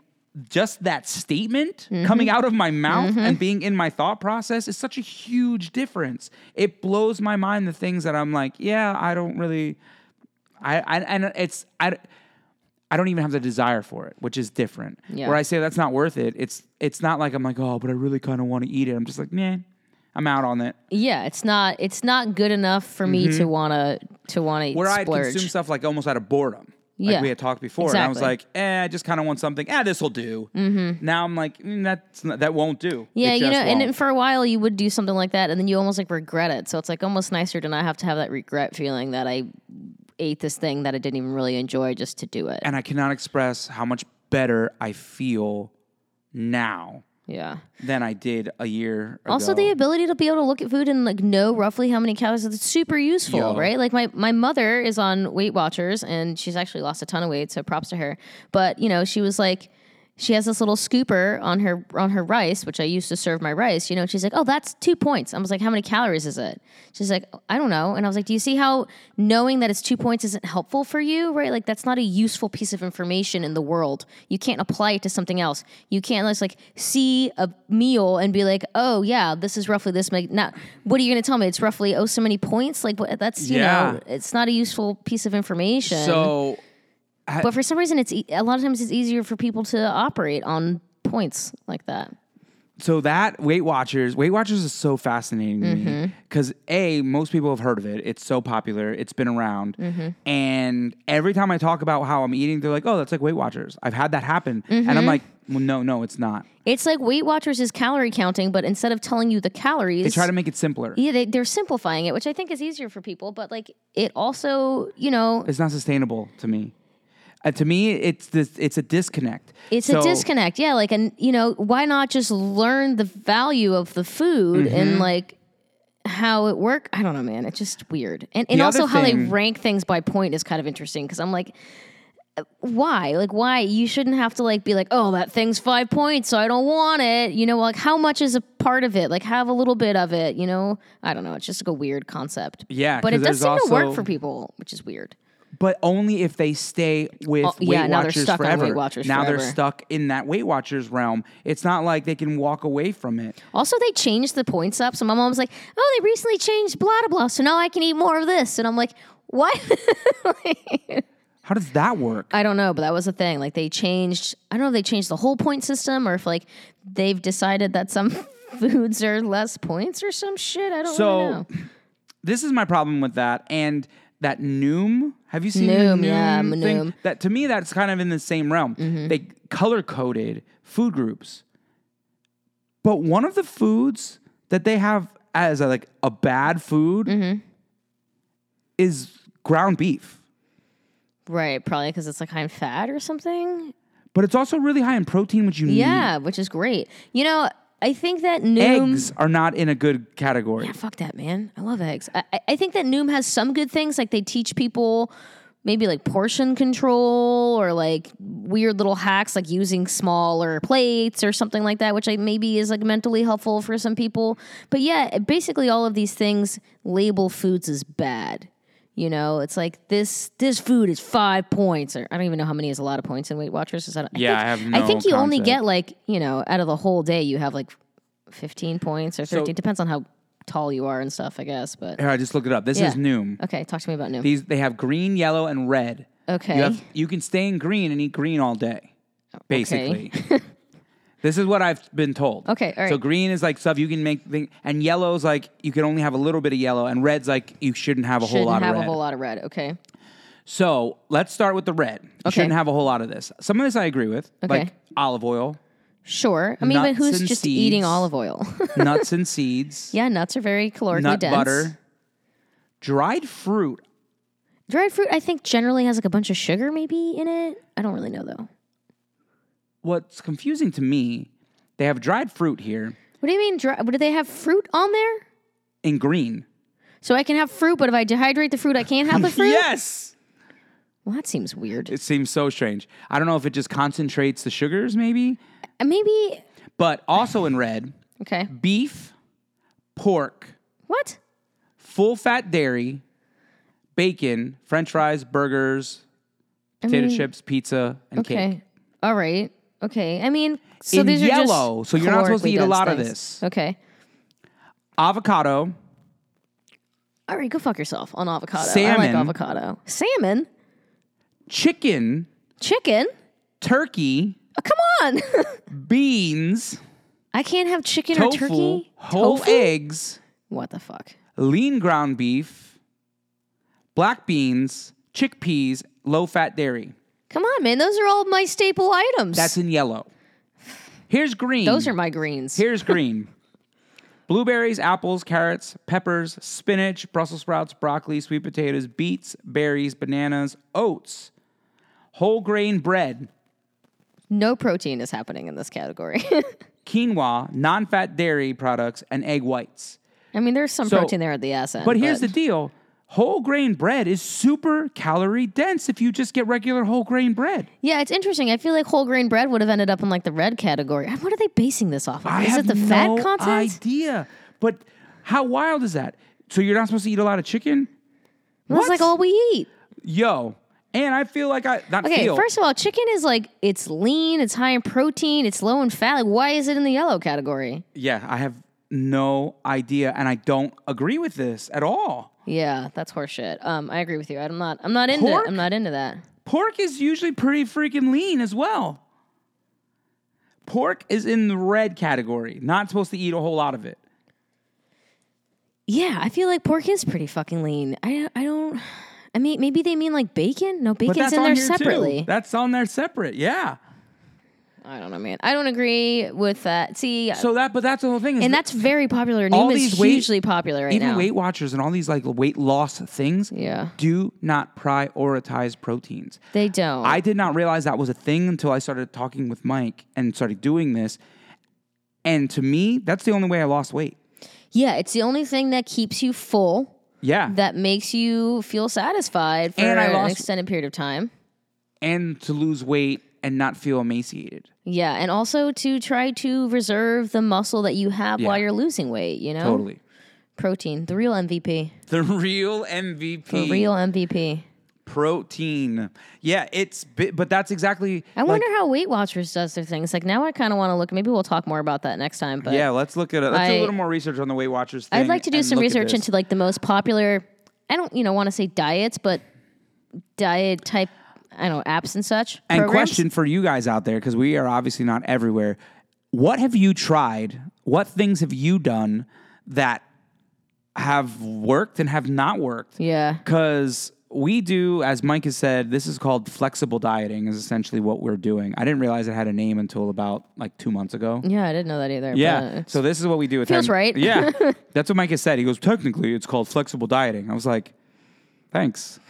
[SPEAKER 1] just that statement
[SPEAKER 2] Mm-hmm.
[SPEAKER 1] coming out of my mouth and being in my thought process is such a huge difference. It blows my mind the things that I'm like, yeah, I don't really, I, I and it's I, I don't even have the desire for it, which is different.
[SPEAKER 2] Yeah.
[SPEAKER 1] Where I say that's not worth it. It's it's not like I'm like, oh, but I really kind of want to eat it. I'm just like, nah, I'm out on it.
[SPEAKER 2] Yeah, it's not it's not good enough for me to wanna to wanna
[SPEAKER 1] Mm-hmm. Where I
[SPEAKER 2] splurge.
[SPEAKER 1] consume stuff like almost out of boredom. Like
[SPEAKER 2] Yeah.
[SPEAKER 1] we had talked before, and I was like,
[SPEAKER 2] Exactly. Mm-hmm.
[SPEAKER 1] eh, I just kind of want something. Ah, this will do. Now I'm like, mm, that's not, that won't do.
[SPEAKER 2] yeah,
[SPEAKER 1] It
[SPEAKER 2] you know,
[SPEAKER 1] just
[SPEAKER 2] and
[SPEAKER 1] won't.
[SPEAKER 2] then for a while you would do something like that, and then you almost like regret it. So it's like almost nicer to not have to have that regret feeling that I ate this thing that I didn't even really enjoy just to do it.
[SPEAKER 1] and I cannot express how much better I feel now
[SPEAKER 2] Yeah.
[SPEAKER 1] than I did a year ago.
[SPEAKER 2] Also, the ability to be able to look at food and like know roughly how many calories is super useful,
[SPEAKER 1] Yo.
[SPEAKER 2] right? Like my my mother is on Weight Watchers and she's actually lost a ton of weight, so props to her. But you know, she was like. She has this little scooper on her on her rice, which I used to serve my rice. You know, and she's like, "Oh, that's two points." I was like, "How many calories is it?" She's like, "I don't know." And I was like, "Do you see how knowing that it's two points isn't helpful for you, right? Like, that's not a useful piece of information in the world. You can't apply it to something else. You can't just like see a meal and be like, "Oh, yeah, this is roughly this." Mag- not what are you going to tell me? It's roughly oh so many points. Like, what, that's you
[SPEAKER 1] Yeah.
[SPEAKER 2] know, it's not a useful piece of information.
[SPEAKER 1] so
[SPEAKER 2] But for some reason, it's e- a lot of times it's easier for people to operate on points like that.
[SPEAKER 1] so that Weight Watchers, Weight Watchers is so fascinating to me
[SPEAKER 2] Mm-hmm.
[SPEAKER 1] because a most people have heard of it. It's so popular. It's been around,
[SPEAKER 2] Mm-hmm.
[SPEAKER 1] and every time I talk about how I'm eating, they're like, "Oh, that's like Weight Watchers." I've had that happen, and
[SPEAKER 2] Mm-hmm.
[SPEAKER 1] I'm like, well, "No, no, it's not."
[SPEAKER 2] It's like Weight Watchers is calorie counting, but instead of telling you the calories,
[SPEAKER 1] They try to make it simpler.
[SPEAKER 2] yeah, they, they're simplifying it, which I think is easier for people. But like, it also, you know,
[SPEAKER 1] It's not sustainable to me. Uh, to me, it's this. It's a disconnect.
[SPEAKER 2] it's a
[SPEAKER 1] So-
[SPEAKER 2] disconnect. Yeah, like, and you know, why not just learn the value of the food
[SPEAKER 1] Mm-hmm.
[SPEAKER 2] and like how it work? I don't know, man. It's just weird, and and
[SPEAKER 1] The
[SPEAKER 2] also
[SPEAKER 1] other
[SPEAKER 2] how they
[SPEAKER 1] thing-
[SPEAKER 2] rank things by point is kind of interesting because I'm like. uh, Why? Like, why? You shouldn't have to like be like, oh, that thing's five points, so I don't want it. You know, like how much is a part of it? Like, have a little bit of it. You know, I don't know. It's just like a weird concept.
[SPEAKER 1] Yeah,
[SPEAKER 2] but it
[SPEAKER 1] 'cause
[SPEAKER 2] does
[SPEAKER 1] there's
[SPEAKER 2] seem to
[SPEAKER 1] also-
[SPEAKER 2] work for people, which is weird.
[SPEAKER 1] but only if they stay with
[SPEAKER 2] Oh, yeah,
[SPEAKER 1] Weight
[SPEAKER 2] now they're
[SPEAKER 1] Watchers
[SPEAKER 2] stuck on Weight
[SPEAKER 1] forever.
[SPEAKER 2] Watchers
[SPEAKER 1] now they're
[SPEAKER 2] forever.
[SPEAKER 1] stuck in that Weight Watchers realm. It's not like they can walk away from it.
[SPEAKER 2] Also, they changed the points up. So my mom was like, "Oh, they recently changed blah blah blah. So now I can eat more of this." And I'm like, "What?" [LAUGHS]
[SPEAKER 1] How does that work?
[SPEAKER 2] I don't know, but that was the thing. Like they changed. I don't know if they changed the whole point system or if like they've decided that some [LAUGHS] foods are less points or some shit. I don't
[SPEAKER 1] So,
[SPEAKER 2] really know.
[SPEAKER 1] this is my problem with that and that Noom. Have you seen the
[SPEAKER 2] Noom, Mm-hmm. yeah,
[SPEAKER 1] Noom thing?
[SPEAKER 2] Noom.
[SPEAKER 1] That to me, that's kind of in the same realm. They color coded food groups. But one of the foods that they have as a, like a bad food
[SPEAKER 2] Mm-hmm.
[SPEAKER 1] is ground beef.
[SPEAKER 2] Right, probably because it's like high in fat or something.
[SPEAKER 1] But it's also really high in protein, which you need.
[SPEAKER 2] Yeah, which is great. You know, I think that Noom.
[SPEAKER 1] Mm. Eggs are not in a good category.
[SPEAKER 2] Yeah, fuck that, man. I love eggs. I, I- I think that Noom has some good things. Like they teach people maybe like portion control or like weird little hacks like using smaller plates or something like that, which I maybe is like mentally helpful for some people. But yeah, basically all of these things label foods as bad. You know, it's like this this food is five points, or I don't even know how many is a lot of points in Weight Watchers. Is that,
[SPEAKER 1] Yeah, I have no
[SPEAKER 2] I think you only
[SPEAKER 1] concept.
[SPEAKER 2] get like you know out of the whole day you have like 15 points or 13 depends on how tall you are and stuff i guess but
[SPEAKER 1] [CLEARS THROAT] Here, I just looked it up. This
[SPEAKER 2] Yeah. Uh,
[SPEAKER 1] is Noom.
[SPEAKER 2] okay talk to me about noom
[SPEAKER 1] These they have green, yellow, and red.
[SPEAKER 2] okay
[SPEAKER 1] You, have, you can stay in green and eat green all day,
[SPEAKER 2] [LAUGHS]
[SPEAKER 1] basically. this is what I've been told.
[SPEAKER 2] Okay, all
[SPEAKER 1] So
[SPEAKER 2] right.
[SPEAKER 1] green is like stuff you can make, thing, and yellow's like you can only have a little bit of yellow, and red's like you shouldn't have a
[SPEAKER 2] shouldn't
[SPEAKER 1] whole lot
[SPEAKER 2] have
[SPEAKER 1] of
[SPEAKER 2] a
[SPEAKER 1] red.
[SPEAKER 2] whole lot of red okay
[SPEAKER 1] So let's start with the red. You
[SPEAKER 2] Okay.
[SPEAKER 1] shouldn't have a whole lot of this. Some of this I agree with, like
[SPEAKER 2] Okay.
[SPEAKER 1] olive oil,
[SPEAKER 2] sure i mean but
[SPEAKER 1] Nuts
[SPEAKER 2] who's
[SPEAKER 1] and
[SPEAKER 2] just
[SPEAKER 1] seeds.
[SPEAKER 2] eating olive oil [LAUGHS]
[SPEAKER 1] nuts and seeds,
[SPEAKER 2] yeah nuts are very calorically
[SPEAKER 1] nut
[SPEAKER 2] dense
[SPEAKER 1] butter, dried fruit.
[SPEAKER 2] dried fruit i think generally has like a bunch of sugar maybe in it i don't really know though
[SPEAKER 1] What's confusing to me, they have dried fruit here
[SPEAKER 2] what do you mean dry, what do they have fruit on there
[SPEAKER 1] in green.
[SPEAKER 2] so i can have fruit but if i dehydrate the fruit i
[SPEAKER 1] [LAUGHS]
[SPEAKER 2] can't have the fruit
[SPEAKER 1] Yes.
[SPEAKER 2] well that seems weird
[SPEAKER 1] It seems so strange. I don't know if it just concentrates the sugars, maybe,
[SPEAKER 2] Uh, maybe
[SPEAKER 1] but also in red,
[SPEAKER 2] okay
[SPEAKER 1] beef, pork,
[SPEAKER 2] what
[SPEAKER 1] full fat dairy, bacon, french fries, burgers,
[SPEAKER 2] I
[SPEAKER 1] potato
[SPEAKER 2] mean-
[SPEAKER 1] chips, pizza, and
[SPEAKER 2] Okay.
[SPEAKER 1] cake.
[SPEAKER 2] All right. Okay. I mean, so
[SPEAKER 1] In
[SPEAKER 2] these are
[SPEAKER 1] yellow,
[SPEAKER 2] just
[SPEAKER 1] so you're not supposed to
[SPEAKER 2] calorically
[SPEAKER 1] eat a
[SPEAKER 2] dense
[SPEAKER 1] lot of
[SPEAKER 2] things.
[SPEAKER 1] this.
[SPEAKER 2] Okay.
[SPEAKER 1] Avocado,
[SPEAKER 2] All right. Go fuck yourself on avocado. I like
[SPEAKER 1] Salmon.
[SPEAKER 2] avocado. Salmon,
[SPEAKER 1] chicken,
[SPEAKER 2] chicken.
[SPEAKER 1] turkey,
[SPEAKER 2] Oh, come on. [LAUGHS]
[SPEAKER 1] beans,
[SPEAKER 2] I can't have chicken or
[SPEAKER 1] tofu,
[SPEAKER 2] turkey.
[SPEAKER 1] whole
[SPEAKER 2] Tofu?
[SPEAKER 1] eggs,
[SPEAKER 2] What the fuck?
[SPEAKER 1] lean ground beef, black beans, chickpeas, low fat dairy.
[SPEAKER 2] Come on, man. Those are all my staple items.
[SPEAKER 1] That's in yellow. Here's green.
[SPEAKER 2] Those are my greens.
[SPEAKER 1] Here's green. Blueberries, apples, carrots, peppers, spinach, Brussels sprouts, broccoli, sweet potatoes, beets, berries, bananas, oats, whole grain bread,
[SPEAKER 2] No protein is happening in this category. [LAUGHS]
[SPEAKER 1] quinoa, non fat dairy products, and egg whites.
[SPEAKER 2] I mean, there's some
[SPEAKER 1] So-
[SPEAKER 2] protein there at the ass end.
[SPEAKER 1] But here's the deal whole grain bread is super calorie dense if you just get regular whole grain bread.
[SPEAKER 2] yeah, it's interesting. I feel like whole grain bread would have ended up in like the red category. What are they basing this off of?
[SPEAKER 1] I
[SPEAKER 2] is
[SPEAKER 1] have
[SPEAKER 2] it the
[SPEAKER 1] no
[SPEAKER 2] fat content?
[SPEAKER 1] idea. But how wild is that? So you're not supposed to eat a lot of chicken?
[SPEAKER 2] That's like
[SPEAKER 1] What?
[SPEAKER 2] all we eat.
[SPEAKER 1] Yo, and I feel like I not
[SPEAKER 2] Okay,
[SPEAKER 1] feel.
[SPEAKER 2] first of all, chicken is like it's lean, it's high in protein, it's low in fat. Like, why is it in the yellow category?
[SPEAKER 1] yeah, I have no idea, and I don't agree with this at all.
[SPEAKER 2] Yeah, that's horseshit. Um, I agree with you. I'm not. I'm not into.
[SPEAKER 1] Pork?
[SPEAKER 2] I'm not into that.
[SPEAKER 1] Pork is usually pretty freaking lean as well. Pork is in the red category. Not supposed to eat a whole lot of it.
[SPEAKER 2] Yeah, I feel like pork is pretty fucking lean. I. I don't. I mean, maybe they mean like bacon. No,
[SPEAKER 1] But
[SPEAKER 2] bacon's
[SPEAKER 1] that's
[SPEAKER 2] in
[SPEAKER 1] on
[SPEAKER 2] there
[SPEAKER 1] here
[SPEAKER 2] separately.
[SPEAKER 1] Too. That's on there separate. Yeah.
[SPEAKER 2] I don't know, man. I don't agree with that. See,
[SPEAKER 1] So that, but that's the whole thing. Is
[SPEAKER 2] and
[SPEAKER 1] that
[SPEAKER 2] that's very popular.
[SPEAKER 1] all
[SPEAKER 2] Noom is
[SPEAKER 1] these weight-
[SPEAKER 2] hugely popular right
[SPEAKER 1] even
[SPEAKER 2] now.
[SPEAKER 1] Weight Watchers and all these like weight loss things.
[SPEAKER 2] Yeah.
[SPEAKER 1] Do not prioritize proteins.
[SPEAKER 2] they don't.
[SPEAKER 1] I did not realize that was a thing until I started talking with Mike and started doing this. And to me, that's the only way I lost weight.
[SPEAKER 2] yeah, it's the only thing that keeps you full.
[SPEAKER 1] Yeah.
[SPEAKER 2] that makes you feel satisfied for
[SPEAKER 1] And I
[SPEAKER 2] an
[SPEAKER 1] lost-
[SPEAKER 2] extended period of time.
[SPEAKER 1] and to lose weight and not feel emaciated.
[SPEAKER 2] Yeah, and also to try to reserve the muscle that you have while
[SPEAKER 1] Yeah.
[SPEAKER 2] you're losing weight, you know?
[SPEAKER 1] Totally.
[SPEAKER 2] Protein, the real MVP.
[SPEAKER 1] The real MVP.
[SPEAKER 2] The real MVP.
[SPEAKER 1] protein. Yeah, it's bi- but that's exactly
[SPEAKER 2] I wonder how Weight Watchers does their things. Like now I kind of want to look, maybe we'll talk more about that next time, but
[SPEAKER 1] Yeah, let's look at it. Let's do
[SPEAKER 2] I-
[SPEAKER 1] a little more research on the Weight Watchers thing.
[SPEAKER 2] I'd like to do
[SPEAKER 1] and
[SPEAKER 2] some
[SPEAKER 1] look at
[SPEAKER 2] research
[SPEAKER 1] this.
[SPEAKER 2] into like the most popular I don't, you know, want to say diets, but diet type I don't know, apps and such.
[SPEAKER 1] and
[SPEAKER 2] programs.
[SPEAKER 1] question for you guys out there because we are obviously not everywhere. What have you tried? What things have you done that have worked and have not worked?
[SPEAKER 2] Yeah.
[SPEAKER 1] Because we do, as Mike has said, this is called flexible dieting, is essentially what we're doing. I didn't realize it had a name until about like two months ago.
[SPEAKER 2] Yeah, I didn't know that either.
[SPEAKER 1] Yeah.
[SPEAKER 2] but-
[SPEAKER 1] So this is what we do. With
[SPEAKER 2] Mm, Feels
[SPEAKER 1] him.
[SPEAKER 2] right. [LAUGHS]
[SPEAKER 1] Yeah. That's what Mike has said. He goes, technically, it's called flexible dieting. I was like, thanks.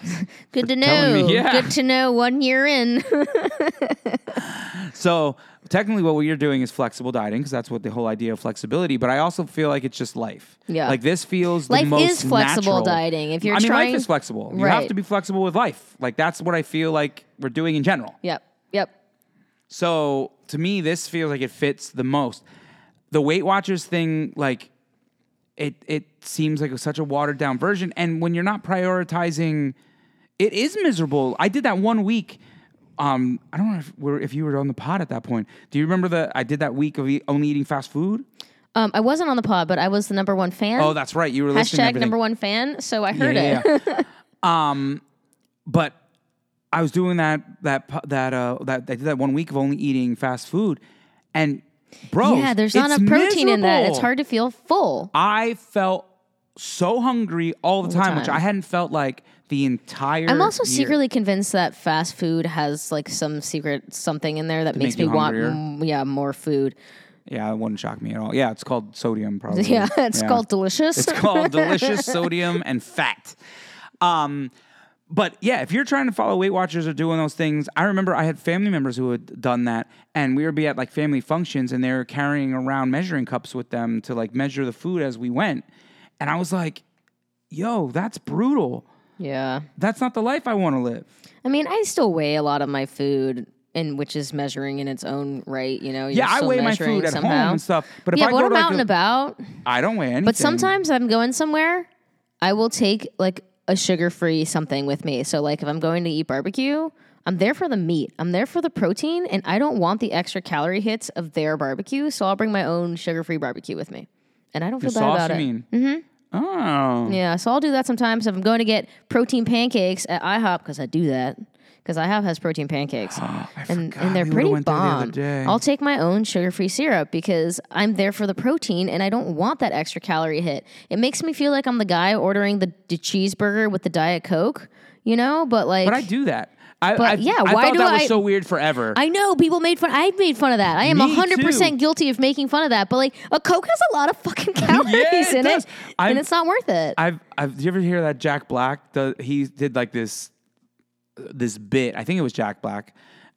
[SPEAKER 2] good to
[SPEAKER 1] telling me.
[SPEAKER 2] know.
[SPEAKER 1] Yeah.
[SPEAKER 2] Good to know one year in. [LAUGHS]
[SPEAKER 1] So technically, what we are doing is flexible dieting because that's what the whole idea of flexibility. But I also feel like it's just life.
[SPEAKER 2] Yeah.
[SPEAKER 1] Like this feels the
[SPEAKER 2] Life
[SPEAKER 1] most
[SPEAKER 2] is flexible
[SPEAKER 1] natural.
[SPEAKER 2] dieting. If you're
[SPEAKER 1] I mean,
[SPEAKER 2] trying-
[SPEAKER 1] life is flexible. You have
[SPEAKER 2] Right.
[SPEAKER 1] to be flexible with life. Like that's what I feel like we're doing in general.
[SPEAKER 2] yep. Yep.
[SPEAKER 1] So to me, this feels like it fits the most. The Weight Watchers thing, like it, it seems like such a watered down version. And when you're not prioritizing, it is miserable. I did that one week. Um, I don't know if, we're, if you were on the pod at that point. Do you remember the I did that week of e- only eating fast food?
[SPEAKER 2] Um, I wasn't on the pod, but I was the number one fan.
[SPEAKER 1] Oh, that's right. You were listening. to
[SPEAKER 2] Hashtag
[SPEAKER 1] everything.
[SPEAKER 2] number one fan. So I heard
[SPEAKER 1] Yeah,
[SPEAKER 2] it.
[SPEAKER 1] yeah, yeah. um,
[SPEAKER 2] [LAUGHS]
[SPEAKER 1] but I was doing that that pu- that uh that I did that one week of only eating fast food, and bro,
[SPEAKER 2] Yeah, there's not enough protein in that. It's hard to feel full.
[SPEAKER 1] I felt so hungry all the, time, which
[SPEAKER 2] time.
[SPEAKER 1] I hadn't felt like the entire.
[SPEAKER 2] I'm also
[SPEAKER 1] year.
[SPEAKER 2] secretly convinced that fast food has like some secret something in there that makes
[SPEAKER 1] make you
[SPEAKER 2] me want,
[SPEAKER 1] hungrier?
[SPEAKER 2] mm, yeah, more food. [LAUGHS]
[SPEAKER 1] Yeah, it wouldn't shock me at all. Yeah, it's called sodium, probably.
[SPEAKER 2] Yeah, it's called delicious.
[SPEAKER 1] It's called delicious sodium and fat. Um, but yeah, if you're trying to follow Weight Watchers or doing those things, I remember I had family members who had done that, and we would be at like family functions, and they were carrying around measuring cups with them to like measure the food as we went, and I was like, "Yo, that's brutal.
[SPEAKER 2] [LAUGHS] yeah.
[SPEAKER 1] That's not the life I want to live."
[SPEAKER 2] I mean, I still weigh a lot of my food, and which is measuring in its own right. You know, You're
[SPEAKER 1] Yeah, I
[SPEAKER 2] still
[SPEAKER 1] weigh my
[SPEAKER 2] measuring
[SPEAKER 1] food at
[SPEAKER 2] somehow.
[SPEAKER 1] home and stuff, but if
[SPEAKER 2] yeah,
[SPEAKER 1] I
[SPEAKER 2] but
[SPEAKER 1] go
[SPEAKER 2] when I'm
[SPEAKER 1] to
[SPEAKER 2] out
[SPEAKER 1] like,
[SPEAKER 2] and
[SPEAKER 1] a-
[SPEAKER 2] about,
[SPEAKER 1] I don't weigh anything.
[SPEAKER 2] but sometimes I'm going somewhere, I will take like a sugar-free something with me. So, like if I'm going to eat barbecue, I'm there for the meat, I'm there for the protein, and I don't want the extra calorie hits of their barbecue. So I'll bring my own sugar-free barbecue with me, and I don't feel bad
[SPEAKER 1] sauce,
[SPEAKER 2] about
[SPEAKER 1] you
[SPEAKER 2] it.
[SPEAKER 1] mean? Mm-hmm. Oh,
[SPEAKER 2] Yeah, so I'll do that sometimes. If I'm going to get protein pancakes at IHOP, because I do that, because IHOP has protein pancakes, and,
[SPEAKER 1] Ah, forgot.
[SPEAKER 2] and they're
[SPEAKER 1] We would've
[SPEAKER 2] pretty
[SPEAKER 1] went there the other
[SPEAKER 2] bomb.
[SPEAKER 1] day.
[SPEAKER 2] I'll take my own sugar-free syrup because I'm there for the protein, and I don't want that extra calorie hit. It makes me feel like I'm the guy ordering the, the cheeseburger with the diet coke, you know. But like,
[SPEAKER 1] but I do that. I,
[SPEAKER 2] But
[SPEAKER 1] I,
[SPEAKER 2] yeah,
[SPEAKER 1] I
[SPEAKER 2] why
[SPEAKER 1] thought
[SPEAKER 2] do
[SPEAKER 1] that was
[SPEAKER 2] I-
[SPEAKER 1] so weird forever.
[SPEAKER 2] I know people made fun. I made fun of that. I am
[SPEAKER 1] Me
[SPEAKER 2] hundred
[SPEAKER 1] too.
[SPEAKER 2] percent guilty of making fun of that. But like, a coke has a lot of
[SPEAKER 1] [LAUGHS]
[SPEAKER 2] fucking calories
[SPEAKER 1] it
[SPEAKER 2] in
[SPEAKER 1] does.
[SPEAKER 2] it,
[SPEAKER 1] I'm-
[SPEAKER 2] and it's not worth it.
[SPEAKER 1] I've, I've. Do you ever hear that Jack Black? The, he did like this, this bit. I think it was Jack Black,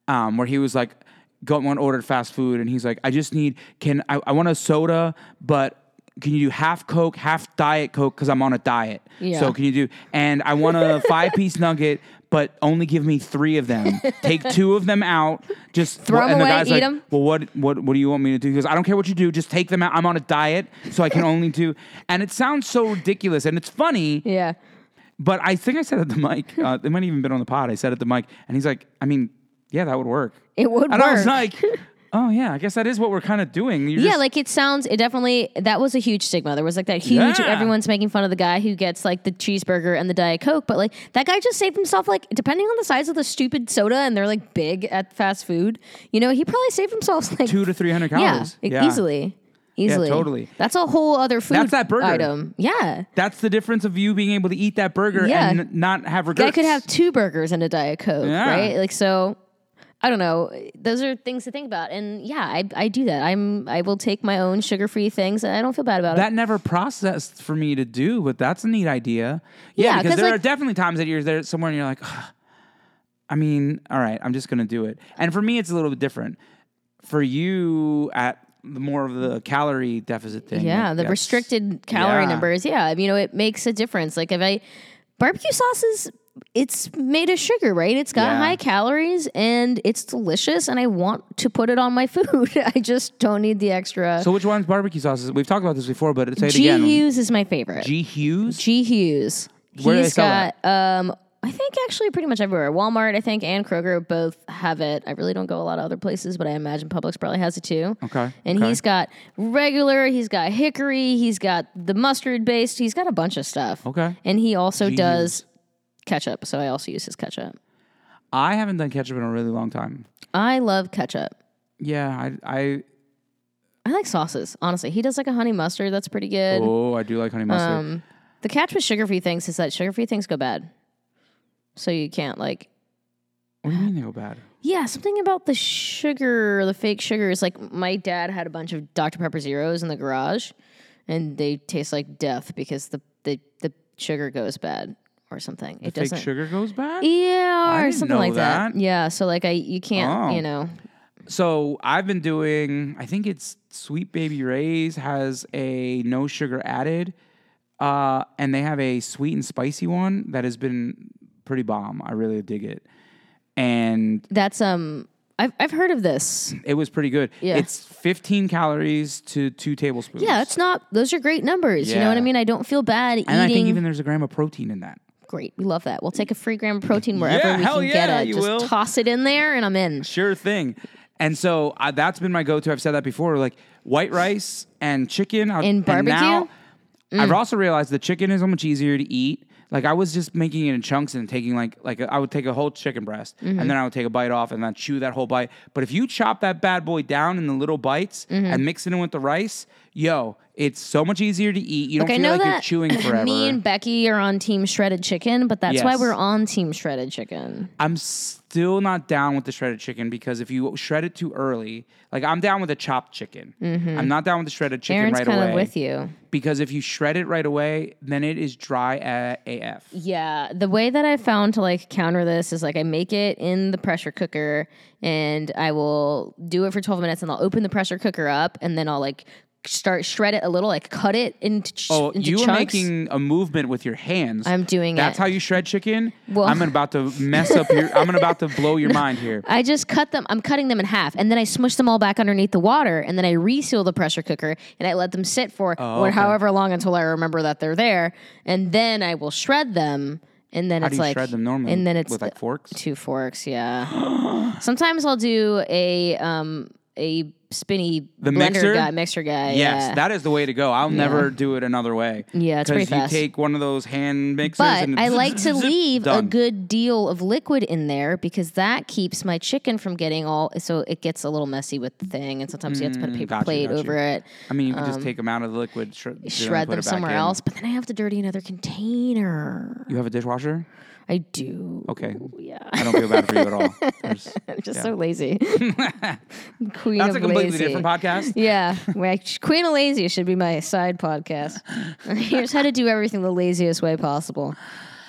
[SPEAKER 1] um, where he was like, got one ordered fast food, and he's like, I just need can I, I want a soda, but can you do half Coke, half Diet Coke because I'm on a diet.
[SPEAKER 2] Yeah.
[SPEAKER 1] So can you do? And I want a five piece
[SPEAKER 2] [LAUGHS]
[SPEAKER 1] nugget. But only give me three of them. Take two of them out. Just
[SPEAKER 2] Throw 'em
[SPEAKER 1] and
[SPEAKER 2] away,
[SPEAKER 1] The guy's
[SPEAKER 2] eat
[SPEAKER 1] like,
[SPEAKER 2] 'em.
[SPEAKER 1] well, what what what do you want me to do? He goes, I don't care what you do, just take them out. I'm on a diet, so
[SPEAKER 2] [LAUGHS]
[SPEAKER 1] I can only do. And it sounds so ridiculous, and it's funny,
[SPEAKER 2] yeah.
[SPEAKER 1] but I think I said at the mic, uh, they might have even been on the pod. I said at the mic, and he's like, I mean, yeah, that would work.
[SPEAKER 2] It would
[SPEAKER 1] and I was
[SPEAKER 2] work.
[SPEAKER 1] like, oh yeah, I guess that is what we're kind of doing. You're
[SPEAKER 2] Yeah,
[SPEAKER 1] just-
[SPEAKER 2] like it sounds. It definitely that was a huge stigma. There was like that huge.
[SPEAKER 1] Yeah.
[SPEAKER 2] Everyone's making fun of the guy who gets like the cheeseburger and the diet coke, but like that guy just saved himself. Like depending on the size of the stupid soda, and they're like big at fast food. You know, he probably saved himself [LAUGHS] like
[SPEAKER 1] two to three hundred
[SPEAKER 2] yeah,
[SPEAKER 1] calories.
[SPEAKER 2] e- easily, easily,
[SPEAKER 1] totally.
[SPEAKER 2] That's a whole other food.
[SPEAKER 1] That's that burger.
[SPEAKER 2] item. Yeah,
[SPEAKER 1] That's the difference of you being able to eat that burger
[SPEAKER 2] Yeah.
[SPEAKER 1] and n- not have regrets.
[SPEAKER 2] guy could have two burgers and a diet coke,
[SPEAKER 1] Yeah.
[SPEAKER 2] right? Like so. I don't know. Those are things to think about, and yeah, I, I do that. I'm I will take my own sugar free things, and I don't feel bad about it.
[SPEAKER 1] that never processed for me to do, but that's a neat idea. Yeah,
[SPEAKER 2] Yeah,
[SPEAKER 1] because
[SPEAKER 2] 'cause,
[SPEAKER 1] there
[SPEAKER 2] like-
[SPEAKER 1] are definitely times that you're there somewhere and you're like, "Ugh, I mean, all right, I'm just gonna do it. And for me, it's a little bit different. For you, at the more of the calorie deficit thing. like,
[SPEAKER 2] Yeah, the
[SPEAKER 1] that's-
[SPEAKER 2] restricted calorie
[SPEAKER 1] yeah.
[SPEAKER 2] numbers. Yeah, you know, it makes a difference. Like if I barbecue sauce is it's made of sugar, right? It's got
[SPEAKER 1] Yeah.
[SPEAKER 2] high calories and it's delicious and I want to put it on my [LAUGHS] food. I just don't need the extra.
[SPEAKER 1] So which one's barbecue sauces? We've talked about this before, but say it
[SPEAKER 2] G
[SPEAKER 1] again.
[SPEAKER 2] Hughes is my favorite.
[SPEAKER 1] G
[SPEAKER 2] G,
[SPEAKER 1] Hughes.
[SPEAKER 2] Hughes.
[SPEAKER 1] Where do they
[SPEAKER 2] He's
[SPEAKER 1] sell
[SPEAKER 2] got um I think actually pretty much everywhere. Walmart, I think, and Kroger both have it. I really don't go a lot of other places, but I imagine Publix probably has it too.
[SPEAKER 1] Okay,
[SPEAKER 2] And
[SPEAKER 1] okay.
[SPEAKER 2] he's got regular, he's got hickory, he's got the mustard based, he's got a bunch of stuff.
[SPEAKER 1] Okay.
[SPEAKER 2] And he also does ketchup, so I also use his ketchup.
[SPEAKER 1] I haven't done ketchup in a really long time.
[SPEAKER 2] I love ketchup.
[SPEAKER 1] Yeah, I, I
[SPEAKER 2] I like sauces, honestly. He does like a honey mustard, that's pretty good. Um,
[SPEAKER 1] oh, I do like honey mustard.
[SPEAKER 2] The catch with sugar free things is that sugar free things go bad. so you can't like
[SPEAKER 1] What do you mean they go bad?
[SPEAKER 2] yeah, something about the sugar, the fake sugars. Like my dad had a bunch of Dr Pepper Zeros in the garage, and they taste like death because the the, the sugar goes bad or something.
[SPEAKER 1] Fake
[SPEAKER 2] it doesn't.
[SPEAKER 1] sugar goes bad?
[SPEAKER 2] Yeah, or
[SPEAKER 1] didn't
[SPEAKER 2] something
[SPEAKER 1] know
[SPEAKER 2] like that.
[SPEAKER 1] that.
[SPEAKER 2] Yeah, so like I, you can't,
[SPEAKER 1] Oh.
[SPEAKER 2] you know.
[SPEAKER 1] So I've been doing. I think it's Sweet Baby Ray's has a no sugar added, uh, and they have a sweet and spicy one that has been pretty bomb. I really dig it, and
[SPEAKER 2] That's um, I've I've heard of this.
[SPEAKER 1] it was pretty good.
[SPEAKER 2] Yeah.
[SPEAKER 1] It's 15 calories to two tablespoons.
[SPEAKER 2] Yeah, it's not. Those are great numbers. You know what
[SPEAKER 1] Yeah.
[SPEAKER 2] I mean? I don't feel bad eating.
[SPEAKER 1] and I think even there's a gram of protein in that.
[SPEAKER 2] great. We love that. We'll take a free gram of protein wherever
[SPEAKER 1] Yeah,
[SPEAKER 2] we
[SPEAKER 1] hell
[SPEAKER 2] can
[SPEAKER 1] yeah,
[SPEAKER 2] get it.
[SPEAKER 1] you
[SPEAKER 2] Just
[SPEAKER 1] will.
[SPEAKER 2] toss it in there, and I'm in.
[SPEAKER 1] Sure thing. And so uh, that's been my go-to. I've said that before, like white rice and chicken. I'll-
[SPEAKER 2] And
[SPEAKER 1] now,
[SPEAKER 2] barbecue? Mm.
[SPEAKER 1] I've also realized the chicken is so much easier to eat. Like I was just making it in chunks and taking like like I would take a whole chicken breast
[SPEAKER 2] Mm-hmm.
[SPEAKER 1] and then I would take a bite off and then chew that whole bite. But if you chop that bad boy down in the little bites
[SPEAKER 2] Mm-hmm.
[SPEAKER 1] and mix it in with the rice, yo, it's so much easier to eat. You don't
[SPEAKER 2] Like, I
[SPEAKER 1] feel
[SPEAKER 2] know
[SPEAKER 1] like
[SPEAKER 2] that
[SPEAKER 1] you're chewing forever.
[SPEAKER 2] [LAUGHS] [CLEARS THROAT] me and Becky are on Team Shredded Chicken, but that's why
[SPEAKER 1] Yes.
[SPEAKER 2] we're on Team Shredded Chicken.
[SPEAKER 1] I'm still not down with the shredded chicken because if you shred it too early, like I'm down with a chopped chicken. I'm not down with the shredded chicken
[SPEAKER 2] Mm-hmm. Aaron's
[SPEAKER 1] right
[SPEAKER 2] kind
[SPEAKER 1] away.
[SPEAKER 2] of with you.
[SPEAKER 1] Because
[SPEAKER 2] because
[SPEAKER 1] if you shred it right away, then it is dry a- AF.
[SPEAKER 2] Yeah, the way that I found to like counter this is like I make it in the pressure cooker and I will do it for 12 minutes and I'll open the pressure cooker up and then I'll like start shred it a little, like cut it into, ch-
[SPEAKER 1] Oh,
[SPEAKER 2] into
[SPEAKER 1] you are
[SPEAKER 2] chunks.
[SPEAKER 1] making a movement with your hands.
[SPEAKER 2] I'm doing
[SPEAKER 1] That's
[SPEAKER 2] it.
[SPEAKER 1] how you shred chicken.
[SPEAKER 2] Well-
[SPEAKER 1] I'm about to mess up your. I'm about to blow your mind
[SPEAKER 2] [LAUGHS]
[SPEAKER 1] here.
[SPEAKER 2] I just cut them. I'm cutting them in half, and then I smush them all back underneath the water, and then I reseal the pressure cooker, and I let them sit for or
[SPEAKER 1] Oh, okay.
[SPEAKER 2] however long until I remember that they're there, and then I will shred them. And then
[SPEAKER 1] How do
[SPEAKER 2] it's
[SPEAKER 1] you
[SPEAKER 2] like
[SPEAKER 1] shred them normally?
[SPEAKER 2] and then it's
[SPEAKER 1] with like forks.
[SPEAKER 2] two forks.
[SPEAKER 1] [GASPS]
[SPEAKER 2] Yeah. Sometimes I'll do a um a spinny the blender
[SPEAKER 1] mixer?
[SPEAKER 2] guy, mixer guy.
[SPEAKER 1] Yes,
[SPEAKER 2] yeah.
[SPEAKER 1] that is the way to go. I'll never do it another way.
[SPEAKER 2] Yeah, it's pretty
[SPEAKER 1] Because you
[SPEAKER 2] fast.
[SPEAKER 1] take one of those hand mixers.
[SPEAKER 2] But
[SPEAKER 1] and
[SPEAKER 2] I like to leave a
[SPEAKER 1] Done.
[SPEAKER 2] good deal of liquid in there because that keeps my chicken from getting all so it gets a little messy with the thing, and sometimes you have to put a paper
[SPEAKER 1] Mm, gotcha,
[SPEAKER 2] plate
[SPEAKER 1] gotcha.
[SPEAKER 2] over it,
[SPEAKER 1] I mean, you can just take them out of the liquid, shred, do it, and
[SPEAKER 2] Um, shred
[SPEAKER 1] put
[SPEAKER 2] them
[SPEAKER 1] it back
[SPEAKER 2] somewhere
[SPEAKER 1] in.
[SPEAKER 2] else. But then I have to dirty another container.
[SPEAKER 1] You have a dishwasher?
[SPEAKER 2] I do.
[SPEAKER 1] Okay.
[SPEAKER 2] Yeah, [LAUGHS]
[SPEAKER 1] I don't feel bad for you at all. There's-
[SPEAKER 2] I'm just so
[SPEAKER 1] [LAUGHS]
[SPEAKER 2] lazy. Queen
[SPEAKER 1] That's
[SPEAKER 2] of
[SPEAKER 1] a completely
[SPEAKER 2] lazy.
[SPEAKER 1] different podcast.
[SPEAKER 2] Yeah, my- Queen of Lazy should be my
[SPEAKER 1] [LAUGHS]
[SPEAKER 2] side podcast. Here's how to do everything the laziest way possible.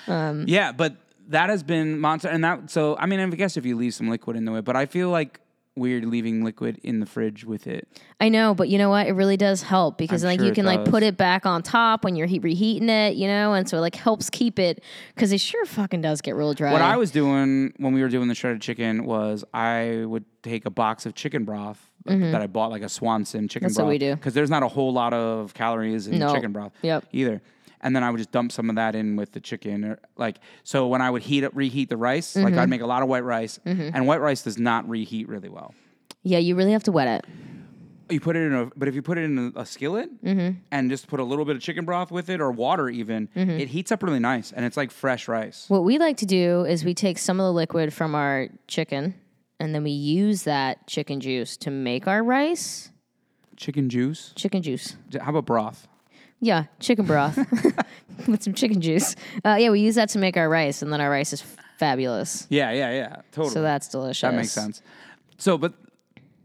[SPEAKER 2] Mm.
[SPEAKER 1] Yeah, but that has been monster, and that. So I mean, I guess if you leave some liquid in the way, but I feel like weird leaving liquid in the fridge with it.
[SPEAKER 2] I know, but you know what? It really does help because
[SPEAKER 1] I'm
[SPEAKER 2] like
[SPEAKER 1] sure
[SPEAKER 2] you
[SPEAKER 1] it
[SPEAKER 2] can like
[SPEAKER 1] does.
[SPEAKER 2] put it back on top when you're heat reheating it, you know, and so it like helps keep it because it sure fucking does get real dry.
[SPEAKER 1] What I was doing when we were doing the shredded chicken was I would take a box of chicken broth that I bought, like a Swanson chicken
[SPEAKER 2] Mm-hmm. That's what
[SPEAKER 1] broth.
[SPEAKER 2] we do.
[SPEAKER 1] Because there's not a whole lot of calories in
[SPEAKER 2] No.
[SPEAKER 1] chicken broth
[SPEAKER 2] Yep.
[SPEAKER 1] either. And then I would just dump some of that in with the chicken. Or, like So when I would heat up, reheat the rice, like
[SPEAKER 2] Mm-hmm.
[SPEAKER 1] I'd make a lot of white rice. And white rice does not reheat really well.
[SPEAKER 2] yeah, you really have to wet it.
[SPEAKER 1] You put it in a, but if you put it in a, a skillet
[SPEAKER 2] Mm-hmm.
[SPEAKER 1] and just put a little bit of chicken broth with it or water even, it heats up really nice and it's like fresh rice.
[SPEAKER 2] What we like to do is we take some of the liquid from our chicken and then we use that chicken juice to make our rice.
[SPEAKER 1] Chicken juice.
[SPEAKER 2] Chicken juice.
[SPEAKER 1] How about broth?
[SPEAKER 2] Yeah, chicken broth [LAUGHS] with some chicken juice. Uh, yeah, we use that to make our rice, and then our rice is fabulous.
[SPEAKER 1] Yeah, yeah, yeah. Totally.
[SPEAKER 2] So that's delicious.
[SPEAKER 1] that makes sense. So, but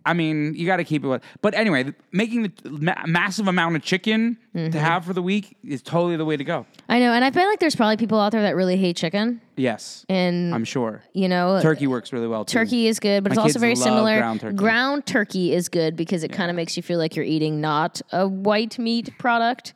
[SPEAKER 1] I mean, you got to keep it. With, but anyway, th- making the ma- massive amount of chicken
[SPEAKER 2] Mm-hmm.
[SPEAKER 1] to have for the week is totally the way to go.
[SPEAKER 2] I know, and I feel like there's probably people out there that really hate chicken,
[SPEAKER 1] Yes,
[SPEAKER 2] and
[SPEAKER 1] I'm sure
[SPEAKER 2] you know,
[SPEAKER 1] turkey works really well. Too.
[SPEAKER 2] turkey is good, but it's also
[SPEAKER 1] kids
[SPEAKER 2] very
[SPEAKER 1] love
[SPEAKER 2] similar.
[SPEAKER 1] ground turkey.
[SPEAKER 2] Ground turkey is good because it kind of makes you feel like you're eating not a white meat product.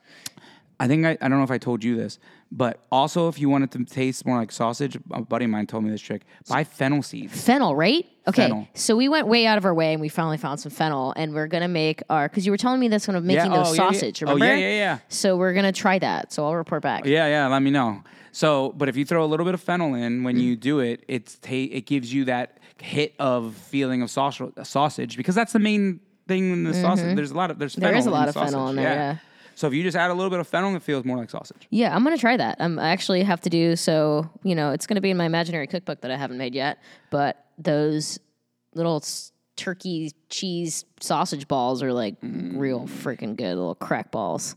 [SPEAKER 1] I think I, I don't know if I told you this, but also if you want it to taste more like sausage, a buddy of mine told me this trick: buy fennel seeds.
[SPEAKER 2] Fennel, right? Okay,
[SPEAKER 1] Fennel.
[SPEAKER 2] so we went way out of our way, and we finally found some fennel, and we're gonna make our because you were telling me that's gonna making
[SPEAKER 1] oh,
[SPEAKER 2] a
[SPEAKER 1] yeah, yeah.
[SPEAKER 2] sausage.
[SPEAKER 1] Oh,
[SPEAKER 2] Remember?
[SPEAKER 1] yeah, yeah, yeah.
[SPEAKER 2] So we're gonna try that. So I'll report back.
[SPEAKER 1] Yeah, yeah. Let me know. So, but if you throw a little bit of fennel in when you do it, it's ta- it gives you that hit of feeling of sausage, sausage because that's the main thing in the sausage. There's a lot of there's fennel
[SPEAKER 2] Mm-hmm. is a
[SPEAKER 1] in
[SPEAKER 2] lot
[SPEAKER 1] the
[SPEAKER 2] of fennel
[SPEAKER 1] sausage.
[SPEAKER 2] in there, yeah.
[SPEAKER 1] So if you just add a little bit of fennel, it feels more like sausage.
[SPEAKER 2] Yeah, I'm gonna try that. Um, I actually have to do so. You know, it's gonna be in my imaginary cookbook that I haven't made yet. But those little s- turkey cheese sausage balls are like real
[SPEAKER 1] Mm.
[SPEAKER 2] freaking good little crack balls.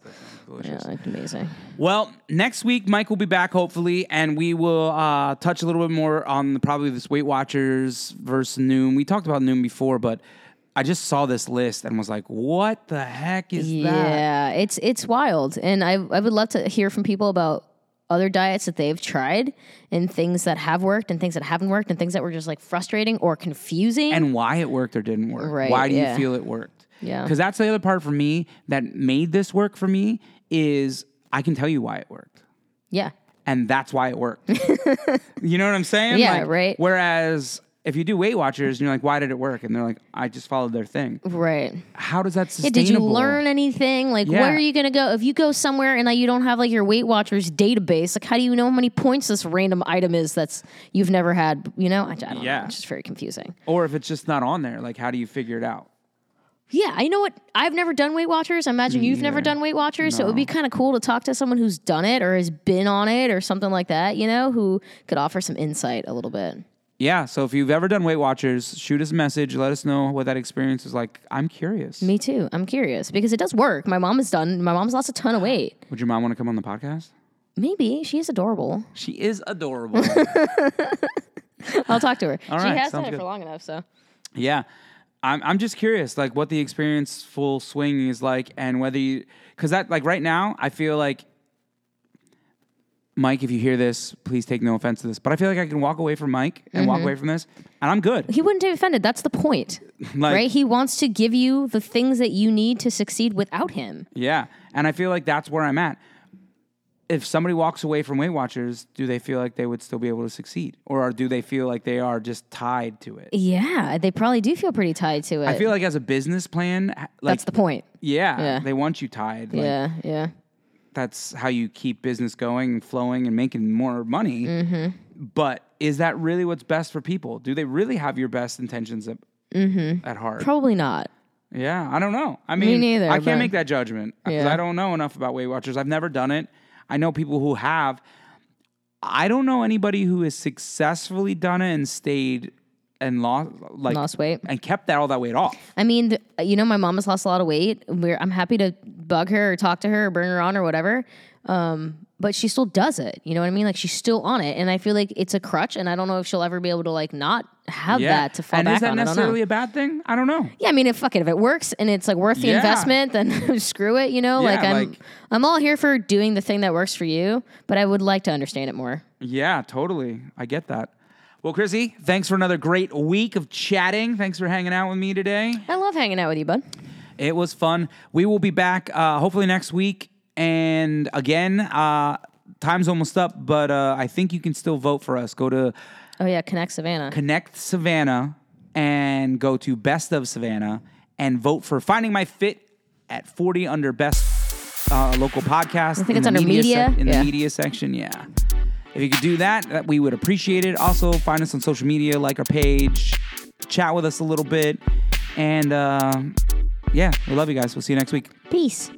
[SPEAKER 2] Yeah, like, amazing.
[SPEAKER 1] Well, next week Mike will be back hopefully, and we will uh, touch a little bit more on the, probably this Weight Watchers versus Noom. We talked about Noom before, but I just saw this list and was like, "What the heck is that?"
[SPEAKER 2] Yeah, it's it's wild, and I I would love to hear from people about other diets that they've tried and things that have worked and things that haven't worked and things that were just like frustrating or confusing.
[SPEAKER 1] And why it worked or didn't work?
[SPEAKER 2] Right,
[SPEAKER 1] why do
[SPEAKER 2] yeah.
[SPEAKER 1] you feel it worked?
[SPEAKER 2] Yeah.
[SPEAKER 1] because that's the other part for me that made this work for me is I can tell you why it worked.
[SPEAKER 2] yeah,
[SPEAKER 1] and that's why it
[SPEAKER 2] [LAUGHS]
[SPEAKER 1] worked. you know what I'm saying?
[SPEAKER 2] Yeah, right.
[SPEAKER 1] Whereas if you do Weight Watchers and you're like, why did it work? And they're like, I just followed their thing.
[SPEAKER 2] right.
[SPEAKER 1] How does that
[SPEAKER 2] Yeah,
[SPEAKER 1] sustainable?
[SPEAKER 2] did you learn anything? Like,
[SPEAKER 1] Yeah.
[SPEAKER 2] where are you gonna go if you go somewhere and like, you don't have like your Weight Watchers database? Like, how do you know how many points this random item is that's you've never had? You know, I, I don't know.
[SPEAKER 1] Yeah.
[SPEAKER 2] It's just very confusing.
[SPEAKER 1] Or if it's just not on there, like how do you figure it out?
[SPEAKER 2] Yeah, I know what I've never done Weight Watchers. I imagine you've never done Weight Watchers, so it would be kind of cool to talk to someone who's done it or has been on it or something like that. You know, who could offer some insight a little bit.
[SPEAKER 1] Yeah. So if you've ever done Weight Watchers, shoot us a message. Let us know what that experience is like. I'm curious.
[SPEAKER 2] Me too. I'm curious because it does work. My mom has done. My mom's lost
[SPEAKER 1] [SIGHS]
[SPEAKER 2] a ton of weight.
[SPEAKER 1] Would your mom want to come on the podcast?
[SPEAKER 2] Maybe she is adorable.
[SPEAKER 1] She is
[SPEAKER 2] [LAUGHS]
[SPEAKER 1] adorable.
[SPEAKER 2] I'll talk to her. she
[SPEAKER 1] right,
[SPEAKER 2] has done
[SPEAKER 1] sounds
[SPEAKER 2] it for
[SPEAKER 1] good.
[SPEAKER 2] long enough, so.
[SPEAKER 1] Yeah. I'm, I'm just curious, like, what the experience full swing is like, and whether you, because that, like, right now, I feel like, Mike, if you hear this, please take no offense to this, but I feel like I can walk away from Mike and
[SPEAKER 2] Mm-hmm.
[SPEAKER 1] walk away from this, and I'm
[SPEAKER 2] [LAUGHS]
[SPEAKER 1] good.
[SPEAKER 2] He wouldn't be offended. That's the point,
[SPEAKER 1] Like,
[SPEAKER 2] right? He wants to give you the things that you need to succeed without him.
[SPEAKER 1] yeah. And I feel like that's where I'm at. If somebody walks away from Weight Watchers, do they feel like they would still be able to succeed? Or do they feel like they are just tied to it?
[SPEAKER 2] Yeah, they probably do feel pretty tied to it.
[SPEAKER 1] I feel like as a business plan, ha- like,
[SPEAKER 2] That's the point.
[SPEAKER 1] yeah,
[SPEAKER 2] yeah.
[SPEAKER 1] they want you tied. Like,
[SPEAKER 2] yeah, yeah.
[SPEAKER 1] that's how you keep business going and flowing and making more money.
[SPEAKER 2] Mm-hmm.
[SPEAKER 1] But is that really what's best for people? Do they really have your best intentions at,
[SPEAKER 2] Mm-hmm.
[SPEAKER 1] at heart?
[SPEAKER 2] Probably not.
[SPEAKER 1] yeah, I don't know. I mean,
[SPEAKER 2] neither,
[SPEAKER 1] I
[SPEAKER 2] but-
[SPEAKER 1] can't make that judgment because
[SPEAKER 2] Yeah.
[SPEAKER 1] I don't know enough about Weight Watchers. I've never done it. I know people who have. I don't know anybody who has successfully done it and stayed and lost like
[SPEAKER 2] Lost weight.
[SPEAKER 1] and kept that all that weight off.
[SPEAKER 2] I mean, th- you know, my mom has lost a lot of weight. We're, I'm happy to bug her or talk to her or bring her on or whatever. Um, but she still does it. You know what I mean? Like she's still on it, and I feel like it's a crutch. And I don't know if she'll ever be able to like not have that to fall
[SPEAKER 1] and
[SPEAKER 2] back
[SPEAKER 1] is that
[SPEAKER 2] on. I don't know.
[SPEAKER 1] necessarily a bad thing? I don't know.
[SPEAKER 2] Yeah, I mean, if fuck it, if it works and it's like worth the
[SPEAKER 1] Yeah.
[SPEAKER 2] investment, then [LAUGHS] screw it. You know,
[SPEAKER 1] Yeah,
[SPEAKER 2] like I'm,
[SPEAKER 1] like-
[SPEAKER 2] I'm all here for doing the thing that works for you, but I would like to understand it more.
[SPEAKER 1] Yeah, totally. I get that. Well, Chrissy, thanks for another great week of chatting. Thanks for hanging out with me today.
[SPEAKER 2] I love hanging out with you, bud.
[SPEAKER 1] It was fun. We will be back uh, hopefully next week. And again, uh, time's almost up, but uh, I think you can still vote for us. Go to
[SPEAKER 2] Oh yeah, connect Savannah.
[SPEAKER 1] Connect Savannah and go to Best of Savannah and vote for Finding My Fit at 40 under Best uh, Local Podcast. I
[SPEAKER 2] think it's under media.
[SPEAKER 1] in
[SPEAKER 2] Yeah.
[SPEAKER 1] the media section, yeah. If you could do that, that, we would appreciate it. Also, find us on social media, like our page, chat with us a little bit. And uh, yeah, we love you guys. We'll see you next week.
[SPEAKER 2] Peace.